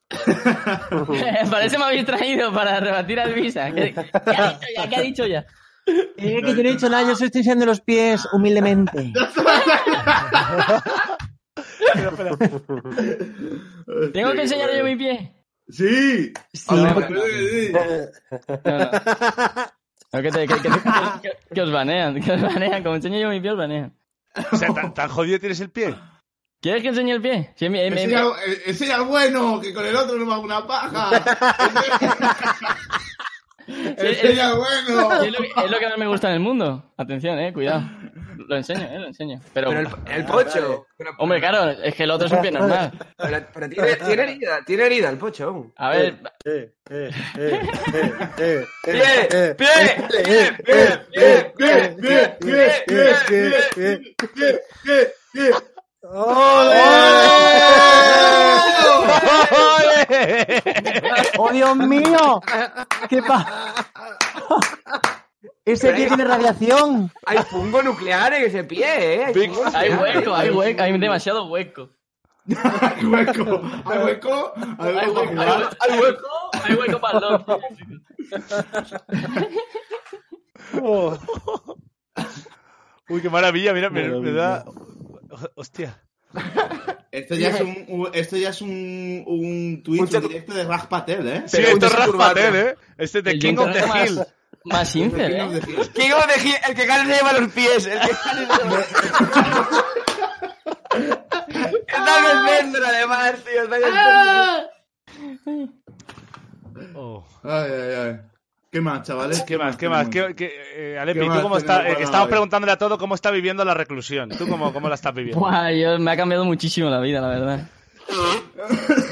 Speaker 14: Parece me habéis traído para rebatir a Elvisa. ¿Qué, qué ha dicho ya? ¿Qué ha dicho ya?
Speaker 13: Eh, que yo no he dicho nada, yo os estoy enseñando los pies humildemente.
Speaker 14: ¿Tengo que enseñar yo mi pie?
Speaker 10: Sí.
Speaker 14: Sí, No, no. No, que, te- que- que- que- que os banean, que os banean. Como enseño yo mi pie, os banean.
Speaker 6: O sea, ¿tan, tan jodido tienes el pie?
Speaker 14: ¿Quieres que enseñe el pie? Sí, mi- mi-
Speaker 10: Ese
Speaker 14: mi-
Speaker 10: ya, eh, ese ya es bueno, que con el otro no va una paja. ese ya es bueno.
Speaker 14: Es lo, que- es lo que más me gusta en el mundo. Atención, eh, cuidado. Lo enseño, eh, lo enseño. Pero,
Speaker 3: Pero el, el pocho. Pero,
Speaker 14: hombre, claro, es que el otro es un pie normal.
Speaker 3: pero- pero tiene, tiene herida, tiene herida el pocho aún.
Speaker 14: A ver,
Speaker 5: Eh, eh, eh, eh, eh,
Speaker 3: ¡Pie!
Speaker 5: eh,
Speaker 3: ¡Pie!
Speaker 5: eh, eh, eh, eh, eh, eh, eh, eh, eh, eh, eh, eh, eh.
Speaker 13: ¡Oh, Dios mío! ¿Qué pasa? Ese pie tiene radiación.
Speaker 3: Hay fungo nuclear en ese pie, ¿eh? Hay, fungo
Speaker 14: hay
Speaker 3: nuclear.
Speaker 14: hueco, hay hueco, hay demasiado hueco.
Speaker 10: Hay hueco. Hay hueco. Hay
Speaker 14: Hay
Speaker 10: hueco.
Speaker 14: hueco, hay hueco, hay hueco, hay hueco para el loco.
Speaker 6: Oh. Uy, qué maravilla, mira, me, me da. Hostia.
Speaker 10: Esto ya es un, un- esto ya es un, un Twitch en directo de Raj Patel, ¿eh?
Speaker 6: Sí, esto es Raspatel, ¿eh? Este de
Speaker 14: El
Speaker 6: King of the
Speaker 14: Internet
Speaker 6: Hill.
Speaker 14: más- Más simple, ¿eh?
Speaker 3: ¿Quién os dejé- El que gane se lleva los pies. El que gane se lleva los pies. Está en el centro, además, tío. Está en el centro.
Speaker 10: Ay, ay, ay. ¿Qué más, chavales?
Speaker 6: ¿Qué más? ¿Qué más?
Speaker 10: tenemos?
Speaker 6: ¿Qué, qué- eh, Alepi,
Speaker 10: ¿Qué
Speaker 6: ¿tú
Speaker 10: más
Speaker 6: cómo
Speaker 10: tenemos
Speaker 6: estás?
Speaker 10: para
Speaker 6: estamos
Speaker 10: hoy?
Speaker 6: preguntándole a todo cómo está viviendo la reclusión. ¿Tú cómo, cómo la estás viviendo?
Speaker 14: Buah, Ah, yo- me ha cambiado muchísimo la vida, la verdad.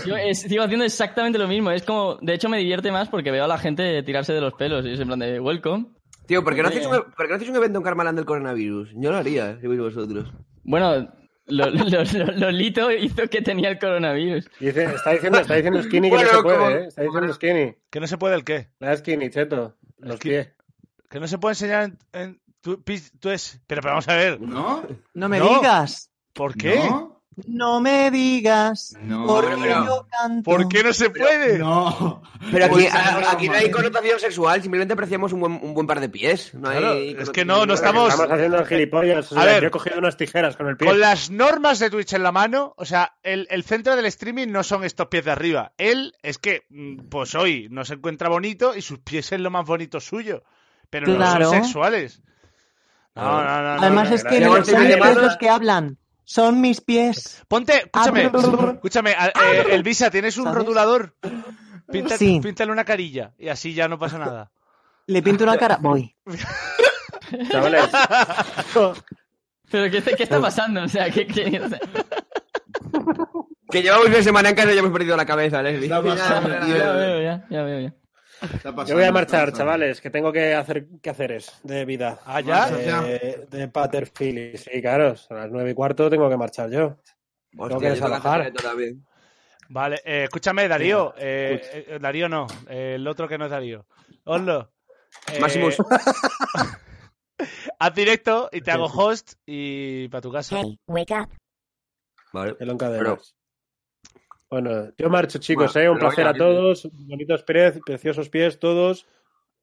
Speaker 14: Yo es- sigo haciendo exactamente lo mismo. Es como, de hecho, me divierte más porque veo a la gente tirarse de los pelos. Y es en plan de welcome.
Speaker 3: Tío, ¿por qué no hacéis un, por qué no hacéis un evento en Carmalán del coronavirus? Yo lo haría, eh, si fuese vosotros.
Speaker 14: Bueno, lo- lo- lo- Lolito hizo que tenía el coronavirus.
Speaker 5: Dice- Está diciendo, está diciendo Skinny que no
Speaker 3: Bueno,
Speaker 5: se
Speaker 3: como-
Speaker 5: puede, ¿eh? Está diciendo Skinny.
Speaker 6: ¿Que no se puede el qué?
Speaker 5: La Skinny, cheto. Los pies.
Speaker 6: ¿Que no se puede enseñar en. en tu, pis- tu es... Pero, pero vamos a ver.
Speaker 10: ¿No?
Speaker 13: No me
Speaker 6: No.
Speaker 13: digas.
Speaker 6: ¿Por qué?
Speaker 10: ¿No?
Speaker 13: No me digas.
Speaker 10: No.
Speaker 13: Porque
Speaker 3: pero-
Speaker 13: yo canto.
Speaker 6: ¿Por qué no se puede?
Speaker 10: No.
Speaker 3: Pero aquí,
Speaker 10: Pues,
Speaker 3: a-
Speaker 10: no,
Speaker 3: ah, aquí no
Speaker 10: madre.
Speaker 3: hay connotación sexual, simplemente apreciamos un buen, un buen par de pies. No hay
Speaker 6: Claro, es que no, no
Speaker 5: Estamos
Speaker 6: Estamos-
Speaker 5: haciendo el gilipollas. o
Speaker 6: A
Speaker 5: sea,
Speaker 6: ver.
Speaker 5: Yo he cogido unas tijeras con el pie.
Speaker 6: Con las normas de Twitch en la mano, o sea, el, el centro del streaming no son estos pies de arriba. Él es que, mm, pues hoy no se encuentra bonito y sus pies es lo más bonito suyo. Pero no
Speaker 13: Claro.
Speaker 6: son sexuales. No, no, no. no,
Speaker 13: Además
Speaker 6: no,
Speaker 13: es
Speaker 6: no,
Speaker 13: que
Speaker 6: no.
Speaker 13: no
Speaker 3: gracias.
Speaker 13: son mis
Speaker 3: Además-
Speaker 13: pies los que hablan. Son mis pies.
Speaker 6: Ponte, escúchame,
Speaker 13: Ah, brr, brr, brr.
Speaker 6: escúchame, a- eh, Elvisa, ¿tienes un
Speaker 13: ¿Sabes?
Speaker 6: rotulador? Pinta-
Speaker 13: Sí.
Speaker 6: Píntale una carilla y así ya no pasa nada.
Speaker 13: Le pinto una cara. Voy.
Speaker 5: Chavales,
Speaker 14: Pero, ¿qué, qué está pasando? O sea, ¿qué, qué- o sea,
Speaker 3: Que llevamos una semana en casa y ya hemos perdido la cabeza, Leslie.
Speaker 10: Está pasando,
Speaker 3: Ya,
Speaker 10: tío.
Speaker 14: ya veo, ya, ya veo, ya.
Speaker 10: Está pasando,
Speaker 5: yo voy a
Speaker 10: está
Speaker 5: marchar,
Speaker 10: pasando.
Speaker 5: chavales, que tengo que hacer quehaceres de vida.
Speaker 6: Ah, ya.
Speaker 10: Marcha
Speaker 5: De, de Pater Philly. Sí, claro, a las nueve y cuarto tengo que marchar yo.
Speaker 3: Hostia,
Speaker 5: que
Speaker 3: yo tengo
Speaker 5: desalojar.
Speaker 3: hacer esto también.
Speaker 6: Vale, eh, escúchame, Darío. eh, eh, Darío no, eh, el otro que no es Darío. Oslo. eh,
Speaker 3: Máximos.
Speaker 6: Haz directo y te hago host y para tu casa.
Speaker 3: Vale.
Speaker 5: El Onca de
Speaker 3: Pero-
Speaker 5: Mas. Bueno, yo marcho, chicos,
Speaker 3: Bueno,
Speaker 5: ¿eh? Un
Speaker 3: pero
Speaker 5: placer a
Speaker 3: venga,
Speaker 5: todos. Bonitos pies, preciosos pies, todos.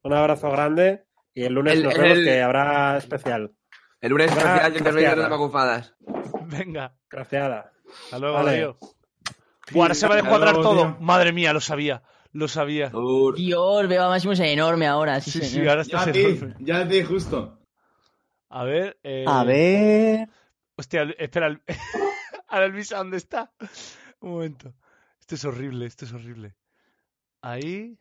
Speaker 5: Un abrazo grande. Y el lunes
Speaker 3: El-
Speaker 5: nos vemos
Speaker 3: el-
Speaker 5: que habrá especial.
Speaker 3: El lunes
Speaker 5: Ah,
Speaker 3: especial de Internet
Speaker 5: gracias.
Speaker 3: de Macufadas.
Speaker 6: Venga,
Speaker 5: Gracias.
Speaker 6: hasta luego,
Speaker 5: Vale.
Speaker 6: Darío. Buah, ahora se va a
Speaker 10: Hasta
Speaker 6: descuadrar
Speaker 10: luego,
Speaker 6: todo.
Speaker 10: tío.
Speaker 6: Madre mía, lo sabía. Lo sabía.
Speaker 3: Ur.
Speaker 14: Dios, veo a Máximo enorme ahora. Sí,
Speaker 6: Sí,
Speaker 14: señor.
Speaker 6: eh, sí, ahora
Speaker 10: Ya
Speaker 6: estás
Speaker 10: a ti,
Speaker 6: enorme.
Speaker 10: ya a ti, justo.
Speaker 6: A ver. eh,
Speaker 13: A ver.
Speaker 6: Hostia, espera. el- Ahora Luisa, ¿dónde está? Un momento. Esto es horrible, esto es horrible. Ahí.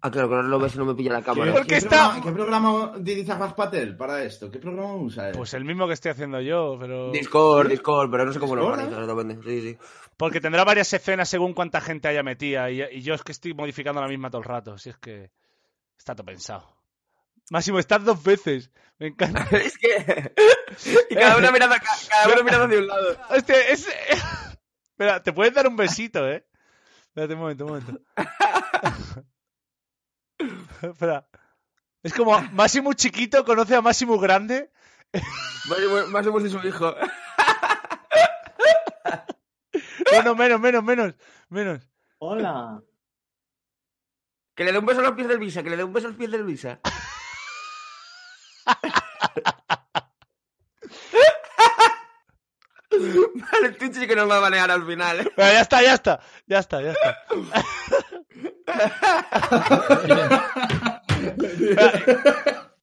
Speaker 3: Ah, claro, que no lo ves y no me pilla la cámara.
Speaker 10: ¿Qué, programa, ¿Qué programa utiliza Bas Patel para esto? ¿Qué programa usa él?
Speaker 6: Pues el mismo que estoy haciendo yo, pero.
Speaker 3: Discord, Discord, pero no sé cómo lo
Speaker 6: ¿Discord,
Speaker 3: organizan exactamente. Sí, sí.
Speaker 6: Porque tendrá varias escenas según cuánta gente haya metida. Y, y yo es que estoy modificando la misma todo el rato. Si es que. Está todo pensado. Máximo, estás dos veces. Me encanta. es que.
Speaker 3: Y cada una mirando, acá, cada uno mirando hacia un lado.
Speaker 6: Hostia, es. Espera, te puedes dar un besito, eh. Espérate un momento, un momento. Espera. Es como Máximo chiquito conoce a Máximo grande.
Speaker 3: Máximo es su hijo.
Speaker 6: No, no, menos, menos, menos, menos.
Speaker 13: Hola.
Speaker 3: Que le dé un beso a los pies del Visa, que le dé un beso a los pies del Visa. vale, tú sí que nos va a banear al final. ¿eh?
Speaker 6: Pero ya está, ya está, ya está, ya está.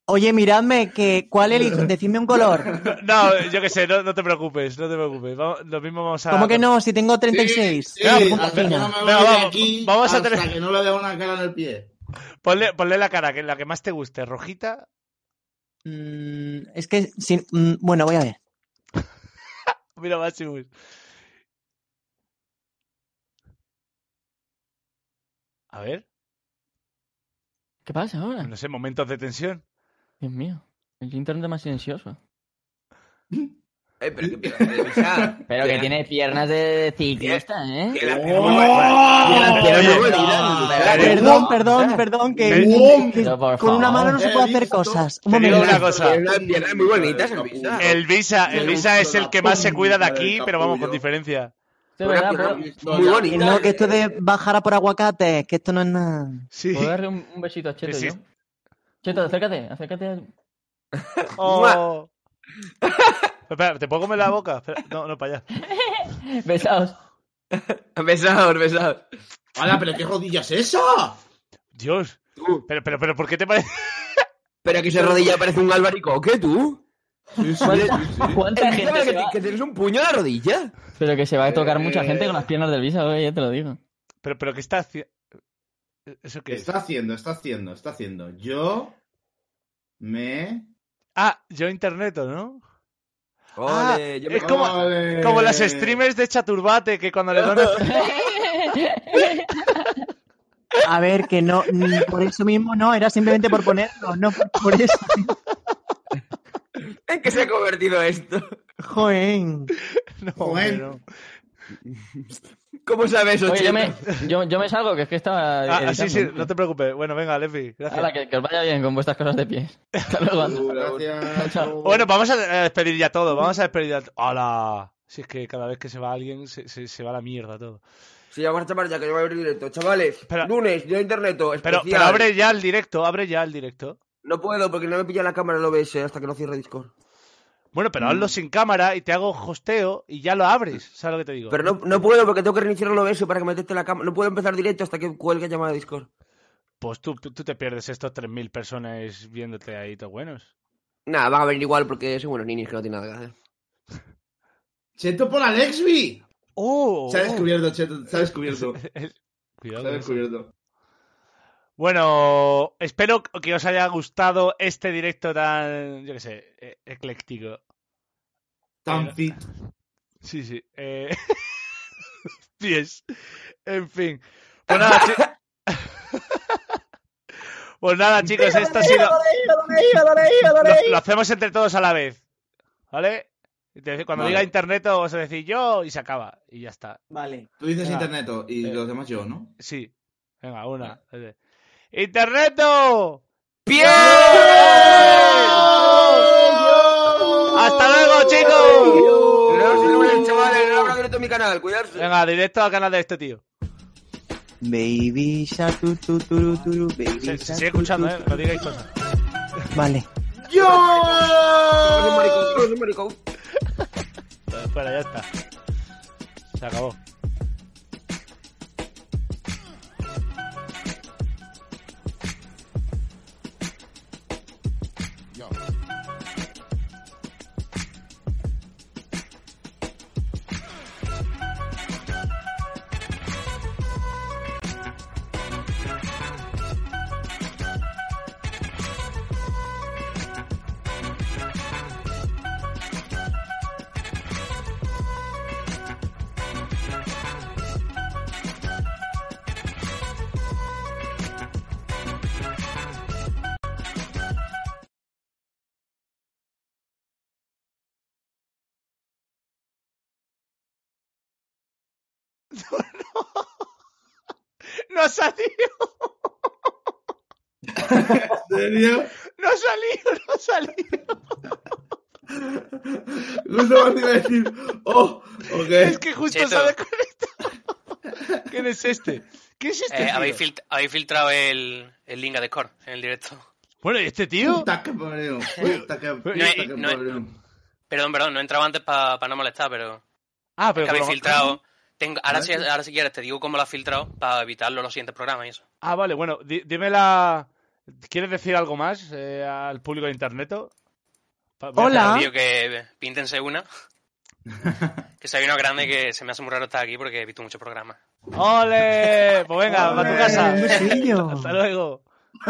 Speaker 13: Oye, miradme, que, ¿cuál elijo? Decidme un color.
Speaker 6: No, yo qué sé, no, no te preocupes, no te preocupes. Vamos- lo mismo vamos a.
Speaker 13: ¿Cómo que no? Si tengo 36.
Speaker 6: Sí, sí,
Speaker 13: Tengo punta
Speaker 6: a ver,
Speaker 13: fina.
Speaker 6: no me voy Venga, de vamos,
Speaker 10: Aquí,
Speaker 6: vamos a
Speaker 10: hasta
Speaker 6: tener-
Speaker 10: que no le dé una cara en el pie.
Speaker 6: Ponle, ponle la cara, que la que más te guste, rojita.
Speaker 13: Mm, es que, si- mm, bueno, voy a ver.
Speaker 6: Mira, Maximus. A ver.
Speaker 14: ¿Qué pasa
Speaker 13: Ah.
Speaker 14: ahora?
Speaker 6: No sé, momentos de tensión.
Speaker 14: Dios mío. El internet es más silencioso.
Speaker 3: Eh, pero, que- pero, que- Visa,
Speaker 14: Pero que tiene piernas de ciclista, ¿eh?
Speaker 3: que la-
Speaker 13: Perdón, perdón, perdón, que
Speaker 14: Pero,
Speaker 13: que
Speaker 14: por
Speaker 13: con una
Speaker 14: favor.
Speaker 13: mano no se puede hacer cosas. Un
Speaker 6: Te digo
Speaker 13: momento.
Speaker 6: una cosa.
Speaker 3: Las piernas muy bonitas, el Visa.
Speaker 6: El Visa, el
Speaker 3: Me
Speaker 6: Visa es
Speaker 3: gusta
Speaker 6: el
Speaker 3: la
Speaker 6: que más se cuida de
Speaker 3: punta del
Speaker 6: aquí, pero vamos, con diferencia.
Speaker 14: Sí, ¿verdad?
Speaker 3: Una
Speaker 14: ¿Puedo,
Speaker 3: pierna Muy
Speaker 13: Que
Speaker 3: bonita. ¿eh?
Speaker 13: no, que esto de bajar a por aguacates, Eh, que esto no es nada.
Speaker 6: Sí.
Speaker 14: puedo darle un, un besito a Cheto
Speaker 6: Sí,
Speaker 14: yo?
Speaker 6: sí.
Speaker 14: Cheto, acércate, acércate. a-
Speaker 6: Oh. Espera, ¿te puedo comer la boca? Espera, No, no, para allá.
Speaker 14: Besaos.
Speaker 3: Besaos, besaos.
Speaker 10: ¡Hala, pero qué rodilla es esa!
Speaker 6: Dios. Pero, pero, pero, ¿por qué te parece?
Speaker 3: Pero que esa rodilla parece un albaricoque, tú.
Speaker 14: ¿Cuánta, cuánta
Speaker 3: Encima
Speaker 14: gente
Speaker 3: que,
Speaker 14: se
Speaker 3: te-
Speaker 14: va?
Speaker 3: que tienes un puño en la rodilla.
Speaker 14: Pero que se va a tocar mucha gente con las piernas del Visa, oye, ya te lo digo.
Speaker 6: Pero, pero, ¿qué está haciendo? ¿Eso qué es?
Speaker 10: Está haciendo, está haciendo, está haciendo. Yo me.
Speaker 6: Ah, yo internet, ¿no?
Speaker 3: Ole,
Speaker 6: Ah,
Speaker 3: yo me-
Speaker 6: es como,
Speaker 10: Ole.
Speaker 6: como las streamers de Chaturbate que cuando le dan...
Speaker 13: A ver, que no, mm, por eso mismo no, era simplemente por ponerlo, no por, por eso.
Speaker 3: ¿En qué se ha convertido esto?
Speaker 13: Joder.
Speaker 6: No, hombre, no.
Speaker 3: ¿Cómo sabes,
Speaker 14: Oye, yo
Speaker 3: Ocheto?
Speaker 14: me, yo, yo me salgo, que es que estaba.
Speaker 6: Ah, ah, sí,
Speaker 14: editando,
Speaker 6: sí,
Speaker 14: tío.
Speaker 6: no te preocupes. Bueno, venga, Lefi, gracias.
Speaker 14: Hala, que, que os vaya bien con vuestras cosas de pie. Hasta luego. Anda.
Speaker 10: Gracias.
Speaker 14: Chao.
Speaker 6: Bueno, vamos a eh, despedir ya todo. Vamos a despedir ya. ¡Hala! Si es que cada vez que se va alguien, se, se- se va la mierda todo.
Speaker 3: Sí, vamos a chamar ya que yo voy a abrir directo. Chavales,
Speaker 6: Pero-
Speaker 3: lunes, yo internet.
Speaker 6: Pero,
Speaker 3: especial.
Speaker 6: pero abre ya el directo, abre ya el directo.
Speaker 3: No puedo porque no me pilla la cámara el OBS hasta que no cierre Discord.
Speaker 6: Bueno, pero hazlo sin cámara y te hago hosteo y ya lo abres. ¿Sabes lo que te digo?
Speaker 3: Pero no, no puedo porque tengo que reiniciar el OBS para que me detecte la cámara. No puedo empezar directo hasta que cuelgue llamada a Discord.
Speaker 6: Pues tú, tú te pierdes estos 3.000 personas viéndote ahí, todos buenos.
Speaker 3: Nada, van a venir igual porque son buenos ninis que no tienen nada que hacer.
Speaker 10: ¡Cheto por Alexby!
Speaker 6: ¡Oh!
Speaker 10: Se ha descubierto, Cheto, se ha descubierto.
Speaker 6: Cuidado
Speaker 10: Se ha
Speaker 6: con eso.
Speaker 10: descubierto.
Speaker 6: Bueno, espero que os haya gustado este directo tan, yo qué sé, e- ecléctico.
Speaker 10: Tan fit.
Speaker 6: Sí, sí. Eh... Pies. En fin. Pues nada, chi- Pues nada, chicos, esto ha sido... Lo, lo hacemos entre todos a la vez. ¿Vale? Y te- Cuando
Speaker 10: Vale.
Speaker 6: diga internet os decís yo y se acaba. Y ya está.
Speaker 13: Vale.
Speaker 10: Tú dices
Speaker 6: Venga.
Speaker 10: interneto y los demás yo, ¿no?
Speaker 6: Sí. Venga, una. dos, tres. ¡Interneto! ¡Hasta luego, chicos!
Speaker 3: Nos vemos el lunes, chavales. Un abrazo directo en mi canal. Cuidarse.
Speaker 6: Venga, directo al canal de este tío.
Speaker 13: Baby shark, tu, tu, turu, turu, baby
Speaker 6: Se, se
Speaker 13: shark,
Speaker 6: sigue
Speaker 13: tu,
Speaker 6: escuchando,
Speaker 13: tu,
Speaker 6: ¿eh? No digáis cosas.
Speaker 13: tu. Vale.
Speaker 3: ¡Yo! Soy un maricón, soy un maricón.
Speaker 6: Bueno, ya está. Se acabó. No ha salido.
Speaker 10: ¿En serio?
Speaker 6: No ha salido, no ha salido.
Speaker 10: Justo más te iba a decir. Oh, ok.
Speaker 6: Es que justo
Speaker 15: Cheto.
Speaker 6: se ha desconectado. ¿Quién es este? ¿Quién es este?
Speaker 15: Eh,
Speaker 6: tío?
Speaker 15: habéis, filt- habéis filtrado el, el link a Discord en el directo.
Speaker 6: Bueno, ¿y este tío?
Speaker 10: Puta que parió. Puta que, puta
Speaker 15: No, eh,
Speaker 10: que
Speaker 15: no, eh.
Speaker 10: parió.
Speaker 15: Perdón, perdón, no entraba antes para no molestar, pero.
Speaker 6: Ah,
Speaker 15: es
Speaker 6: pero
Speaker 15: que habéis
Speaker 6: como-
Speaker 15: filtrado. Tengo, ahora, si,
Speaker 6: Vale.
Speaker 15: ahora si quieres te digo cómo lo has filtrado para evitarlo en los siguientes programas y eso.
Speaker 6: Ah, vale, bueno, di- dime la... ¿Quieres decir algo más eh, al público de internet?
Speaker 15: Pero, tío, que píntense una. que se vino grande que se me hace muy raro estar aquí porque he visto muchos programas.
Speaker 6: ¡Ole! Pues venga, va a tu casa.
Speaker 13: Un
Speaker 10: Eh,
Speaker 13: besillo.
Speaker 6: Hasta luego.